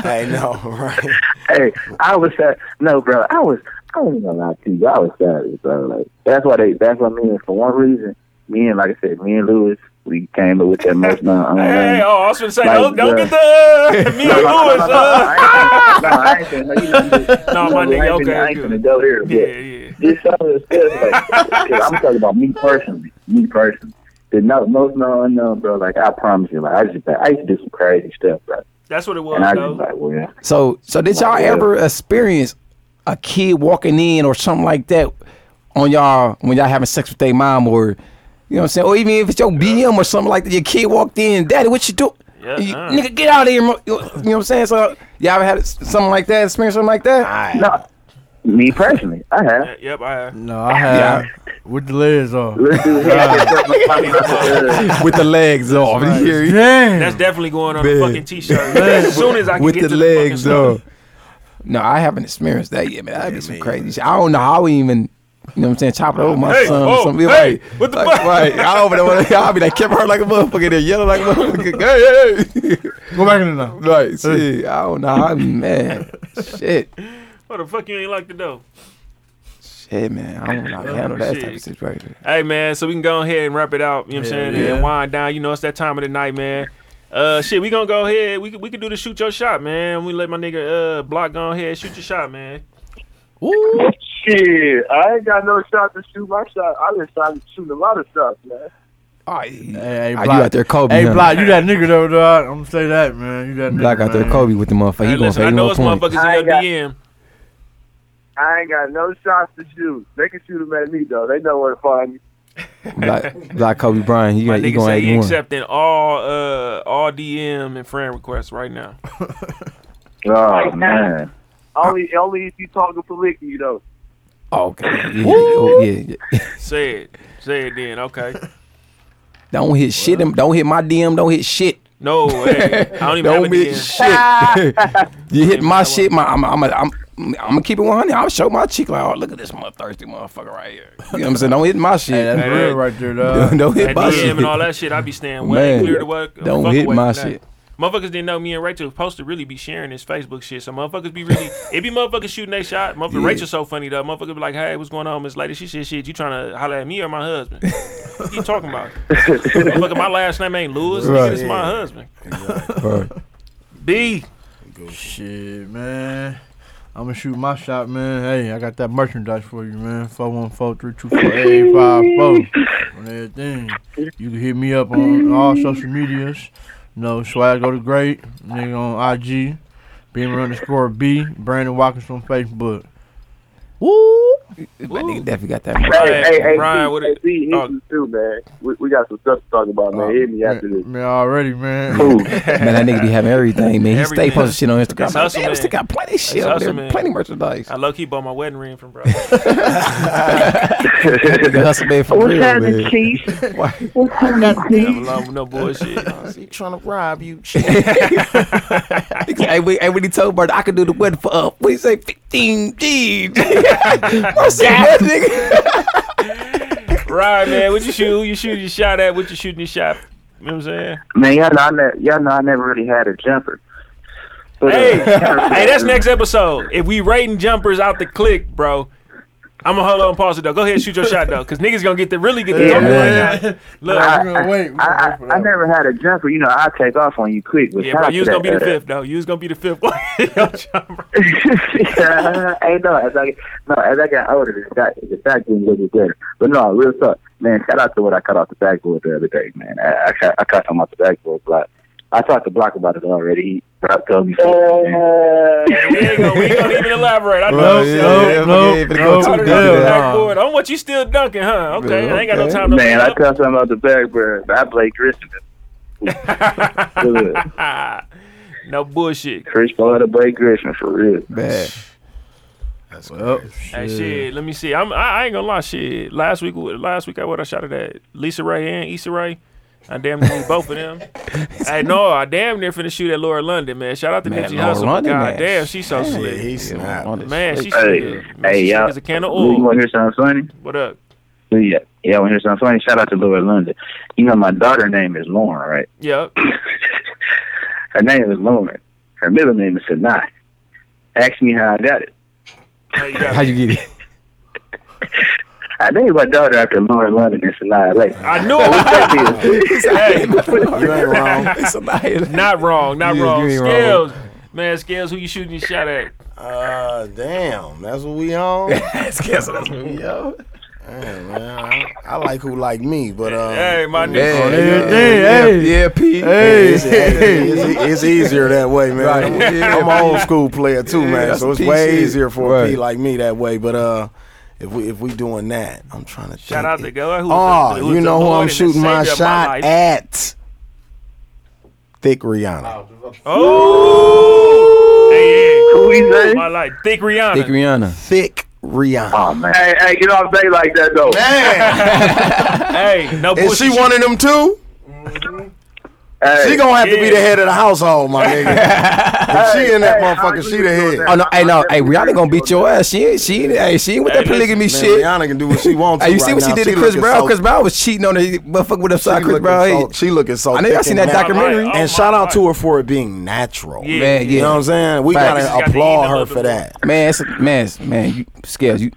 S4: Hey, no, right?
S3: hey, I was sad. No, bro, I was. I ain't gonna lie to you. I was sad, bro. Like that's why they. That's what I mean. For one reason, me and like I said, me and Lewis, we came up with that most. No, I don't
S2: hey,
S3: know.
S2: oh, I was gonna say,
S3: Like,
S2: don't, don't
S3: bruh.
S2: get the me
S5: oh,
S2: and Lewis. uh.
S3: No, no, no, no, no, I ain't finna- no, I ain't finna- no, you know, you just-
S2: No,
S3: you
S2: my
S3: know,
S2: nigga,
S3: I ain't finna- I
S2: okay,
S3: ain't
S2: good.
S3: finna go there, but
S2: Yeah, yeah.
S3: this some of the stuff, like, 'cause I'm talking about me personally, me personally. The no, most known unknown, bro. Like I promise you, like I just, I used to do some crazy stuff, bro.
S2: That's what it was,
S3: And I just
S2: though.
S3: like, well,
S5: So, so did y'all ever experience a kid walking in or something like that on y'all when y'all having sex with their mom or you know what I'm saying? Or even if it's your BM or something like that, your kid walked in, Daddy, what you do?
S2: Yeah,
S5: You-
S2: uh.
S5: Nigga, get out of here! mo-" You know what I'm saying? So, y'all ever had something like that? Experience something like that?
S3: no, me personally, I have.
S2: Yep, I.
S1: No, I have with the legs off.
S3: Let's do it.
S5: with the legs off. You hear me?
S2: That's
S1: Damn.
S2: definitely going on
S5: Man.
S2: a fucking t-shirt. as soon as I can
S5: with
S2: get
S5: the
S2: to
S5: legs
S2: the fucking
S5: though.
S2: stuff.
S5: No, I haven't experienced that yet, man. That'd be some crazy shit. I don't know how we even. You know what I'm saying? Chop it over my
S2: Hey,
S5: son
S2: oh,
S5: or something. Be
S2: hey,
S5: like,
S2: what the
S5: like,
S2: fuck?
S5: Right. I over there. I'll be like, kept her like a motherfucker there, yelling like a motherfucker. Hey, hey.
S1: Go back in there now.
S5: like, shit. I don't know how, man. shit.
S2: What the fuck you ain't like the dough?
S5: Shit, man. I don't know how to handle that type of
S2: Oh, Shit.
S5: situation.
S2: Hey man, so we can go ahead and wrap it out. You know what I'm saying? And wind down. You know it's that time of the night, man. Uh, shit, we gonna go ahead. We could- we could do the shoot your shot, man. We let my nigga uh block go ahead shoot your shot, man.
S6: Shit, I ain't got no shot to shoot my shot. I've been shot- shooting a lot of shots, man.
S5: All right.
S1: Hey, hey,
S5: Ah, you
S1: Block.
S5: out there Kobe,
S1: Hey,
S5: huh?
S1: Block, you that nigga though, dog. I'm gonna say that, man. You that nigga.
S5: Black out there,
S1: man.
S5: Kobe with the motherfucker. Oh,
S2: Hey,
S5: He gonna
S2: Uh, listen, I
S5: pay
S2: know
S5: one
S2: it's
S5: point.
S2: motherfuckers
S6: I
S2: in
S6: ain't
S2: your
S6: got-
S2: DM.
S6: I ain't got no shots to shoot. They can shoot them at me though. They know where to find me.
S5: Black, Black Kobe Bryant. He,
S2: My
S5: he
S2: nigga
S5: gonna
S2: say he
S5: add one.
S2: accepting all uh all DM and friend requests right now.
S3: Oh man,
S6: Only, only if you talking Palicki though.
S5: Oh, okay. Yeah, yeah, oh, yeah, yeah.
S2: Say it, say it then. Okay.
S5: Don't hit shit. in- Don't hit my DM. Don't hit shit.
S2: No, hey, I don't even
S5: Don't
S2: have a
S5: hit
S2: DM.
S5: shit. you hit my
S2: my
S5: shit. My, I'm, I'm, I'm, I'm, gonna keep it 100. I'll show my cheek like, oh, look at this mother thirsty motherfucker right here. You know what I'm saying? Don't hit my
S1: Hey,
S5: shit.
S1: that's
S2: Hey,
S1: real
S2: that-
S1: right there,
S5: don't,
S1: dog.
S5: don't hit
S2: That
S5: my
S2: DM
S5: shit.
S2: and all that shit, I be staying way
S5: Man,
S2: clear to what.
S5: don't
S2: fuck
S5: hit
S2: away
S5: my
S2: from that.
S5: shit.
S2: Motherfuckers didn't know me and Rachel supposed to really be sharing this Facebook shit. So motherfuckers be really, it be motherfuckers shooting they shot. Motherfucker,
S5: Yeah.
S2: Rachel so funny though. Motherfucker be like, hey, what's going on, Miss Lady? She said, shit, you trying to holler at me or my husband? what you talking about? motherfucker, my last name ain't Lewis. Nigga,
S5: Right.
S2: this my husband.
S5: Bro,
S2: B.
S1: Shit, man. I'm gonna shoot my shot, man. Hey, I got that merchandise for you, man. 414-324-8854. on everything. You can hit me up on all social medias. No swag go to great. Nigga on IG. Beamer underscore B. Brandon Watkins on Facebook.
S5: that nigga definitely got that.
S2: Brian,
S6: hey, hey,
S2: Brian,
S6: Pete,
S2: what
S6: hey,
S2: it-
S6: Pete, hit
S2: oh.
S6: you too, man. We, we got some stuff to talk about, man. hit me after this.
S1: Man, man, already, man.
S3: Ooh,
S5: Man, that nigga be having everything, man. He stay
S2: Everything.
S5: posting shit on Instagram.
S2: It's
S5: Like,
S2: hustle,
S5: Damn,
S2: man.
S5: still got plenty of shit over
S2: hustle,
S5: there.
S2: man.
S5: Plenty of merchandise.
S2: I low key bought my wedding ring from bro.
S5: Nigga hustle man for real, man. Why-
S2: no, no bullshit.
S4: He trying to rob you.
S5: hey, we, hey, when he told Bird, I could do the wedding for, uh, what do you say, 15 G's. I said, nigga.
S2: right, man. What you shoot? You shoot your shot at? What you shooting your shot? You know what I'm saying?
S3: man, y'all know, I ne- y'all know I never really had a jumper. But, uh,
S2: Hey, hey, that's next episode. If we rating jumpers out the click, bro, I'm gonna hold on and pause it though. Go ahead, and shoot your shot though, because niggas gonna get to really get the jumper right now. Look,
S1: We're gonna wait. We're
S3: I, I,
S1: gonna wait for
S3: I
S1: that.
S3: never had a jumper. You know, I take off on you quick. But
S2: yeah,
S3: shout
S2: bro,
S3: out
S2: you was
S3: to
S2: gonna be the
S3: that, uh,
S2: fifth though. You was gonna be the fifth one. Your jumper.
S3: hey, no, as I get, no, as I got older, the fact the fact didn't get better. But no, real talk, man. Shout out to what I cut off the backboard the other day, man. I I, cut- I cut him off the backboard block. I talked to Block about it already. He Block told me. man.
S2: we ain't gonna, we ain't gonna even elaborate. I know.
S1: Nope,
S2: I'm
S5: yeah,
S2: saying.
S5: yeah,
S1: nope, nope,
S5: yeah,
S1: nope,
S5: yeah, yeah,
S1: nope,
S5: yeah,
S1: yeah,
S5: yeah.
S1: nah.
S2: Backboard. Oh, what you still dunking, huh? Okay, I ain't got no
S5: Okay.
S2: time to
S3: Man, I
S2: look
S3: cut him off the backboard. but I played Christian.
S2: it up. no bullshit.
S3: Chris Paul to Blake Griffin for real.
S5: Man.
S1: Well,
S2: Hey,
S1: shit.
S2: shit. Let me see. I'm. I, I ain't gonna lie. Shit. Last week, last week I what I shot it at Lisa Ray and Issa Ray. I damn near need both of them. hey, no, I damn near finna shoot at Laura London, man. Shout out to
S5: Man,
S2: Nipsey
S5: Laura
S2: Hussle. God
S5: London, man.
S2: damn, she's so
S4: Yeah,
S2: slick.
S4: he snapped.
S2: Man, she's
S3: Hey,
S2: slick. Man,
S3: hey,
S2: she's slick
S3: y'all.
S2: as a can of
S3: Lou, You
S2: oil.
S3: want to hear something funny?
S2: What up?
S3: Lou, Yeah, yeah. Want to hear something funny? Shout out to Laura London. You know my daughter name is Lauren, right?
S2: Yep.
S3: Her name is Lauren. Her middle name is Sanai. Ask me how I got it.
S5: How you get it?
S3: I named my daughter after Lauren London and Sanai Lathan.
S2: I knew it was Hey,
S4: You ain't wrong.
S5: It's a lie.
S2: not wrong, not
S5: You-
S2: wrong.
S5: you ain't wrong.
S2: Scales, man, Scales, who you shooting your shot at?
S4: Uh, damn, that's what we on. Hey,
S5: It's canceled. Yo.
S4: man, I, I like who like me, but uh,
S2: Hey, my nigga.
S5: Yeah,
S1: yeah,
S5: yeah,
S1: hey.
S5: yeah, P.
S1: Hey,
S4: It's, it's- it's easier that way, man.
S5: Right.
S4: I'm an old school player too,
S5: Yeah,
S4: man.
S5: that's
S4: So it's
S5: the
S4: way
S5: PC.
S4: easier for a P
S5: Right.
S4: like me that way. But uh, if we if we doing that, I'm trying to
S2: Shout out to God. Who was the-
S4: Oh,
S2: was the
S4: you know who
S2: Lord
S4: I'm
S2: and the
S4: shooting my
S2: Savior of
S4: shot
S2: life.
S4: at? Thick Rihanna.
S2: Oh, hey,
S6: Who he
S2: yeah.
S6: say?
S2: my life, thick Rihanna.
S5: Dick Rihanna.
S4: Thick Rihanna.
S3: Oh man.
S6: Hey, hey, get off day like that though.
S4: Man,
S2: Hey, no
S4: is
S2: bullshit.
S4: she one of them too?
S2: Mm-hmm.
S6: Hey,
S4: She gonna have to be the
S2: Yeah.
S4: head of the household, my nigga. if she in that
S6: Hey, hey,
S4: motherfucker,
S6: I
S4: she the
S6: agree
S4: head.
S6: with
S5: Oh no, hey no, hey Rihanna gonna beat your ass. She ain't, she ain't, hey, she ain't with that
S2: Hey, listen,
S5: polygamy
S4: Man,
S5: shit.
S4: Rihanna can do what she wants.
S5: Hey, you see
S4: right
S5: what she
S4: now.
S5: did to Chris
S4: looking
S5: Brown?
S4: so-
S5: Chris Brown was cheating on the motherfucker with
S4: she
S5: upside Chris
S4: looking
S5: Brown.
S4: so-
S5: head.
S4: she looking so.
S5: I know y'all
S4: thick
S5: seen
S4: and
S5: that
S4: natural.
S5: documentary.
S2: Oh,
S4: and
S2: my
S4: shout out
S2: God.
S4: to her for it being natural.
S2: Yeah.
S5: Man, yeah.
S4: You know what I'm saying? We
S5: Facts.
S2: She got to
S4: gotta
S2: eat
S4: applaud
S2: a
S4: her
S2: little
S4: for
S2: bit.
S4: that.
S5: Man, it's, man, it's, man, you scales. You,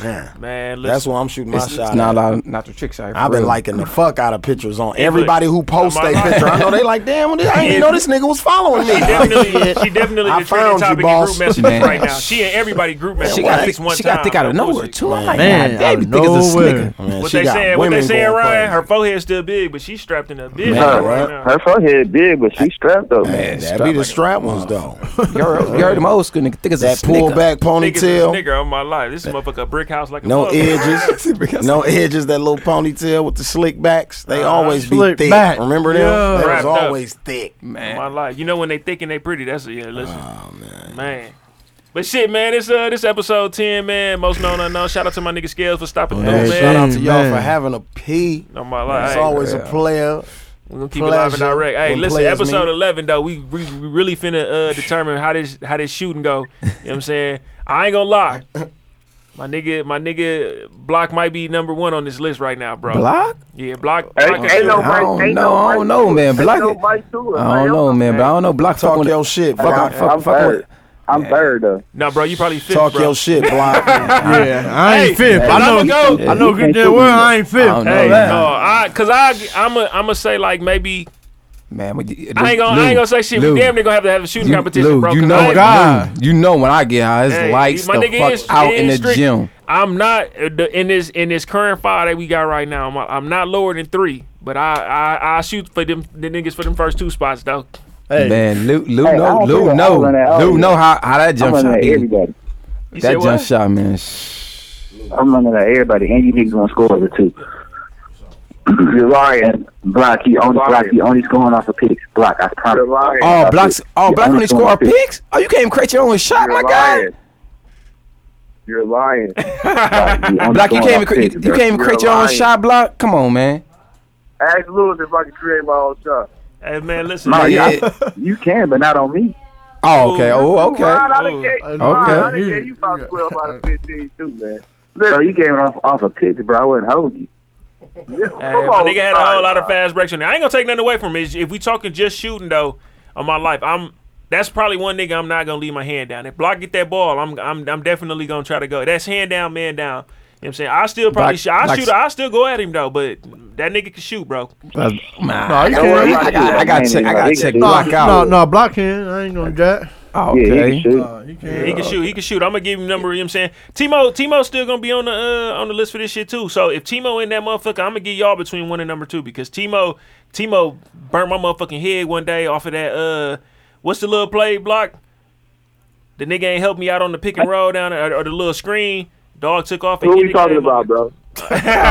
S4: Man,
S2: Man, listen.
S4: that's why I'm shooting my
S5: it's, it's
S4: shot.
S5: not
S4: at.
S5: allowed, not your trick shot. for
S4: I've been
S5: real.
S4: liking the fuck out of pictures on
S2: look,
S4: everybody who posts
S2: am I
S4: their
S2: lying?
S4: picture. I know they like, damn, I didn't even know this nigga was following me.
S2: She definitely, she definitely
S4: I
S2: the trending
S4: found you,
S2: topic in
S4: boss.
S2: group messages
S5: Man.
S2: right now. She and everybody group message
S5: She
S2: at
S5: got
S2: least one
S5: thick. She
S2: time.
S5: got thick out of
S2: no
S5: nowhere
S2: bullshit.
S5: too. I'm like,
S1: Man,
S5: man,
S1: out
S5: damn,
S1: of
S5: thick as a
S1: nowhere.
S5: snicker.
S4: Man,
S2: What
S4: she
S2: they
S4: got
S2: saying? What they
S4: women
S2: saying,
S4: going
S2: Ryan?
S4: crazy.
S2: Her forehead's still big, but she's strapped in a bitch
S5: Man,
S2: right now.
S3: Her forehead big, but she strapped though.
S5: Man,
S4: That be the strap ones though.
S5: You heard, you heard them old school nigga, thick as a
S4: That
S5: snicker.
S4: pull back
S2: Thick as a
S4: ponytail,
S2: nigga on my life. This motherfucker a brick house like a
S4: no
S2: motherfucker.
S4: edges, no edges. That little ponytail with the slick backs.
S2: Uh,
S4: They always be
S1: slick
S4: thick.
S1: back.
S4: Remember them?
S1: Yeah.
S4: They was
S2: Wrapped up.
S4: always thick.
S2: On
S5: man.
S2: my life. You know when they thick and they pretty. That's yeah. Listen,
S4: Oh,
S2: man. But shit, man, this uh this episode ten, man, most known unknown. Shout out to my nigga Scales for stopping through,
S4: Man,
S2: man.
S1: shit.
S4: Oh, shout out to y'all
S1: Man.
S4: for having a P.
S2: On my life.
S4: It's always a
S5: yeah.
S4: player.
S2: We're gonna keep it live and
S4: pleasure
S2: direct. Hey,
S4: when
S2: listen,
S4: players
S2: episode
S4: meet.
S2: eleven though, we, we we really finna uh determine how this how this shooting go. You know what I'm saying? I ain't gonna lie. My nigga, my nigga, block might be number one on this list right now, bro.
S5: Block?
S2: Yeah, block.
S6: Hey,
S2: block
S6: ain't no
S5: I don't
S6: Ain't
S5: know. I
S6: nobody
S5: don't know,
S6: do it.
S5: man.
S6: Ain't
S5: Block
S6: nobody
S5: it.
S6: do it.
S5: I don't know, man. But I don't know. Block fuck
S4: Talk
S5: on
S4: your shit.
S5: Fuck on,
S4: Block.
S5: fuck,
S3: I'm
S5: fuck on.
S3: third. I'm third though.
S2: No, bro, you probably fifth,
S4: Talk
S2: bro.
S4: your shit. Block.
S1: Yeah, I ain't fifth.
S2: but
S1: I
S2: I'ma
S1: know.
S2: go.
S1: I know.
S3: You
S1: Good
S3: can't
S1: damn
S3: shoot
S1: well,
S3: me.
S1: I ain't
S5: I
S1: fifth.
S5: don't know
S2: Hey,
S5: that.
S2: no, I, cause I, I'm a, I'm gonna say like maybe
S5: Man, when you-
S2: I ain't gonna, I ain't gonna say shit.
S5: Lou,
S2: we damn near gonna have to have a shooting
S5: you,
S2: competition,
S5: Lou,
S2: bro.
S5: You
S2: 'cause
S5: know,
S2: I,
S5: Lou,
S2: ain't-
S1: God.
S5: you know when I get high, it's
S2: Hey,
S5: lights
S2: my
S5: the
S2: nigga
S5: fuck
S2: is-
S5: out
S2: is
S5: in the
S2: strict.
S5: gym.
S2: I'm not uh, the- in this in this current file that we got right now. I'm, I'm not lower than three, but I I, I shoot for them the niggas for them first two spots though.
S1: Hey,
S5: Man, Lou, Lou,
S3: Hey, I
S5: know,
S3: don't
S5: Lou,
S3: feel- I
S5: know,
S3: don't run that
S5: Lou,
S3: out.
S5: know how, how that
S3: I'm
S5: jump
S3: running
S5: shot
S3: at
S5: be.
S3: everybody.
S5: That
S2: You said
S5: jump
S2: what?
S5: shot, man. sh-
S3: I'm running at everybody, and you niggas gonna score over two. You're lying. Block. You only block. You only scoring off of picks. Block. I promise.
S6: You're lying.
S5: Oh, blocks! Oh,
S3: Yeah,
S5: block
S3: I'm
S5: only
S3: scoring
S5: score
S3: picks.
S5: picks. Oh, you can't even create your own shot,
S6: You're
S5: my
S6: lying.
S5: guy.
S6: You're lying.
S3: Block. You, only
S5: Block, you can't
S3: scoring
S5: even
S3: off
S5: cre- you,
S3: picks,
S5: you
S3: bro.
S5: can't even
S6: You're
S5: create your own
S6: lying.
S5: shot. Block, come on, man.
S6: Ask Lewis if I can create my own shot.
S2: Hey man, listen.
S3: No,
S2: man.
S3: yeah,
S5: yeah.
S3: I- you can, but not on me.
S5: Oh, okay. Oh,
S6: Ryan,
S5: okay.
S6: I done gave,
S1: Okay.
S6: Ryan, I done gave
S1: You-
S6: you about 12 out of 15, too, man.
S3: Bro, you gave it off off of picks, bro. I wasn't holding you.
S2: Hey,
S6: Come
S2: my
S6: on,
S2: nigga had a whole
S6: Ryan.
S2: lot of fast breaks on there. I ain't gonna take nothing away from it. If we talking just shooting though, on my life, I'm. That's probably one nigga I'm not gonna leave my hand down. If block get that ball, I'm I'm, I'm definitely gonna try to go. That's hand down, man down. You know what I'm saying? I still probably
S5: Block-
S2: sh- I
S5: block-
S2: shoot. I still go at him though, but that nigga can shoot, bro.
S5: Nah,
S1: no, you
S3: Don't worry
S1: can't.
S3: about
S5: I
S3: it.
S5: got, I got
S3: Man,
S5: check. I got
S3: he
S5: check.
S3: can
S5: Block
S3: shoot.
S1: No,
S5: out.
S1: no, block him. I ain't gonna jack.
S5: Oh,
S3: Yeah, he
S5: okay.
S3: can shoot.
S1: Uh, you can't.
S2: Yeah, he can shoot. He can shoot. I'm gonna give him number. You know what I'm saying Timo. Timo's still gonna be on the uh, on the list for this shit too. So if Timo in that motherfucker, I'm gonna give y'all between one and number two because Timo Timo burnt my motherfucking head one day off of that. Uh, what's the little play block? The nigga ain't helped me out on the pick and roll down there, or, or the little screen. Dog took off. and
S6: Who
S2: hit
S6: we
S2: the
S6: talking
S2: game.
S6: about, bro? Uh,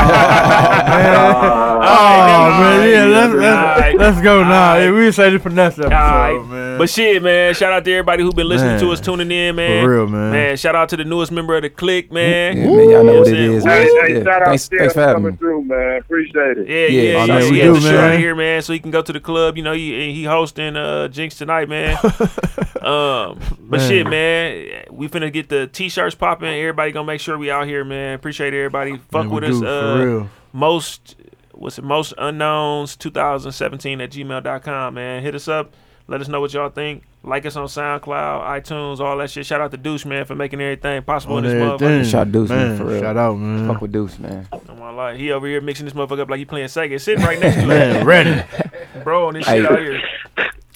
S1: Oh man, yeah,
S2: Alright,
S1: let's let's,
S2: alright,
S1: let's go now.
S2: alright.
S1: Yeah, we say this for next episode,
S2: Alright.
S1: man.
S2: But shit, man, shout out to everybody who been listening to us, tuning in, man.
S1: For real, man.
S2: Man, shout out to the newest member of the clique, man.
S5: Yeah, man, y'all know what it
S2: Woo!
S5: is, man.
S6: Hey, hey,
S5: Yeah.
S6: shout out
S5: Thanks,
S6: Steph
S5: thanks for having
S6: coming
S5: me.
S6: through, man. Appreciate it.
S2: Yeah,
S5: Yeah,
S2: yeah,
S5: oh,
S2: yeah.
S5: man,
S2: yeah,
S5: we
S2: yeah
S5: do,
S2: for sure
S1: man.
S2: out of here, man. So he can go to the club. You know, he he hosting uh Jinx tonight, man. um, but shit, man, we finna get the t-shirts popping. Everybody gonna make sure we out here, man. Appreciate everybody. Fuck
S1: Man, we
S2: with us.
S1: do,
S2: uh,
S1: for real.
S2: Most what's it? Most unknowns 2017 at gmail.com, man. Hit us up. Let us know what y'all think. Like us on SoundCloud, iTunes, all that shit. Shout out to Douche Man for making everything possible in this motherfucker.
S5: Shout Deuce, man,
S1: man,
S5: for real.
S1: Shout out, man.
S5: Fuck with Deuce, man.
S2: Oh my life. He over here mixing this motherfucker up like he playing Sega. Sitting right next to us.
S1: Man, ready.
S2: Bro, and this shit
S5: Hey.
S2: out here.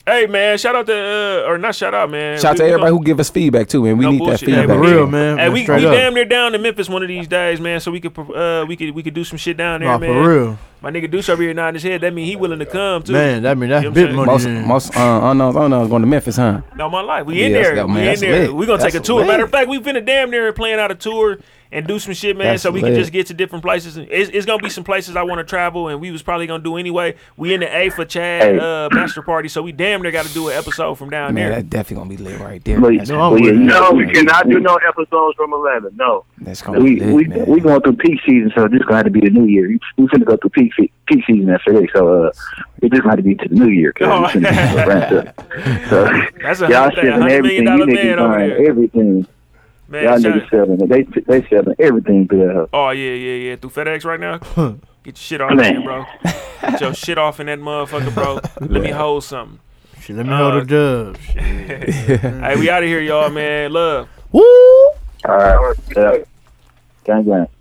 S2: Hey man, shout out to uh, or not shout out, man.
S5: Shout out
S2: We-
S5: to
S2: we
S5: everybody
S2: gon-
S5: who give us feedback too, man. We
S2: No
S5: need that
S2: bullshit. Hey,
S5: feedback.
S1: For real, man.
S2: Hey, we, we
S1: Straight up.
S2: damn near down to Memphis one of these days, man. So we could uh we could we could do some shit down there,
S1: Nah,
S2: man.
S1: for real.
S2: My nigga Deuce over here nodding his head. That mean he willing to come too.
S1: Man, that mean that's
S2: You know what
S1: big
S2: I'm
S1: money.
S5: Most
S1: then.
S5: most uh, unknowns unknowns going to Memphis, huh?
S2: No, my life. We in
S5: Yeah, that's
S2: there.
S5: dope, man.
S2: we in
S5: That's
S2: there.
S5: lit.
S2: We gonna take a
S5: That's
S2: tour. Matter of
S5: lit.
S2: fact, we finna damn near playing out a tour and do some shit, man.
S5: That's
S2: so we can
S5: lit.
S2: just get to different places. And It's, it's gonna be some places I want to travel, and we was probably gonna do anyway. We in the A for Chad
S3: Hey.
S2: uh, master party, so we damn near got to do an episode from down
S5: Man,
S2: there.
S5: that's definitely going to be lit right there.
S3: But,
S5: That's
S1: no,
S5: gonna
S3: but
S5: be
S3: yeah,
S5: lit.
S3: you know,
S8: No, we cannot do no episodes from Atlanta. No.
S5: That's going to
S3: We
S5: be
S3: we
S5: lit, man.
S3: we going through peak season, so this gonna have to be the new year. We, we finna go through peak se- peak season after this, so uh, it just gonna have to be to the new year. Cause
S2: Oh.
S3: we finna be so ramped up. So
S2: That's a
S3: y'all
S2: hundred
S3: selling
S2: hundred million
S3: everything.
S2: dollar
S3: You
S2: man
S3: niggas
S2: over
S3: buying
S2: there.
S3: everything.
S2: Man,
S3: Y'all
S2: shout-
S3: niggas selling it. They they selling everything through that house.
S2: Oh yeah, yeah, yeah. Through FedEx right now. Get your shit off,
S3: Man.
S2: man, bro. Get your shit off in that motherfucker, bro. Let me hold something.
S1: Shit, let me know the dub. Shit.
S2: Hey, we out of here, y'all, man. Love.
S3: All right, yeah. uh, gang gang.